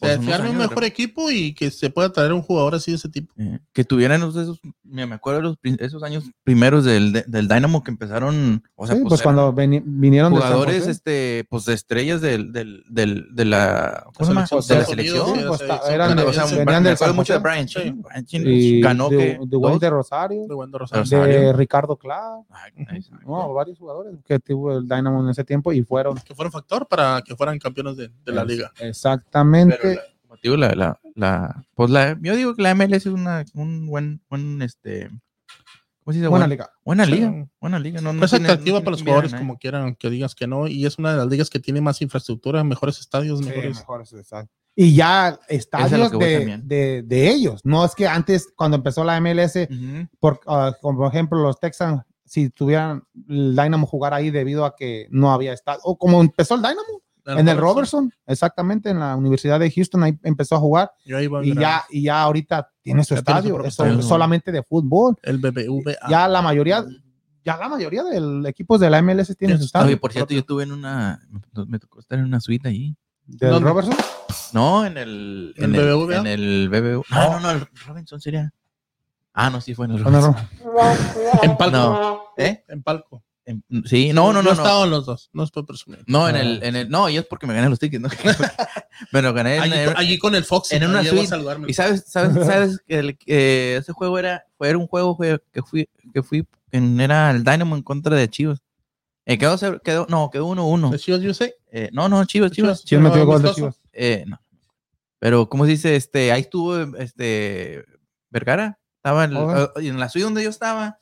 B: Pues
C: se
B: unos
C: arme un
B: años,
C: mejor equipo y que se pueda traer un jugador así de ese tipo.
B: Eh, que tuvieran esos, esos- me me acuerdo de los, prin- esos años primeros del, de- del Dynamo que empezaron, o sea,
G: sí,
B: pues,
G: pues
B: eran
G: cuando veni- vinieron de San
B: jugadores,
G: José.
B: este, pues de estrellas del, del, del, de la, ¿cómo se llama?
G: selección.
B: De la
G: Estados
B: selección.
G: Unidos, pues,
C: Selección
G: eran de-
B: o sea,
C: canadiense,
G: venían
B: me
G: del
B: acuerdo
G: San
B: mucho de
G: José.
B: Brian
C: Sí.
B: Chin. Brian
C: este,
B: Chin
G: y
B: ganó
G: de,
B: que
G: de Wayne
B: dos.
G: de Rosario,
C: de Wando Rosario.
B: Rosario.
G: de Ricardo Clark,
B: Ay, ahí está.
G: no, varios jugadores que tuvo el Dynamo en ese tiempo y fueron
C: Que fueron factor para que fueran campeones de, de la
B: Pues
G: Es-
C: liga.
G: Exactamente.
B: Pero la- como te digo, la, la, la- pues la, yo digo que la MLS es una, un buen, buen, este, ¿cómo se dice?
G: Buena
B: Buen-
G: liga. Pues
B: buena
C: Sí.
B: liga, buena liga. No, no
C: es
B: tiene- no
C: atractiva
B: tiene
C: para los
B: que
C: jugadores,
B: mirar, ¿eh?
C: como quieran que digas que no, y es una de las ligas que tiene más infraestructura, mejores estadios, mejores.
G: Y ya
B: Es a lo
G: estadios
B: que voy
G: de,
B: también.
G: de, de ellos. No es que antes, cuando empezó la MLS,
B: Ujú.
G: por, ah, como por ejemplo los Texans, si tuvieran el Dynamo jugar ahí debido a que no había estado, o como empezó el Dynamo, en el Robertson, exactamente, en la Universidad de Houston, ahí empezó a jugar
C: Yo ahí voy a
G: y
C: mirar
G: ya, y ya ahorita tiene su
C: Ya tiene su
G: estadio,
C: propio
G: es so-
B: estadio.
G: solamente de fútbol.
C: el BBVA.
B: Ah.
G: Ya la mayoría, ya la mayoría de los equipos de la MLS tienen
C: Oye,
G: su
B: Oye,
G: estadio.
B: por cierto, yo estuve en una, me tocó estar en una suite ahí.
G: ¿Del
C: ¿dónde?
G: Robertson?
B: No, en el.
C: ¿En BBVA?
B: En el BBVA. No, no, no, el Robinson sería. Ah, no, sí fue en el
G: ¿O no,
B: Robinson.
G: Ro-
C: En palco.
B: No. ¿Eh?
C: En palco.
B: En- sí, no, no,
C: Yo
B: no.
C: he
B: No,
C: estado en los dos, no es por presumir.
B: no en, el, en el. No, y es porque me gané los tickets, ¿no? Pero gané. En,
C: Allí, allí con el Fox.
B: en una suite.
C: saludarme.
B: y sabes, sabes, sabes que el- que ese juego era. fue- Era un juego fue- que fui. Que fui en- era el Dynamo en contra de Chivas. Eh, quedó, cero- quedó, no, quedó 1-1.
C: ¿De Chivas USA?
B: Eh, no, no, Chivas, Chivas.
G: ¿Quién metió
C: No,
G: gol de
C: amistoso.
G: Chivas?
B: Eh, no. Pero, ¿cómo se dice? Este, ahí estuvo este Vergara. Estaba el-
G: Ajá.
B: eh, en la suya donde yo estaba.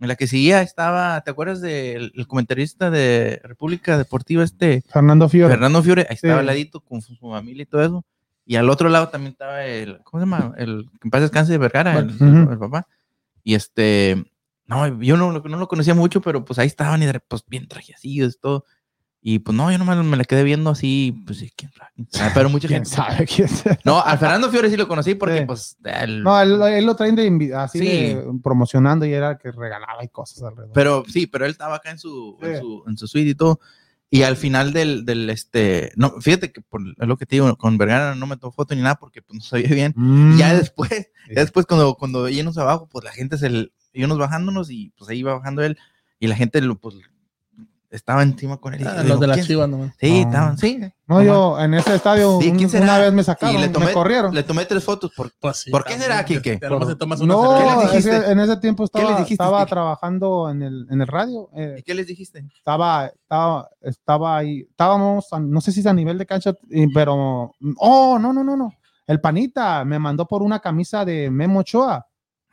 B: En la que seguía estaba, ¿te acuerdas del el comentarista de República Deportiva este
G: Fernando Fiore.
B: Fernando Fiore? Ahí estaba
G: Sí.
B: al ladito con su, su familia y todo eso. Y al otro lado también estaba el, ¿cómo se llama? El que en paz descanse de Vergara, el,
G: Ujú.
B: el papá. Y este, no, yo no, lo- no lo conocía mucho, pero pues ahí estaban y de- pues bien trajecillos y todo. Y pues no, yo nomás me la quedé viendo así, pues sí, quién sabe, quién sabe, pero mucha
G: ¿Quién
B: gente.
G: sabe quién sabe?
B: No, a Fernando Fiore sí lo conocí porque
G: Sí.
B: pues el-
G: No, él, él lo traen de invi- así
B: Sí.
G: de- promocionando y era el que regalaba y cosas alrededor.
B: pero sí, pero él estaba acá en su, en
G: Sí.
B: su, en su suite y todo. Y al final del, del este, no, fíjate que por es lo que te digo, con Vergara no me tomó foto ni nada porque pues, no sabía bien.
G: Mm.
B: Ya después, ya después cuando, cuando íbamos abajo, pues la gente se, le- íbamos bajándonos y pues ahí iba bajando él y la gente lo, pues, estaba encima con él. y
C: Ah,
B: yo
C: los
B: digo,
C: de las
B: "¿Quién?".
C: Chivas nomás.
B: Sí,
G: Ah.
B: estaban, sí.
G: No, yo en ese estadio
B: Sí,
G: un-
B: ¿quién será?
G: una vez me
B: Y
G: sacaron,
B: le tomé-
G: me corrieron.
B: Le tomé tres fotos por,
C: Pues sí,
B: ¿Por qué
C: también,
B: será,
C: que-
B: Quique?
C: que a lo mejor te tomas una
G: No,
C: cerveza.
B: ¿Qué les dijiste?
G: ese- en ese tiempo
B: ¿Qué les
G: estaba,
B: dijiste,
G: estaba
B: Kike?
G: trabajando en el, en el radio. eh,
B: ¿Y qué les dijiste?
G: estaba, estaba, estaba ahí. Estábamos, a- no sé si es a nivel de cancha, eh, pero. Oh, no, no, no, no. El panita me mandó por una camisa de Memo Ochoa,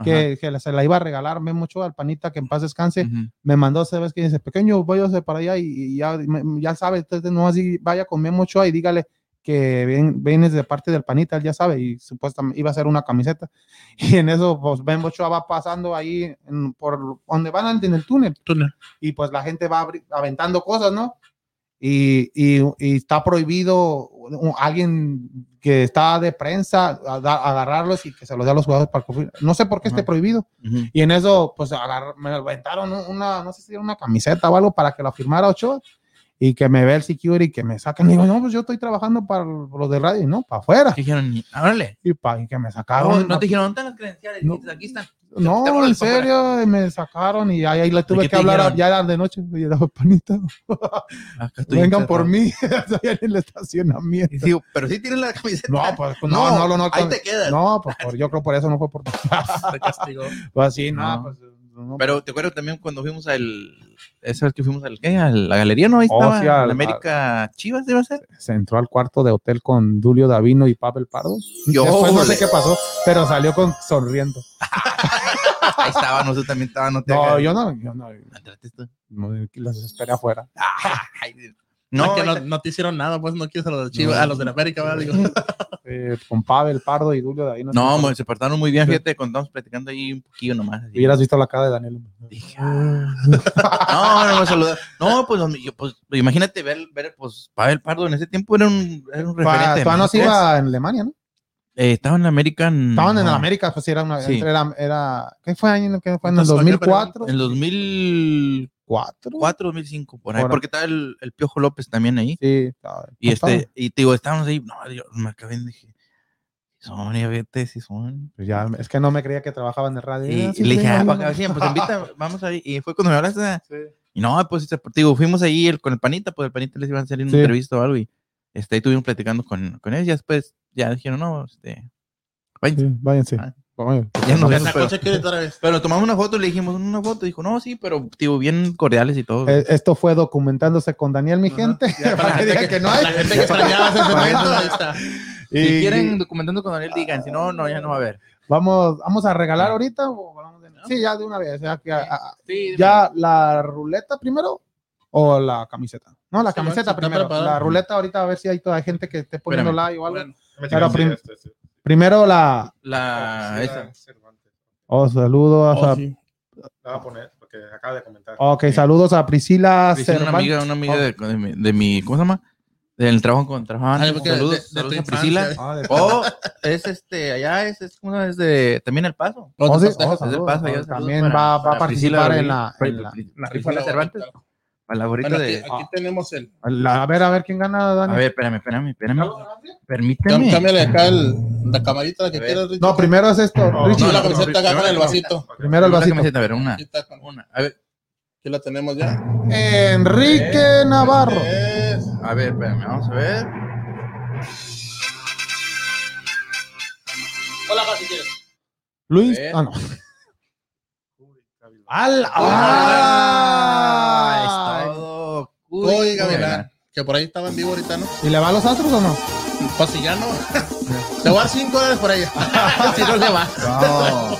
G: que, que se la iba a regalar Memo Ochoa al panita que en paz descanse.
B: Ajá, ujú.
G: me mandó sabes que dice pequeño váyase para allá y, y ya me- ya sabe entonces no así vaya con Memo Ochoa y dígale que ven- vienes de parte del panita él ya sabe y supuestamente iba a ser una camiseta y en eso pues Memo Ochoa va pasando ahí en- por donde van antes en el túnel
C: Túnel.
G: y pues la gente va abri- aventando cosas no y, y- y está prohibido u- alguien que está de prensa a da- agarrarlos y que se los dé a los jugadores para cubrir. No sé por qué esté
B: Ajá.
G: prohibido.
B: Ujú.
G: Y en eso, pues agarr- me aventaron un- una, no sé si era una camiseta o algo para que la firmara Ochoa y que me ve el security que me sacan. Y digo, no, pues yo estoy trabajando para los de radio y no, para afuera.
B: ¿Qué dijeron? Órale.
G: Y, pa, y que me
B: No,
G: sacaron.
B: no te dijeron, ¿dónde están las credenciales?
G: Ah, No.
B: Dijiste, Aquí están.
G: No,
B: te voy a
G: en
B: ir pa' fuera.
G: serio, y me sacaron y ahí, ahí le
B: qué
G: tuve que
B: te
G: hablar, a-
B: dijeron?
G: ya era de noche, y era panita,
B: Acá estoy
G: vengan
B: encerrado".
G: por mí, allá en el estacionamiento.
B: Y digo, pero sí tienes la camiseta.
G: No, pues no, no, no, no,
B: Ahí
G: no,
B: te quedas.
G: no, pues por- yo creo por eso no fue por
C: Te castigó.
G: pues, así, no,
B: No.
G: pues, no,
B: Pero te acuerdas también cuando fuimos al. Esa vez que fuimos al. ¿qué? A la galería, ¿no? Ahí
G: Oh,
B: estaba.
G: sí, al-
B: en América Chivas, iba a ser.
G: se entró al cuarto de hotel con Dulio Davino y Pavel Pardo.
B: Yo,
G: Después no
B: ole.
G: sé qué pasó, pero salió con sonriendo.
B: Ahí estaba, no sé, también estaba. No, te
G: No,
B: hagas.
G: yo no, yo no,
B: Entraste tú.
G: no, los esperé afuera.
B: Ay,
C: No,
B: No,
C: que
B: ahí
C: no,
B: está-
C: no te hicieron nada, pues no quieres a los de Chivas, a los de la América, ¿verdad? Digo,
G: Eh, con Pavel Pardo y Dulio Davino.
B: no,
G: Sí,
B: mo- se portaron muy bien. Fíjate, cuando estábamos platicando ahí un poquillo nomás. así.
G: Hubieras visto la cara de Daniel.
B: Dije, "Ah". no, no, no, saludar. No, pues, yo, pues, imagínate ver, ver, pues, Pavel Pardo en ese tiempo era un, era un referente.
G: Pa- Tuanos
B: ¿no?
G: iba en Alemania, ¿no?
B: Eh, estaba en American.
G: Estaban en
B: no,
G: el América, pues sí, era una.
B: Sí.
G: era, era- ¿Qué fue año? en el que fue? ¿En el
C: Entonces, ¿para qué
G: 2004?
B: En 2000.
G: ¿Cuatro?
B: 4, 2005, por ahí.
G: Ahora.
B: Porque estaba el, el Piojo López también ahí.
G: Sí, estaba-
B: Y
G: estaba-
B: este, y te digo, estábamos ahí, no, Dios, me acabé y dije, son, ya vete, si son.
G: pues ya, es que no me creía que trabajaba en el radio.
B: Y,
G: Ah, sí,
B: y le dije,
G: tengo
B: ah,
G: uno".
B: para acá, sí, pues invita, vamos ahí. Y fue cuando me hablaste. Y no, pues este, digo, fuimos ahí el, con el panita, pues el panita les iban a hacer una
G: Sí.
B: entrevista o algo. Y este, ahí estuvimos platicando con, con ellos. Y después ya dijeron, no, este, váyanse.
G: Sí, váyanse.
B: Ah.
G: Váyanse.
B: Ya nos
C: Le
B: vemos,
C: sacó
B: pero,
C: cheque de otra vez.
B: pero tomamos una foto, le dijimos una foto. Dijo, no, sí, pero, digo, bien cordiales y todo.
G: Eh, Esto fue documentándose con Daniel, mi gente. para que digan que no hay.
C: La gente que extrañaba ese momento, ahí está.
B: si
G: Y-
B: quieren documentando con Daniel, digan, si no, no, ya no va a haber.
G: Vamos, vamos a
C: Ah.
G: regalar ahorita. o vamos de- Sí, ya de una vez. Ya, que- a- a-
B: Sí,
G: ya la ruleta primero o la camiseta. No, la
C: Sí,
G: camiseta
C: se está
G: primero.
C: preparando.
G: La ruleta ahorita a ver si hay toda gente que esté poniendo
B: Espérame.
G: like o algo.
C: Bueno,
G: Pero prim-
E: este,
G: Primero la.
B: Ah, La, esa.
G: Oh, saludos
C: oh,
G: a.
C: sí.
E: La voy a poner porque acaba de comentar.
G: Ok, saludos a Priscila
B: Dice una
G: Cervantes.
B: amiga, una amiga de, de mi, de mi- ¿cómo se llama? Del trabajo con trabajo.
C: Ah, porque de-
B: saludos,
C: de- de
B: saludos
C: tu
B: a Priscila.
C: infancia.
G: Ah, de-
B: Oh, es este, allá es, es, ¿cómo se llama? es de, también El Paso.
G: Oh, sí,
B: Texas, es
G: oh,
B: del
G: saludos,
B: Paso,
G: saludos.
B: allá, saludos
G: También
B: para-
G: va, va a
B: para
G: participar
B: Priscila
G: en la,
B: Pri-
G: en la-
B: Pri-
C: La rifa
B: Priscila
C: de
B: Cervantes, para la gorrita
C: Bueno, aquí,
B: de...
C: aquí tenemos el.
G: la- A ver, a ver quién gana,
B: A
G: Dani.
B: ver, espérame, espérame, espérame.
C: Cam-
B: Permíteme.
C: Cámbiale acá el, la camarita la que
B: A ver.
C: quieras, Richie.
G: No, primero es esto.
E: No,
G: Richie,
C: Oh, No, la
E: no,
C: camiseta acá
B: no,
C: con el
B: no.
C: vasito.
G: primero el
B: Una
G: vasito.
B: camiseta, a ver, una,
C: Aquí está con-
B: una. A ver,
C: aquí la tenemos ya. Eh.
G: Enrique Navarro.
C: Es-
B: a ver, espérame, vamos a ver.
G: Luis.
B: A
C: Eh.
B: ver.
G: Ah, no. ¡Al!
B: Ah, es todo. Uy,
C: Uy,
B: Gavilán.
C: Gavilán. Que por ahí estaba en vivo ahorita, ¿no?
G: ¿Y le va a los astros o no?
C: Pues si ya no. Le voy a dar 5 dólares por ella. si no le va.
B: No.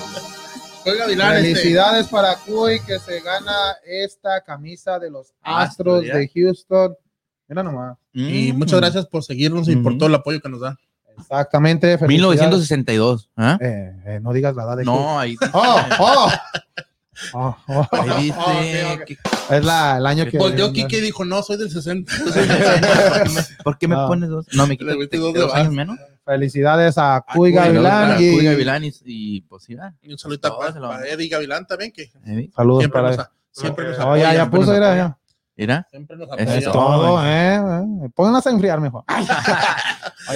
C: Soy Gavilán. Este.
G: Felicidades para Cuy que se gana esta camisa de los
B: Astros,
G: Astros de Houston. Mira nomás.
C: Y
B: Mm.
C: muchas gracias por seguirnos y por
B: Ujú.
C: todo el apoyo que nos dan.
G: Exactamente. felicidades.
B: 1962. ¿ah?
G: Eh, eh, no digas la edad de Cuy.
B: No, ahí dice.
G: Oh, oh. Oh, oh.
B: Ahí dice.
C: ok, ok.
B: que-
G: Es la, el año que.
C: Volteó Pues Kike y dijo, no, soy del 60.
B: ¿Por qué me
G: Ah.
B: pones dos? No, me quitas
C: Le metí
B: te-
C: dos de
B: dos
C: más.
B: años menos.
G: Felicidades a
B: Ah,
G: Cuy
C: Cuy,
G: Gavilán.
B: Para
G: y-
B: Cuy Gavilán y, y pues sí, ah,
C: Y un saludito
B: No,
C: para,
B: se lo-
C: para Eddie Gavilán también, que
B: ¿eh?
G: Saludos
C: siempre
G: para
C: nos,
G: él.
C: siempre nos
G: Oh, ya,
C: apoya,
G: ya
C: siempre
G: puso,
C: nos
G: mira,
C: apoya,
G: ya.
B: Mira,
C: Siempre nos
B: Eso
G: Es
B: Ya.
C: apoya.
G: todo, eh, eh. Pónganlas a enfriar mejor. Ahí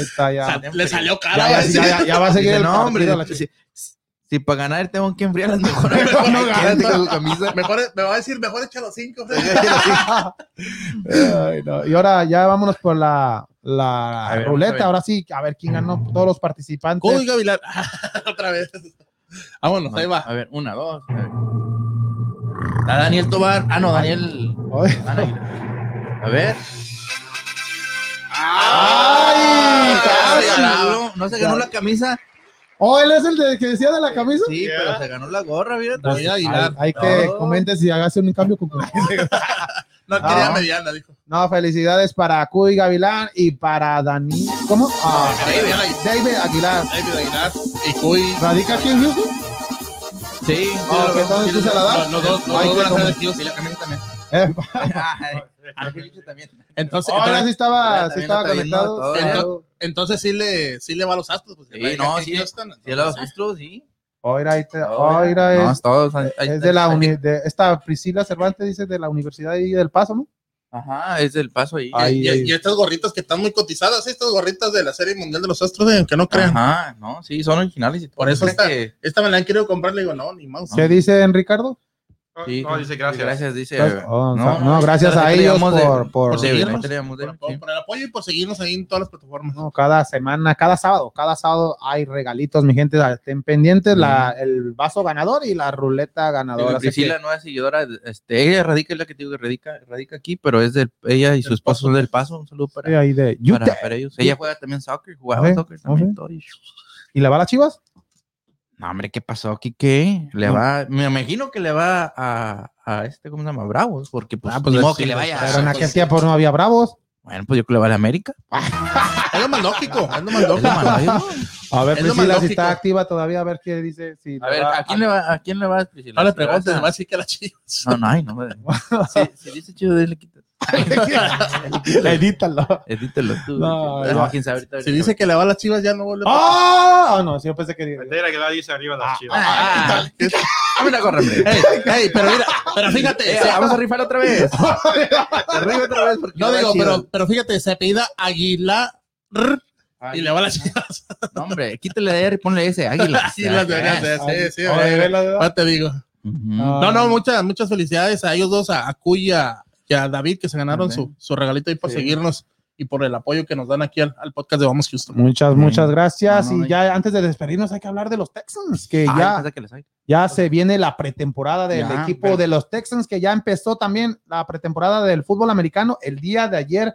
G: está, ya.
C: Sal- Le salió cara.
G: Ah, Ya, ya,
C: ¿verdad?
G: ya, ya, ya va a seguir
B: Dice,
G: el
B: no, hombre,
G: partido, la
B: si,
G: chica.
B: si- si para ganar tengo que enfriar las mejores.
C: No,
B: Quédate
C: gana.
B: con tu camisa.
C: Mejor, me va a decir, mejor echa los 5.
G: Ay, no. Y ahora ya vámonos por la, la
B: A ver, vamos a ver.
G: ruleta. Ahora sí, a ver quién ganó. Todos los participantes.
C: Cuy Gavilán. Otra vez. Vámonos, ahí va.
B: A ver, una, dos. a ver. Está Daniel Tobar. Ah, no, Daniel.
G: Ay.
B: Ana Aguilar. A ver.
G: ¡Ay!
B: Ah,
C: ya
B: se
C: la-
B: ganó- no se ganó la camisa.
G: Oh, él es el de, que decía de la camisa.
B: Sí, pero se ganó la gorra, mira.
C: Voy a
G: Hay,
C: Aguilar.
G: hay que
B: No.
G: comente si hagas un cambio con
C: No quería
G: No.
C: mediana, dijo.
G: No, felicidades para Cuy Gavilán y para Dani. ¿Cómo? Ah,
C: David
G: David Aguilar.
C: David Aguilar y Cuy.
G: ¿Radica aquí en Houston?
B: Sí.
G: Ah, ok, entonces tú se la das.
C: Los dos, los
G: Ay,
C: dos
G: qué
C: van a ser
G: como-
C: de Houston.
B: Y la camisa también.
G: Eh,
B: Ay, Angelito también.
C: Entonces,
G: oh, ahora sí
C: entonces,
G: estaba,
B: También
G: sí estaba
B: lo está viendo
G: conectado.
B: todo,
G: Claro.
C: entonces sí, le, sí le va a los astros. Pues,
B: Sí,
C: Radica
B: no,
C: aquí en
B: sí.
C: Houston,
B: Sí, los
C: entonces,
B: astros, sí.
G: Oira, ahí te-
B: No,
G: Oira es,
B: todos. ahí- ahí
G: es
B: está.
G: de la uni- de esta Priscila Cervantes, dice, de la Universidad ahí del Paso, ¿no?
B: Ajá, es del paso ahí.
C: Y,
G: Ah, Ahí,
C: y-
G: ahí.
C: y estas gorritas que están muy cotizadas, ¿sí? estas gorritas de la Serie Mundial de los Astros, eh, que no crean.
B: Ajá, no, sí, son originales. y todo.
C: Por eso
B: Creo
C: está-
B: que-
C: Esta me la han querido comprar, le digo, no, ni
B: Ah.
C: más.
G: ¿Qué dicen, Ricardo?
B: sí,
E: no, dice gracias.
B: Gracias, dice.
G: Oh,
B: eh, no,
G: no,
B: no,
G: no, gracias
B: ahí
G: a
B: te
G: ellos
B: llamamos de-
G: por, por-
B: por de-
C: seguirnos,
B: ahí te llamamos de-
C: por, por-
B: sí.
C: por el apoyo y por seguirnos ahí en todas las plataformas.
G: no, cada semana, cada sábado, cada sábado hay regalitos, mi gente, estén pendientes, la, el vaso ganador y la ruleta ganadora. así que-
B: Mm. Priscila, nueva seguidora, este, ella radica, es la que te digo que radica, radica aquí, pero es del, ella y su esposo son del Paso, un saludo
G: Sí,
B: para,
G: ahí de
B: para,
G: Utah.
B: para ellos. Ella juega también soccer, jugaba
G: Ok,
B: soccer también.
G: ok.
B: todo y-
G: ¿Y la va a las chivas?
B: No, hombre, ¿qué pasó, Kike? Le
G: No.
B: va, me imagino que le va a, a este, ¿cómo se llama? Bravos, porque pues,
C: Ah, pues,
B: ni modo
C: sí,
B: que le vaya.
G: Pero en
C: pues,
G: aquel
C: sí.
G: tiempo no había bravos.
B: Bueno, pues yo creo que le va a la América.
C: Es lo más lógico, es lo
B: Es
C: más
B: lo
C: lógico.
B: más lógico.
G: A ver,
C: Es lo más
G: Priscila, si
C: lógico.
G: está activa todavía, a ver qué dice. Si
B: A ver, ¿a quién le Ah, va, a quién le va, Priscila?
C: No le
B: ¿Si vas
C: preguntes,
B: a-
C: va a decir que a las chivas.
B: No, no, ay, no. güey. Si, si dice chido, le quita.
G: Edítalo.
B: Edítalo tú.
G: No,
B: No,
G: no.
B: quién sabe ahorita.
C: Si dice que le va a las chivas, ya no vuelve.
G: ¡Ah! Ah, no, sí, yo pensé que.
E: Bandera que la dice arriba las chivas.
B: Ah, ah, ah. Dame la gorra, hombre.
C: Ey, ey, pero mira, pero fíjate.
B: Eh,
C: se-
B: vamos a rifar otra vez. Arriba otra vez. porque
C: no
B: le va
C: digo,
B: a Chivas.
C: pero, pero fíjate, se apellida Aguilar
B: Ay,
C: y le va a las chivas.
B: no, hombre, quítale de R y ponle ese. Águila.
C: Águilas, deberías de- sí, sí,
G: Ahora,
C: debería-
G: vela, vela.
C: ahora te digo.
B: Ujú.
C: No, no, muchas, muchas felicidades a ellos dos, a, a Cuy y a, y a David, que se ganaron su, su regalito ahí por
G: Sí.
C: seguirnos y por el apoyo que nos dan aquí al, al podcast de Vamos Houston.
G: Muchas, muchas gracias.
B: No, no,
G: y
B: no.
G: ya antes de despedirnos, hay que hablar de los Texans, que
B: Ay,
G: ya,
B: pensé que les hay.
G: ya se viene la pretemporada del
B: Ya,
G: equipo de los Texans, que ya empezó también la pretemporada del fútbol americano el día de ayer.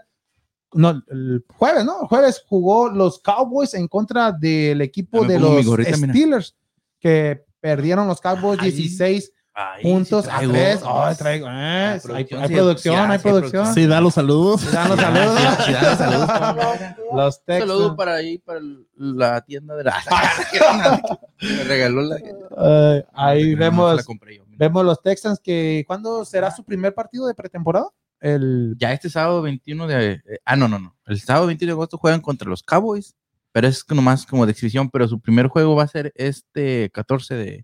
G: No, el jueves, ¿no? El jueves jugó los Cowboys en contra del equipo
B: Ya me
G: de
B: pongo mi
G: los
B: gorrita, mira.
G: Steelers, que perdieron los Cowboys
B: Ay,
G: 16
B: Ay,
G: puntos
B: sí
G: a
B: traigo.
G: 3. Ay, traigo, eh, hay-
B: producción,
G: hay,
B: sí,
G: producción,
B: ya,
G: hay
B: sí, hay
G: producción.
B: producción.
C: Sí, da los saludos.
G: Dan los saludos.
B: Sí, sí, dan los saludos, cabrón.
G: Los
B: Un
G: Texans.
B: saludo para ahí, para el- la tienda de la. Me regaló la.
G: Ay, Eh, ahí
B: No, se la
G: vemos.
B: compré yo, mira.
G: Vemos los Texans que ¿cuándo será su primer partido de pretemporada? El
B: Ya este sábado 21 de. eh, ah, no, no, no. El sábado 21 de agosto juegan contra los Cowboys, pero es que nomás como de exhibición. Pero su primer juego va a ser este 14 de, de,
C: Sí,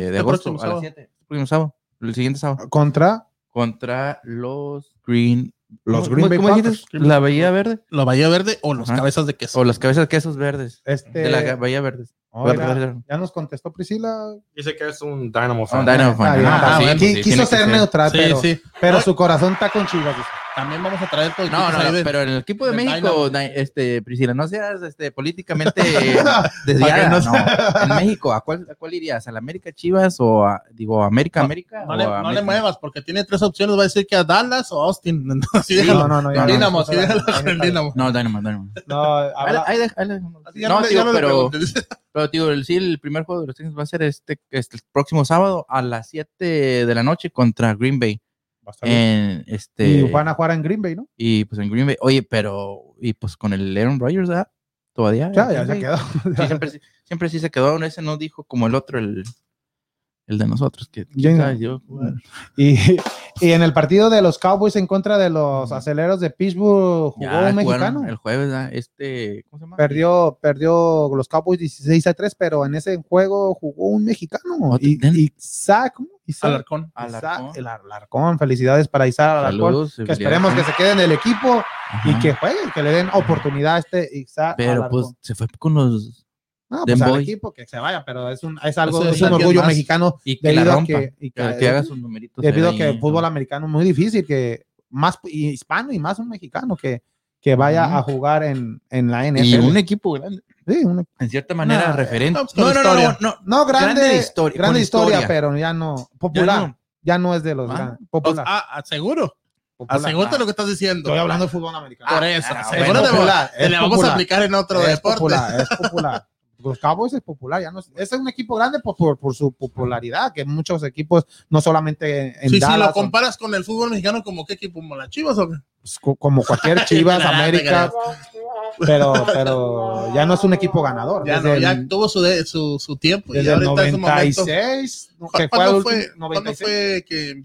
B: de
C: el
B: agosto
C: próximo
B: a las
C: sábado.
B: 7. El próximo sábado, el siguiente sábado.
G: contra
B: Contra los Green.
G: Los
B: ¿cómo-
G: Green Bay
B: ¿Cómo dijiste?
C: Packers.
B: ¿La Bahía Verde?
C: Los Bahía Verde o los
B: Ajá.
C: Cabezas de Queso.
B: O las cabezas quesos verdes.
G: este
B: De la Bahía Verde.
G: Oiga,
B: Verde.
G: ya nos contestó Priscila.
E: Dice que es un Dynamo
B: Ah,
E: fan.
B: un Dynamo fan.
G: Ah, ya,
B: Ah,
G: ah,
B: sí,
G: bueno,
B: sí,
G: qui-
B: tiene
G: quiso
B: que
G: ser
B: ser.
G: neutral,
C: sí,
G: pero,
C: sí.
G: pero su corazón está con Chivas. dice.
C: También vamos a traer todo el
B: No,
C: equipo
B: no,
C: ahí de-
B: pero en el equipo de
C: del
B: México,
C: Dynamo.
B: na- este, Priscila, no seas este, políticamente eh, desviada.
G: no
B: No En México, ¿a cuál, ¿a cuál irías? ¿A la América Chivas o a, digo, América América?
C: No
B: o
C: le,
B: a
C: no le
B: América?
C: muevas porque tiene tres opciones. Va a decir que a Dallas o a Austin. Entonces, sí, déjalo.
G: No, no, no. ya
C: El
G: no,
C: Dínamo,
G: no,
C: sí, déjalo con el Dínamo.
B: No, Dynamo, Dynamo.
G: No, habla-
B: Ahí de- ahí dejamos.
C: Así ya
B: No,
C: le-
B: tío,
C: ya le
B: pero,
C: preguntes.
B: pero tío, el, sí, el primer juego de los Texans va a ser este, este el próximo sábado a las 7 de la noche contra Green Bay.
G: va a estar bien.
B: En, este,
G: y van a jugar en Green Bay, ¿no?
B: y, pues en Green Bay. Oye, pero, y pues con el Aaron Rodgers, ¿verdad? Todavía.
G: Ya, ya
B: Green
G: se
B: Bay.
G: quedó.
B: Sí, siempre, sí- siempre sí se quedó. uno, Ese no dijo como el otro, el, el de nosotros. Que,
G: ¿Quién?
B: ¿sabes? Yo-
G: Y, y en el partido de los Cowboys en contra de los aceleros de Pittsburgh jugó
B: Ya
G: un
B: jugaron
G: mexicano.
B: El jueves, ¿verdad? este. ¿Cómo se llama?
G: Perdió, perdió los Cowboys 16 a 3, pero en ese juego jugó un mexicano.
B: Otro-
G: Y, y Isaac, ¿cómo? Isaac,
C: Alarcón.
B: Alarcón.
G: Isaac- el Alarcón. Felicidades para Isaac Alarcón.
B: Saludos.
G: Que esperemos que se quede en el equipo y que juegue, que le den oportunidad a este Isaac.
B: Pero
G: Alarcón.
B: pues se fue con los.
G: no, pues
B: Den
G: al
B: Boy. Pues,
G: equipo que se vaya, pero es un, es algo,
C: Eso es
G: es un
C: alguien
G: orgullo
C: más.
G: mejicano
B: Y que la
G: debido a
B: rompa.
G: que,
B: Que,
G: y
B: que haga sus numeritos.
G: debido a
B: ahí,
G: que el
B: ¿no?
G: fútbol americano es muy difícil, que más y hispano y más un mexicano que, que vaya
B: Ujú.
G: a jugar en, en la NFL.
B: Y un equipo grande.
G: Sí, un-
B: En cierta manera,
G: No,
B: referente.
C: no, pues, con historia.
B: no.
G: no, grande,
B: Grande de histori-
G: grande
B: con
G: historia,
B: historia.
G: pero ya no, popular, ya no,
B: no.
G: es de los
B: Ah,
G: grandes,
C: Pues,
G: popular.
C: ah, aseguro.
G: popular. Ah,
C: Asegúrate lo que estás diciendo.
G: Estoy hablando de fútbol americano.
C: Por eso.
B: ah,
C: asegúrate,
B: bueno,
C: porque
G: popular,
C: te
G: es
C: la vamos
G: popular.
C: a aplicar en otro
G: es
C: deporte.
G: popular, es popular. Los Cowboys es popular, ya no es, este es un equipo grande por, por, por su popularidad, que muchos equipos, no solamente en
C: Sí, si
G: Dallas,
C: lo comparas con el fútbol mexicano, como qué equipo, como las Chivas o qué?
G: o- pues, como cualquier Chivas, América, pero, pero ya no es un equipo ganador.
C: Ya,
G: Desde
C: no, ya
G: el-
C: tuvo su, de- su, su tiempo.
G: Desde
C: y
G: el
C: ahorita es un momento.
G: 96,
C: ¿Cu-
G: que fue el
C: ¿Cuándo
G: último,
C: fue, cuándo
G: 96.
C: fue que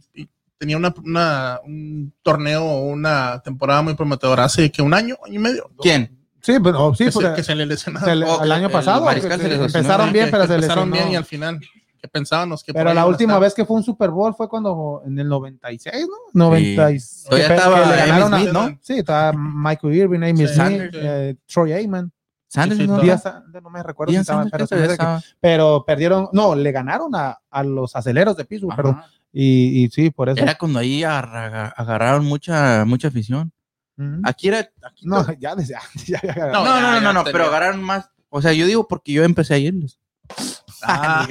C: tenía una, una- un torneo o una temporada muy prometedora? Hace que un año, año y medio.
B: ¿Quién?
G: Sí, pero sí, pues,
C: Que, se,
G: porque
C: que se le lesionaba.
G: se le-
B: o-
G: el año
B: el
G: pasado
B: mariscal
G: que-
B: se
G: que
B: lesionó,
G: empezaron
B: ¿no?
G: bien,
C: Que-
G: pero
C: que
G: se
C: empezaron
G: lesionó.
C: bien y al final que pensábamos que por
G: Pero
C: ahí
G: la
C: iban a
G: última
C: estar.
G: vez que fue un Super Bowl fue cuando en el 96, ¿no? 96.
B: Todavía
G: Que pe-
B: estaba
G: que le
B: Emmitt
G: ganaron a-
C: Smith, ¿no?
G: Sí, estaba Michael Irving, Amy
C: Sí.
G: Smith,
C: Sí.
G: eh, Troy Aikman.
B: Sanders.
C: Sí, sí,
B: no,
G: Díaz Sanders, no me recuerdo si
B: Díaz
G: estaba,
B: Sanders, creo
G: pero,
B: que
G: se me hace que-
B: estaba.
G: pero perdieron, no, le ganaron a, a los aceleros de Pittsburgh,
B: Ajá.
G: perdón. Y, y sí, por eso.
B: Era cuando ahí arra- agarraron mucha, mucha afición.
G: Ujú.
B: Aquí era
G: No, ya desde antes. ya- ya-
B: No, no,
C: No, ya,
B: no,
C: ya
B: no, no,
C: tenía.
B: pero agarraron más. O sea, yo digo porque yo empecé a irles.
C: Ah,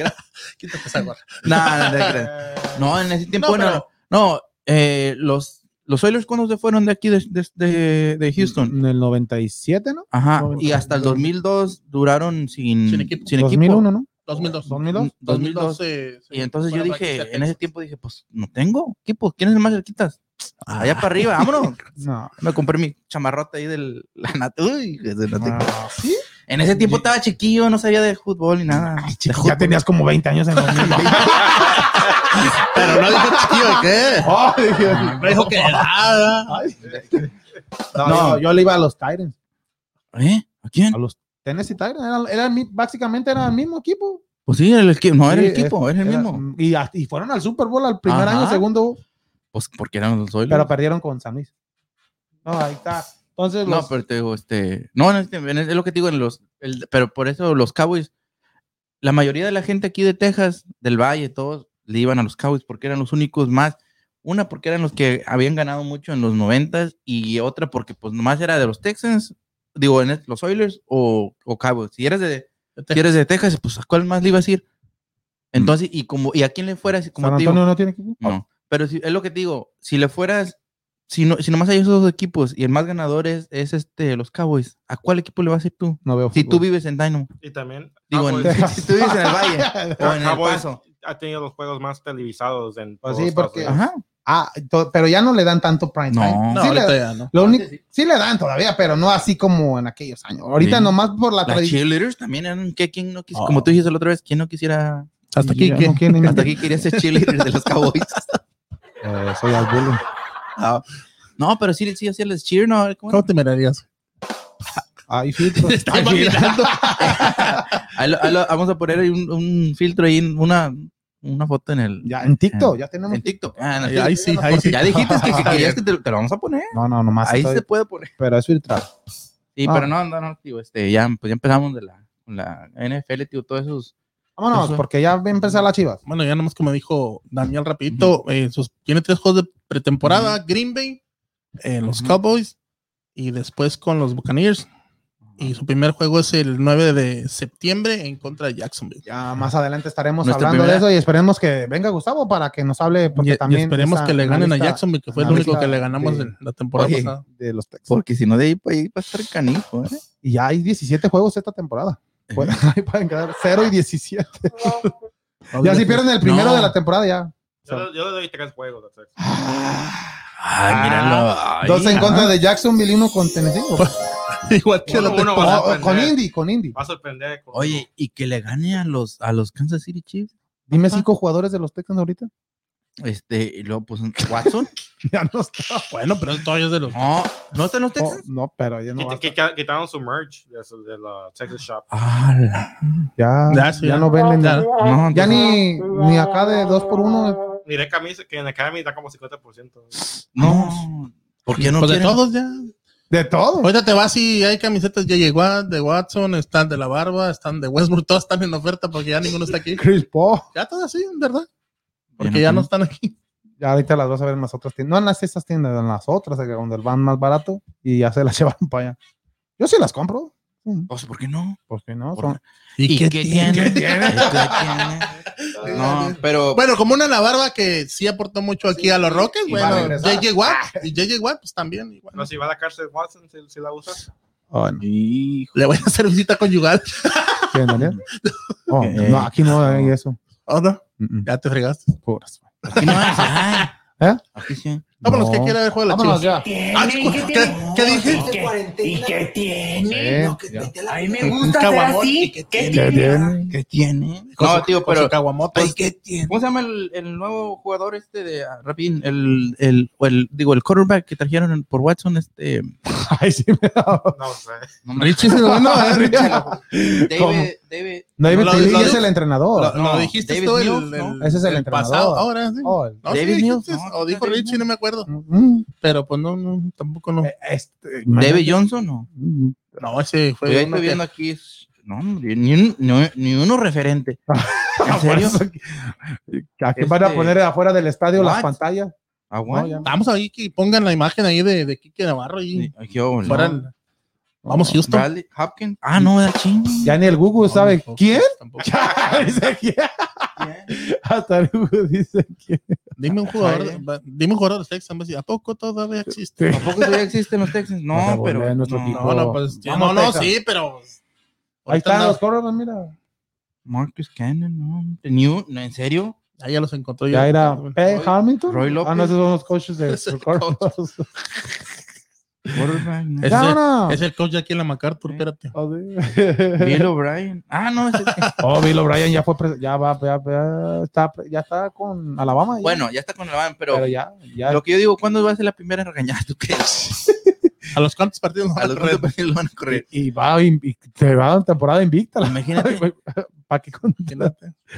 C: quítate esa gorra.
B: No, no, no,
G: Eh,
B: no, en ese tiempo
C: No,
B: no.
C: pero-
B: No, eh, los, los Oilers, ¿cuándo se fueron de aquí, de, de- de- de Houston?
G: En el 97, ¿no?
B: Ajá,
G: Mm, No,
B: y hasta el 2002 duraron sin,
C: Sin equipo.
G: 2001, ¿no?
C: 2002.
G: 2002.
B: 2002.
C: se- se-
B: Y entonces
C: fueron
B: yo
C: para Texas.
B: dije, en ese tiempo dije, pues no tengo equipo, ¿quién es el más cerquitas? Allá para arriba, vámonos.
G: No.
B: Me compré mi chamarrota ahí del la nat- Uy, desde la-
G: Ah, sí.
B: En ese tiempo estaba chiquillo, no sabía de fútbol ni nada. De
G: Ya
B: fútbol.
G: tenías como 20 años en el 2020.
C: Pero no dijo tío, ¿y qué?
G: Oh, dije,
C: No dijo que nada.
G: ay. No, yo, yo le iba a los Titans.
B: ¿Eh? ¿A quién?
G: A los Tennessee Titans. Era, era el mi- básicamente era el mismo equipo.
B: Pues sí, el equipo. No, era el
G: Sí,
B: equipo, era el
G: Era-
B: mismo.
G: Y, a- y fueron al Super Bowl al primer
B: Ajá.
G: año, segundo,
B: Pues porque eran los Oilers.
G: pero perdieron con San Luis. No, ahí está. Entonces,
B: No,
G: los-
B: pero te digo, este. No, en este- en el- es lo que te digo, en los. el- pero por eso los Cowboys. La mayoría de la gente aquí de Texas, del Valle, todos le iban a los Cowboys porque eran los únicos más. Una porque eran los que habían ganado mucho en los 90 y otra porque, pues, nomás era de los Texans, digo, en el- los Oilers o, o Cowboys. Si eres de, si eres de Texas, pues, ¿a cuál más le ibas a ir? Entonces, y como, ¿y a quién le fueras? Como
G: Mm. San
B: te digo,
G: Antonio no tiene equipo.
B: No. Pero si- es lo que te digo, si le fueras, si, no, si nomás hay esos dos equipos y el más ganador es, es este, los Cowboys, ¿a cuál equipo le vas a ir tú?
G: No veo.
B: Si tú
G: fútbol.
B: vives en Dynamo,
E: Y también
B: digo, en-
E: Cowboys
B: si, si tú vives en el Valle o en el
E: Cowboys.
B: Paso.
E: ha tenido los juegos más televisados en
G: Pues
E: todos
G: sí,
E: Estados
G: porque-
E: Unidos.
B: Ajá.
G: Ah, to- pero ya no le dan tanto prime
B: No.
G: time.
C: No,
G: sí, le,
C: ahorita ya no.
G: lo único- sí le dan todavía, pero no así como en aquellos años. Ahorita
B: Sí.
G: nomás por la
B: Las
G: tradición.
B: cheerleaders también eran, que ¿quién no quis-
C: Oh.
B: Como tú dijiste la otra vez, ¿quién no quisiera?
C: Hasta aquí,
G: Ya
C: ¿qué?
G: no quieren-
B: Hasta aquí quería ser cheerleader de los Cowboys.
G: Eh, soy al bullying.
B: No, pero sí, sí, hacía las cheer, ¿no? ¿Cómo era?
C: ¿Cómo te mirarías?
G: Ay, filtro.
C: Te estoy
G: Ay, mira.
C: imaginando.
B: Ahí lo- ahí lo- vamos a poner ahí un, un filtro ahí, una, una foto en el
G: Ya, en TikTok, ya tenemos.
B: en TikTok. Ah, en el
C: Ahí ahí sí, ahí sí.
B: Ya dijiste que si querías que te, te lo vamos a poner.
G: No, no, nomás.
B: Ahí
G: estoy-
B: se puede poner.
G: Pero es filtrado.
B: Sí,
G: Ah.
B: pero no, no, no, tío, este, ya, pues ya empezamos de la, con la NFL, tío, todos esos.
G: Vámonos,
B: Eso.
G: porque ya va a empezar las chivas.
C: Bueno, ya nomás como dijo Daniel rapidito, eh, sus- tiene tres juegos de pretemporada, Green Bay, eh, los
B: Ujú.
C: Cowboys y después con los Buccaneers. Y su primer juego es el 9 de septiembre en contra de Jacksonville.
G: Ya Ah, más adelante estaremos
B: Nuestra
G: hablando de
B: primera-
G: eso y esperemos que venga Gustavo para que nos hable.
C: Y,
G: Porque
C: y
G: también
C: esperemos
G: esa
C: que le ganen a
G: analista
C: Jacksonville, que fue el
G: analista
C: único que le ganamos
G: de-
C: en la temporada
B: Oye.
C: pasada.
G: De los Texans.
B: Porque si no, de ahí, pa- ahí va a estar canijo, ¿eh?
G: Y ya hay 17 juegos esta temporada.
B: Ajá.
G: Bueno, ahí pueden quedar 0 y 17. ya si pierden el primero
B: No.
G: de la temporada, ya.
E: Yo, le- yo le doy tres juegos. a Texas.
G: Ah.
B: Ay, míralo. ay,
G: Dos en
B: ah.
G: contra de Jacksonville y uno con Tennessee. O-
C: Igual que la
E: Uno- uno
C: temporada.
E: va a
G: o- o con
E: sorprender.
G: Indy, con Indy.
E: Va a sorprender. con-
B: Oye, y que le gane a los, a los Kansas City Chiefs,
G: Dime cinco jugadores de los Texans ahorita.
B: este, y luego, pues, Watson.
G: Ya no está.
C: Bueno, pero todavía es de los.
B: No, ¿no están los
G: Oh,
B: Texans?
G: no, pero ya no. va a
E: Quit-
G: estar.
E: quita- Quitaron su merch de, su- de la Texas Shop.
B: Ah, la-
G: Ya,
C: Ya, sí,
G: ya
C: ya.
G: no venden.
C: Ya.
G: Ya,
B: no, entonces-
G: ni, ni acá de dos por uno.
E: Miré camisa, que en la Academy da como 50%.
B: no, ¿por qué no
C: Pues de
B: quieren?
C: todos ya.
G: De todo.
C: Ahorita te vas y hay camisetas de J.J. Watt, de Watson, están de la barba, están de Westbrook, todas están en oferta porque ya ninguno está aquí.
G: Chris Paul.
C: Ya todas sí, en verdad.
B: no
C: Porque ya
B: tienen.
C: no están aquí.
G: Ya ahorita las vas a ver en las otras tiendas. No en las esas tiendas, en las otras, eh, donde van más barato y ya se las llevaron para allá. Yo sí las compro.
B: O sea, ¿por qué no?
G: Porque no,
B: ¿Por
G: son-
B: ¿Y, qué, tiene?
C: tiene?
B: ¿Qué tiene? No, pero
C: Bueno, como una la barba que sí aportó mucho aquí a los Rockets,
G: Y va a
C: bueno,
G: regresar. Ah.
C: J.J. Watt y J.J. Watt, pues también. igual.
E: No, si va a la cárcel Watson, si, si la usas.
G: Ah, no.
B: Hijo.
C: Le voy a hacer visita conyugal.
G: ¿Sí, en realidad? Oh,
B: Eh,
G: no, aquí no hay eso.
C: ¿O no?
G: Mm, mm.
C: Ya te fregaste.
G: Puras.
B: Aquí no vas a-
G: ¿Eh?
B: Aquí sí.
C: Vámonos,
G: No.
C: que quiere ver juego de las
G: Vámonos
C: chivas.
G: ya.
C: Ah, ¿qué- ¿Qué dije?
H: ¿Y qué, ¿Y qué tiene?
G: Eh,
H: No, que
G: ya.
H: vete a la- A mí me gusta
C: Un
H: hacer
C: caguamón, ¿y
H: así.
C: qué
H: ¿Qué
G: ¿Qué
H: tiene?
G: tiene?
B: ¿Qué tiene?
C: Con
B: No,
C: su-
B: tío,
C: con su
B: pero.
C: caguamoto.
B: Ay, ¿qué tiene? Pues, ¿Cómo se llama el, el nuevo jugador este de ah, Rapidín? El, el, o el- digo, el quarterback que trajeron en- por Watson, este.
G: Ay, sí me da-
E: No sé.
B: no me
C: Richie se lo ganó, ¿eh?
B: acuerdo.
G: ¿cómo?
B: David, David.
G: David
C: No, lo-
G: Tilly
C: lo-
G: es el entrenador.
C: Lo,
B: no,
C: Pues, lo dijiste
B: David
C: tú el,
B: Mills, ¿no?
G: Ese es el entrenador.
C: pasado, ahora sí.
G: Oh, el-
C: No, sí
B: David
C: dijiste,
B: Mills, no,
C: o dijo
B: David
C: Richie,
B: Mills.
C: no me acuerdo.
G: Mm,
C: Pero pues no, no tampoco no.
G: este,
B: David Johnson, no.
G: Mm.
C: No, ese
B: Pues, Yo
C: fue uno
B: estoy
C: que-
B: viendo aquí. No, hombre, ni, un- ni, un- ni uno referente. ¿En
G: Por
B: serio?
G: Ah, eso que- ¿A quién van a
B: Este-
G: poner afuera del estadio las
B: What?
G: pantallas? No,
B: Aguanta.
G: ya no.
C: Vamos ahí que pongan la imagen ahí de, de Kike Navarro y
B: Sí, aquí, oh, no.
C: fuera el- Vamos Houston.
B: Bradley Hopkins. Ah, no, da ching.
G: Ya ni el
C: No,
G: Google ¿Pues sabe
C: tampoco,
G: quién.
C: tampoco.
G: Dice, ¿quién? Hasta el Google dice quién.
C: Dime un jugador,
B: Ay,
C: de- dime un jugador de Texas, me dice, ¿a poco todavía existe?
B: Tampoco todavía existen los Texans.
G: Nos
B: No,
G: revolea
B: pero.
G: nuestro
B: no,
G: equipo.
C: No, no, pues sí,
G: Vamos,
C: no, no,
G: Texas.
C: sí, pero
G: Ahí
C: ahorita
G: están
C: no.
G: los corredores, mira.
B: Marcus Cannon, no. hombre. Ni un- no, ¿En serio?
C: Ah, ya los encontró yo.
G: Ya era P.
B: Roy-
G: Hamilton.
B: Roy
G: Ah,
B: López.
G: no, esos son los coaches de
C: Es el
G: corredores.
B: Quarterback, ¿no?
C: Es, el,
G: Vámonos.
C: es el coach de aquí en la MacArthur, espérate.
B: Bill O'Brien. Ah, no. ese-
G: Oh, Bill O'Brien ya fue, pres- ya va, ya, ya está, ya está con Alabama. ya.
B: bueno, ya está con la van, pero,
G: pero ya, ya.
B: lo que yo digo, ¿cuándo va a ser la primera regañada? ¿Tú crees?
C: ¿A los cuantos partidos nos van
B: A
C: a
B: los
C: correr?
B: cuantos partidos lo van a correr.
G: y va, in- y se va a temporada invicta. la-
B: Imagínate,
G: ¿Para qué con-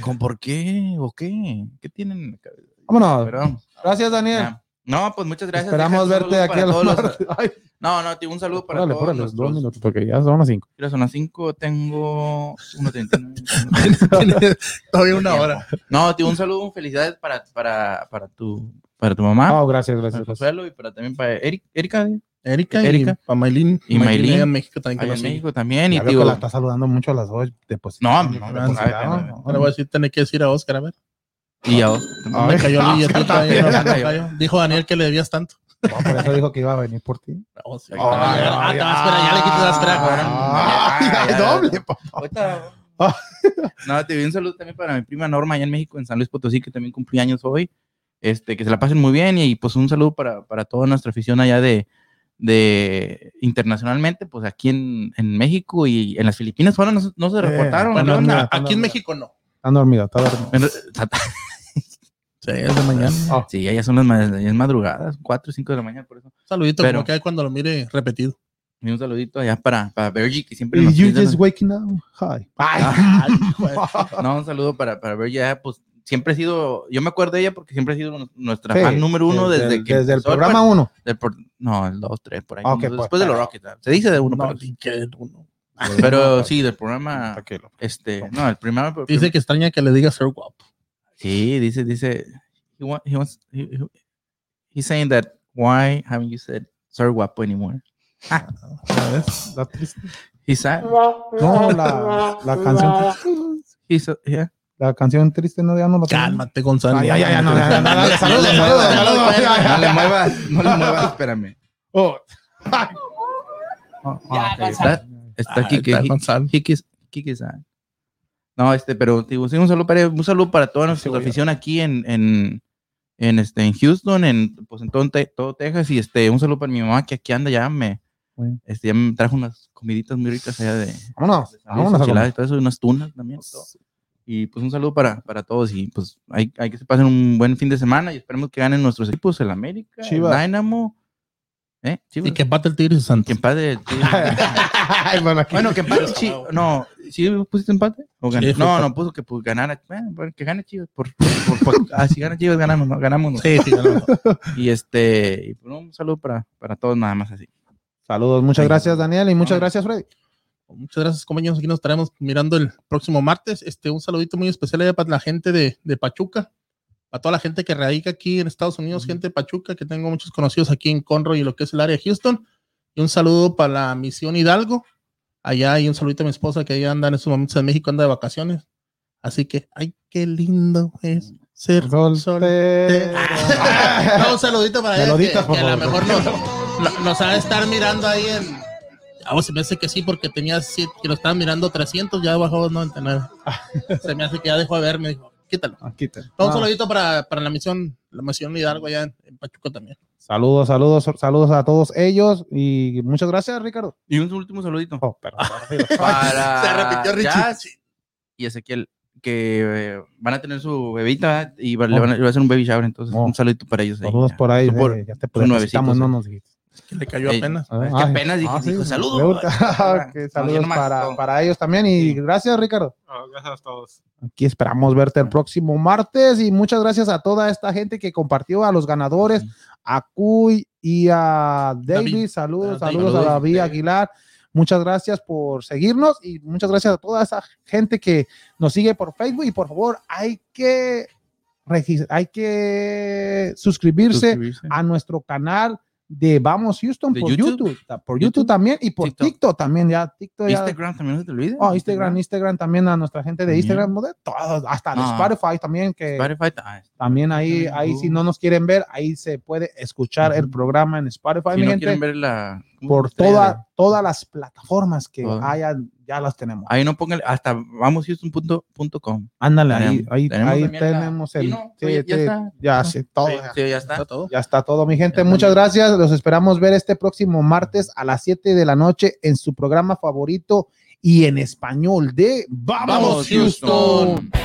B: ¿con por qué o qué? ¿Qué tienen en la cabeza?
G: Vámonos.
B: Pero vamos,
G: Gracias, Daniel.
B: ya. No, pues muchas gracias.
G: Esperamos
B: Deja un
G: verte
B: saludo
G: aquí
B: para
G: a los
B: todos los-
G: martes. Ay,
B: No, no, tío, un saludo para
G: órale,
B: todos
G: órale,
B: nuestros-
G: dos minutos, porque ya son las cinco.
B: Mira, son las 5, tengo 1.39.
C: Tiene Todavía una hora.
B: No, tío, un saludo, felicidades para, para, para, tu, para tu mamá,
G: Oh, gracias,
B: para
G: gracias. gracias.
B: Consuelo y para, también para Eric- Erika, ¿eh?
C: Erika,
B: Erika.
C: y para Maylin.
B: Y Maylin.
C: allá en México también que
B: Ahí
C: nos
B: en
C: sigue.
B: México también. Y
G: Ya veo que
B: tío,
G: la está saludando mucho a las dos. deposit-
B: No, no,
G: depositaron,
B: no, no, no,
G: no,
C: Ahora voy a decir, tener que decir a Oscar, a ver.
B: y a vos.
G: Ay,
C: Me cayó el
G: Oscar
C: billetito ahí,
G: también.
C: no, no cayó. Dijo Daniel que le debías tanto.
G: no, por eso dijo que iba a venir por ti.
C: Oh, sí.
B: Ay,
C: Ah,
B: ay,
C: te vas a
B: Ah,
C: esperar, ya le quitas la espera.
G: Ah, ya,
B: ya,
G: doble,
B: ya. Ahorita- No, te doy un saludo también para mi prima Norma allá en México, en San Luis Potosí, que también cumplí años hoy. Este, que se la pasen muy bien y, pues un saludo para, para toda nuestra afición allá de, de internacionalmente, pues aquí en, en México y en las Filipinas fueron, no, se- no se
G: Eh,
B: reportaron.
G: bueno,
B: ¿no?
C: Bueno,
G: mira,
C: na- aquí en
G: mira.
C: México no.
G: Está dormido, está dormido.
B: En- tata-
C: Sí, es de mañana.
G: Oh,
B: Sí, allá son las ma- ya es madrugadas, 4 o 5 de la mañana, por eso.
C: Saludito,
B: Pero-
C: como que hay cuando lo mire repetido.
B: Y un saludito allá para, para Virgie, que siempre nos
G: you
B: pide-
G: just waking up. Hi.
B: Ah,
C: Bueno,
B: No, un saludo para, para Virgie, allá, pues siempre he sido, yo me acuerdo de ella porque siempre ha sido nuestra
G: Sí,
B: fan número uno desde, que
G: desde el
B: empezó
G: programa uno.
B: Del por- no, el 2, 3, por ahí.
G: Ah, ok,
B: como
G: pues,
B: después de los Rockets. ¿verdad? Se dice de uno,
C: no,
B: pero,
C: ni que uno.
B: pero sí, del programa.
G: Tranquilo.
B: Este, no, el primero.
C: Dice que extraña que le diga ser guapo.
B: sí, dice, dice. He wa- he wants- he- he- he's saying that why haven't you said Sir Guapo anymore?
G: La triste-
B: He's sad.
G: No, la, la canción.
B: He's, uh, yeah.
G: La canción triste no, ya no la tengo.
C: Cálmate, Gonzalo.
G: Ay, ay, ay, no, no, no, no, dale, saludos,
B: No le
G: saludos,
B: muevas,
G: saludos,
B: no le
G: ay, ay,
B: muevas,
G: ay.
B: No le muevas, no le muevas, espérame.
G: Oh,
B: Oh,
H: Ya,
B: ok,
H: Gonzalo.
B: está, está
C: Ah,
B: aquí que
C: está Gonzalo.
B: Kiki, Kiki San. No, este, pero digo, sí, un saludo para un saludo para toda nuestra
G: voy a-
B: afición aquí en, en, en, este, en Houston, en, pues, en todo, Te- todo Texas, y este, un saludo para mi mamá que aquí anda ya me,
G: Bueno.
B: este, ya me trajo unas comiditas muy ricas allá de, de San
G: vámonos,
B: Luis,
G: vámonos Pues a
B: enchiladas
G: comer.
B: y todo eso, y unas tunas también. todo. Y pues un saludo para, para todos, y pues hay, hay que se pasen un buen fin de semana y esperemos que ganen nuestros equipos, el América, el
G: Chivas.
B: Dynamo, ¿eh? Chivas.
C: Y que empate el Tigres y
B: Que
C: Santos.
B: empate el Tigres.
G: Ay, bueno, aquí-
B: Bueno, que empate
C: Pero,
B: Chivas. No, ¿sí pusiste empate? ¿O ganó?
C: Sí, fue
B: no,
C: empate.
B: no puso que pues, ganara. Bueno, bueno, que gane Chivas. Por, por- por- ah, si gana Chivas, ganamos, ¿no? ganamos. ¿no?
C: Sí, sí, ganó.
B: Y este, y, pues, un saludo para, para todos, nada más así.
G: Saludos, muchas
B: Ahí.
G: gracias, Daniel, y muchas
B: Ahora.
G: gracias, Freddy.
C: Muchas gracias, compañeros. Aquí nos estaremos mirando el próximo martes. Este, un saludito muy especial allá para la gente de, de Pachuca, para toda la gente que radica aquí en Estados Unidos, gente de Pachuca, que tengo muchos conocidos aquí en Conroy y lo que es el área de Houston. Y un saludo para la misión Hidalgo, allá, y un saludito a mi esposa que allá anda en estos momentos en México, anda de vacaciones. Así que, ay, qué lindo es ser
G: Sol,
C: soltero. No, un saludito para ella, que,
G: Meloditas, por
C: que a lo
G: favor.
C: mejor nos, no- nos va a estar mirando ahí en... A vos se me hace que sí, porque tenía siete- que lo estaban mirando 300, ya bajó 99. Se me hace que ya dejó de verme, dijo, quítalo.
G: Aquí te-
C: No, un
G: Ah,
C: saludito para, para la misión, la misión Hidalgo allá en, en Pachuco también.
G: Saludos, saludos, saludos a todos ellos y muchas gracias, Ricardo.
B: Y un último saludito.
G: Oh, perdón.
B: Para
C: Se repitió Richie.
B: Jazz y Ezequiel, que eh, van a tener su bebita ¿verdad? y
C: Oh.
B: va- le van a, le va a hacer un baby shower. Entonces,
G: Oh.
B: un saludito para ellos. ahí,
G: Saludos
B: ya.
G: por ahí.
B: Por-
G: eh, ya te
B: nuevecitos,
G: presentamos, no
B: eh.
G: nos dijiste.
C: Que le cayó
B: Ey.
C: apenas.
G: Ah,
B: Es que
G: ay.
B: apenas dije- dijo, "Saludos".
G: me gusta.
B: Ah,
G: Que
B: no,
G: saludos
B: yo nomás,
G: para,
B: no.
G: para ellos también. Y gracias, Ricardo.
E: Ah, gracias a todos.
G: Aquí esperamos verte el próximo martes. Y muchas gracias a toda esta gente que compartió, a los ganadores, a Cuy y a David.
C: David.
G: Saludos,
C: Ah, David.
G: saludos a
C: Saludos.
G: David Aguilar. Muchas gracias por seguirnos y muchas gracias a toda esa gente que nos sigue por Facebook. Y por favor, hay que, regis- hay que suscribirse
B: Suscribirse.
G: a nuestro canal de Vamos Houston
B: ¿De
G: por YouTube?
B: YouTube?
G: ta- por YouTube, también y por TikTok,
B: TikTok.
G: también, ya TikTok, ya.
B: Instagram también no se te olvide.
G: Oh, Instagram, Instagram también a nuestra gente de
B: También.
G: Instagram, de todos, hasta de
B: Ah.
G: Spotify también, que
B: Spotify. ah,
G: también ahí,
B: También,
G: ahí
B: uh.
G: si no nos quieren ver, ahí se puede escuchar el programa en Spotify,
B: si
G: mi
B: no
G: gente.
B: quieren ver la,
G: por
B: Estrella
G: toda-
B: de-
G: todas las plataformas que
B: Todas. Ah,
G: hayan, ya las tenemos.
B: Ahí no póngale, hasta vamos Houston.com.
G: Ándale, ahí,
B: Tenemos-
G: ahí ahí
B: tenemos
G: tenemos,
B: también la-
G: el.
B: Sí, no, ya-
G: sí,
B: ya
G: sí,
B: está.
G: ya, sí, todo.
B: Sí, ya está.
C: todo.
G: Ya está todo, mi gente.
B: Ya
G: Muchas
B: está.
G: gracias. Los esperamos ver este próximo martes a las 7 de la noche en su programa favorito y en español de Vamos,
B: Vamos,
G: Houston.
B: Houston.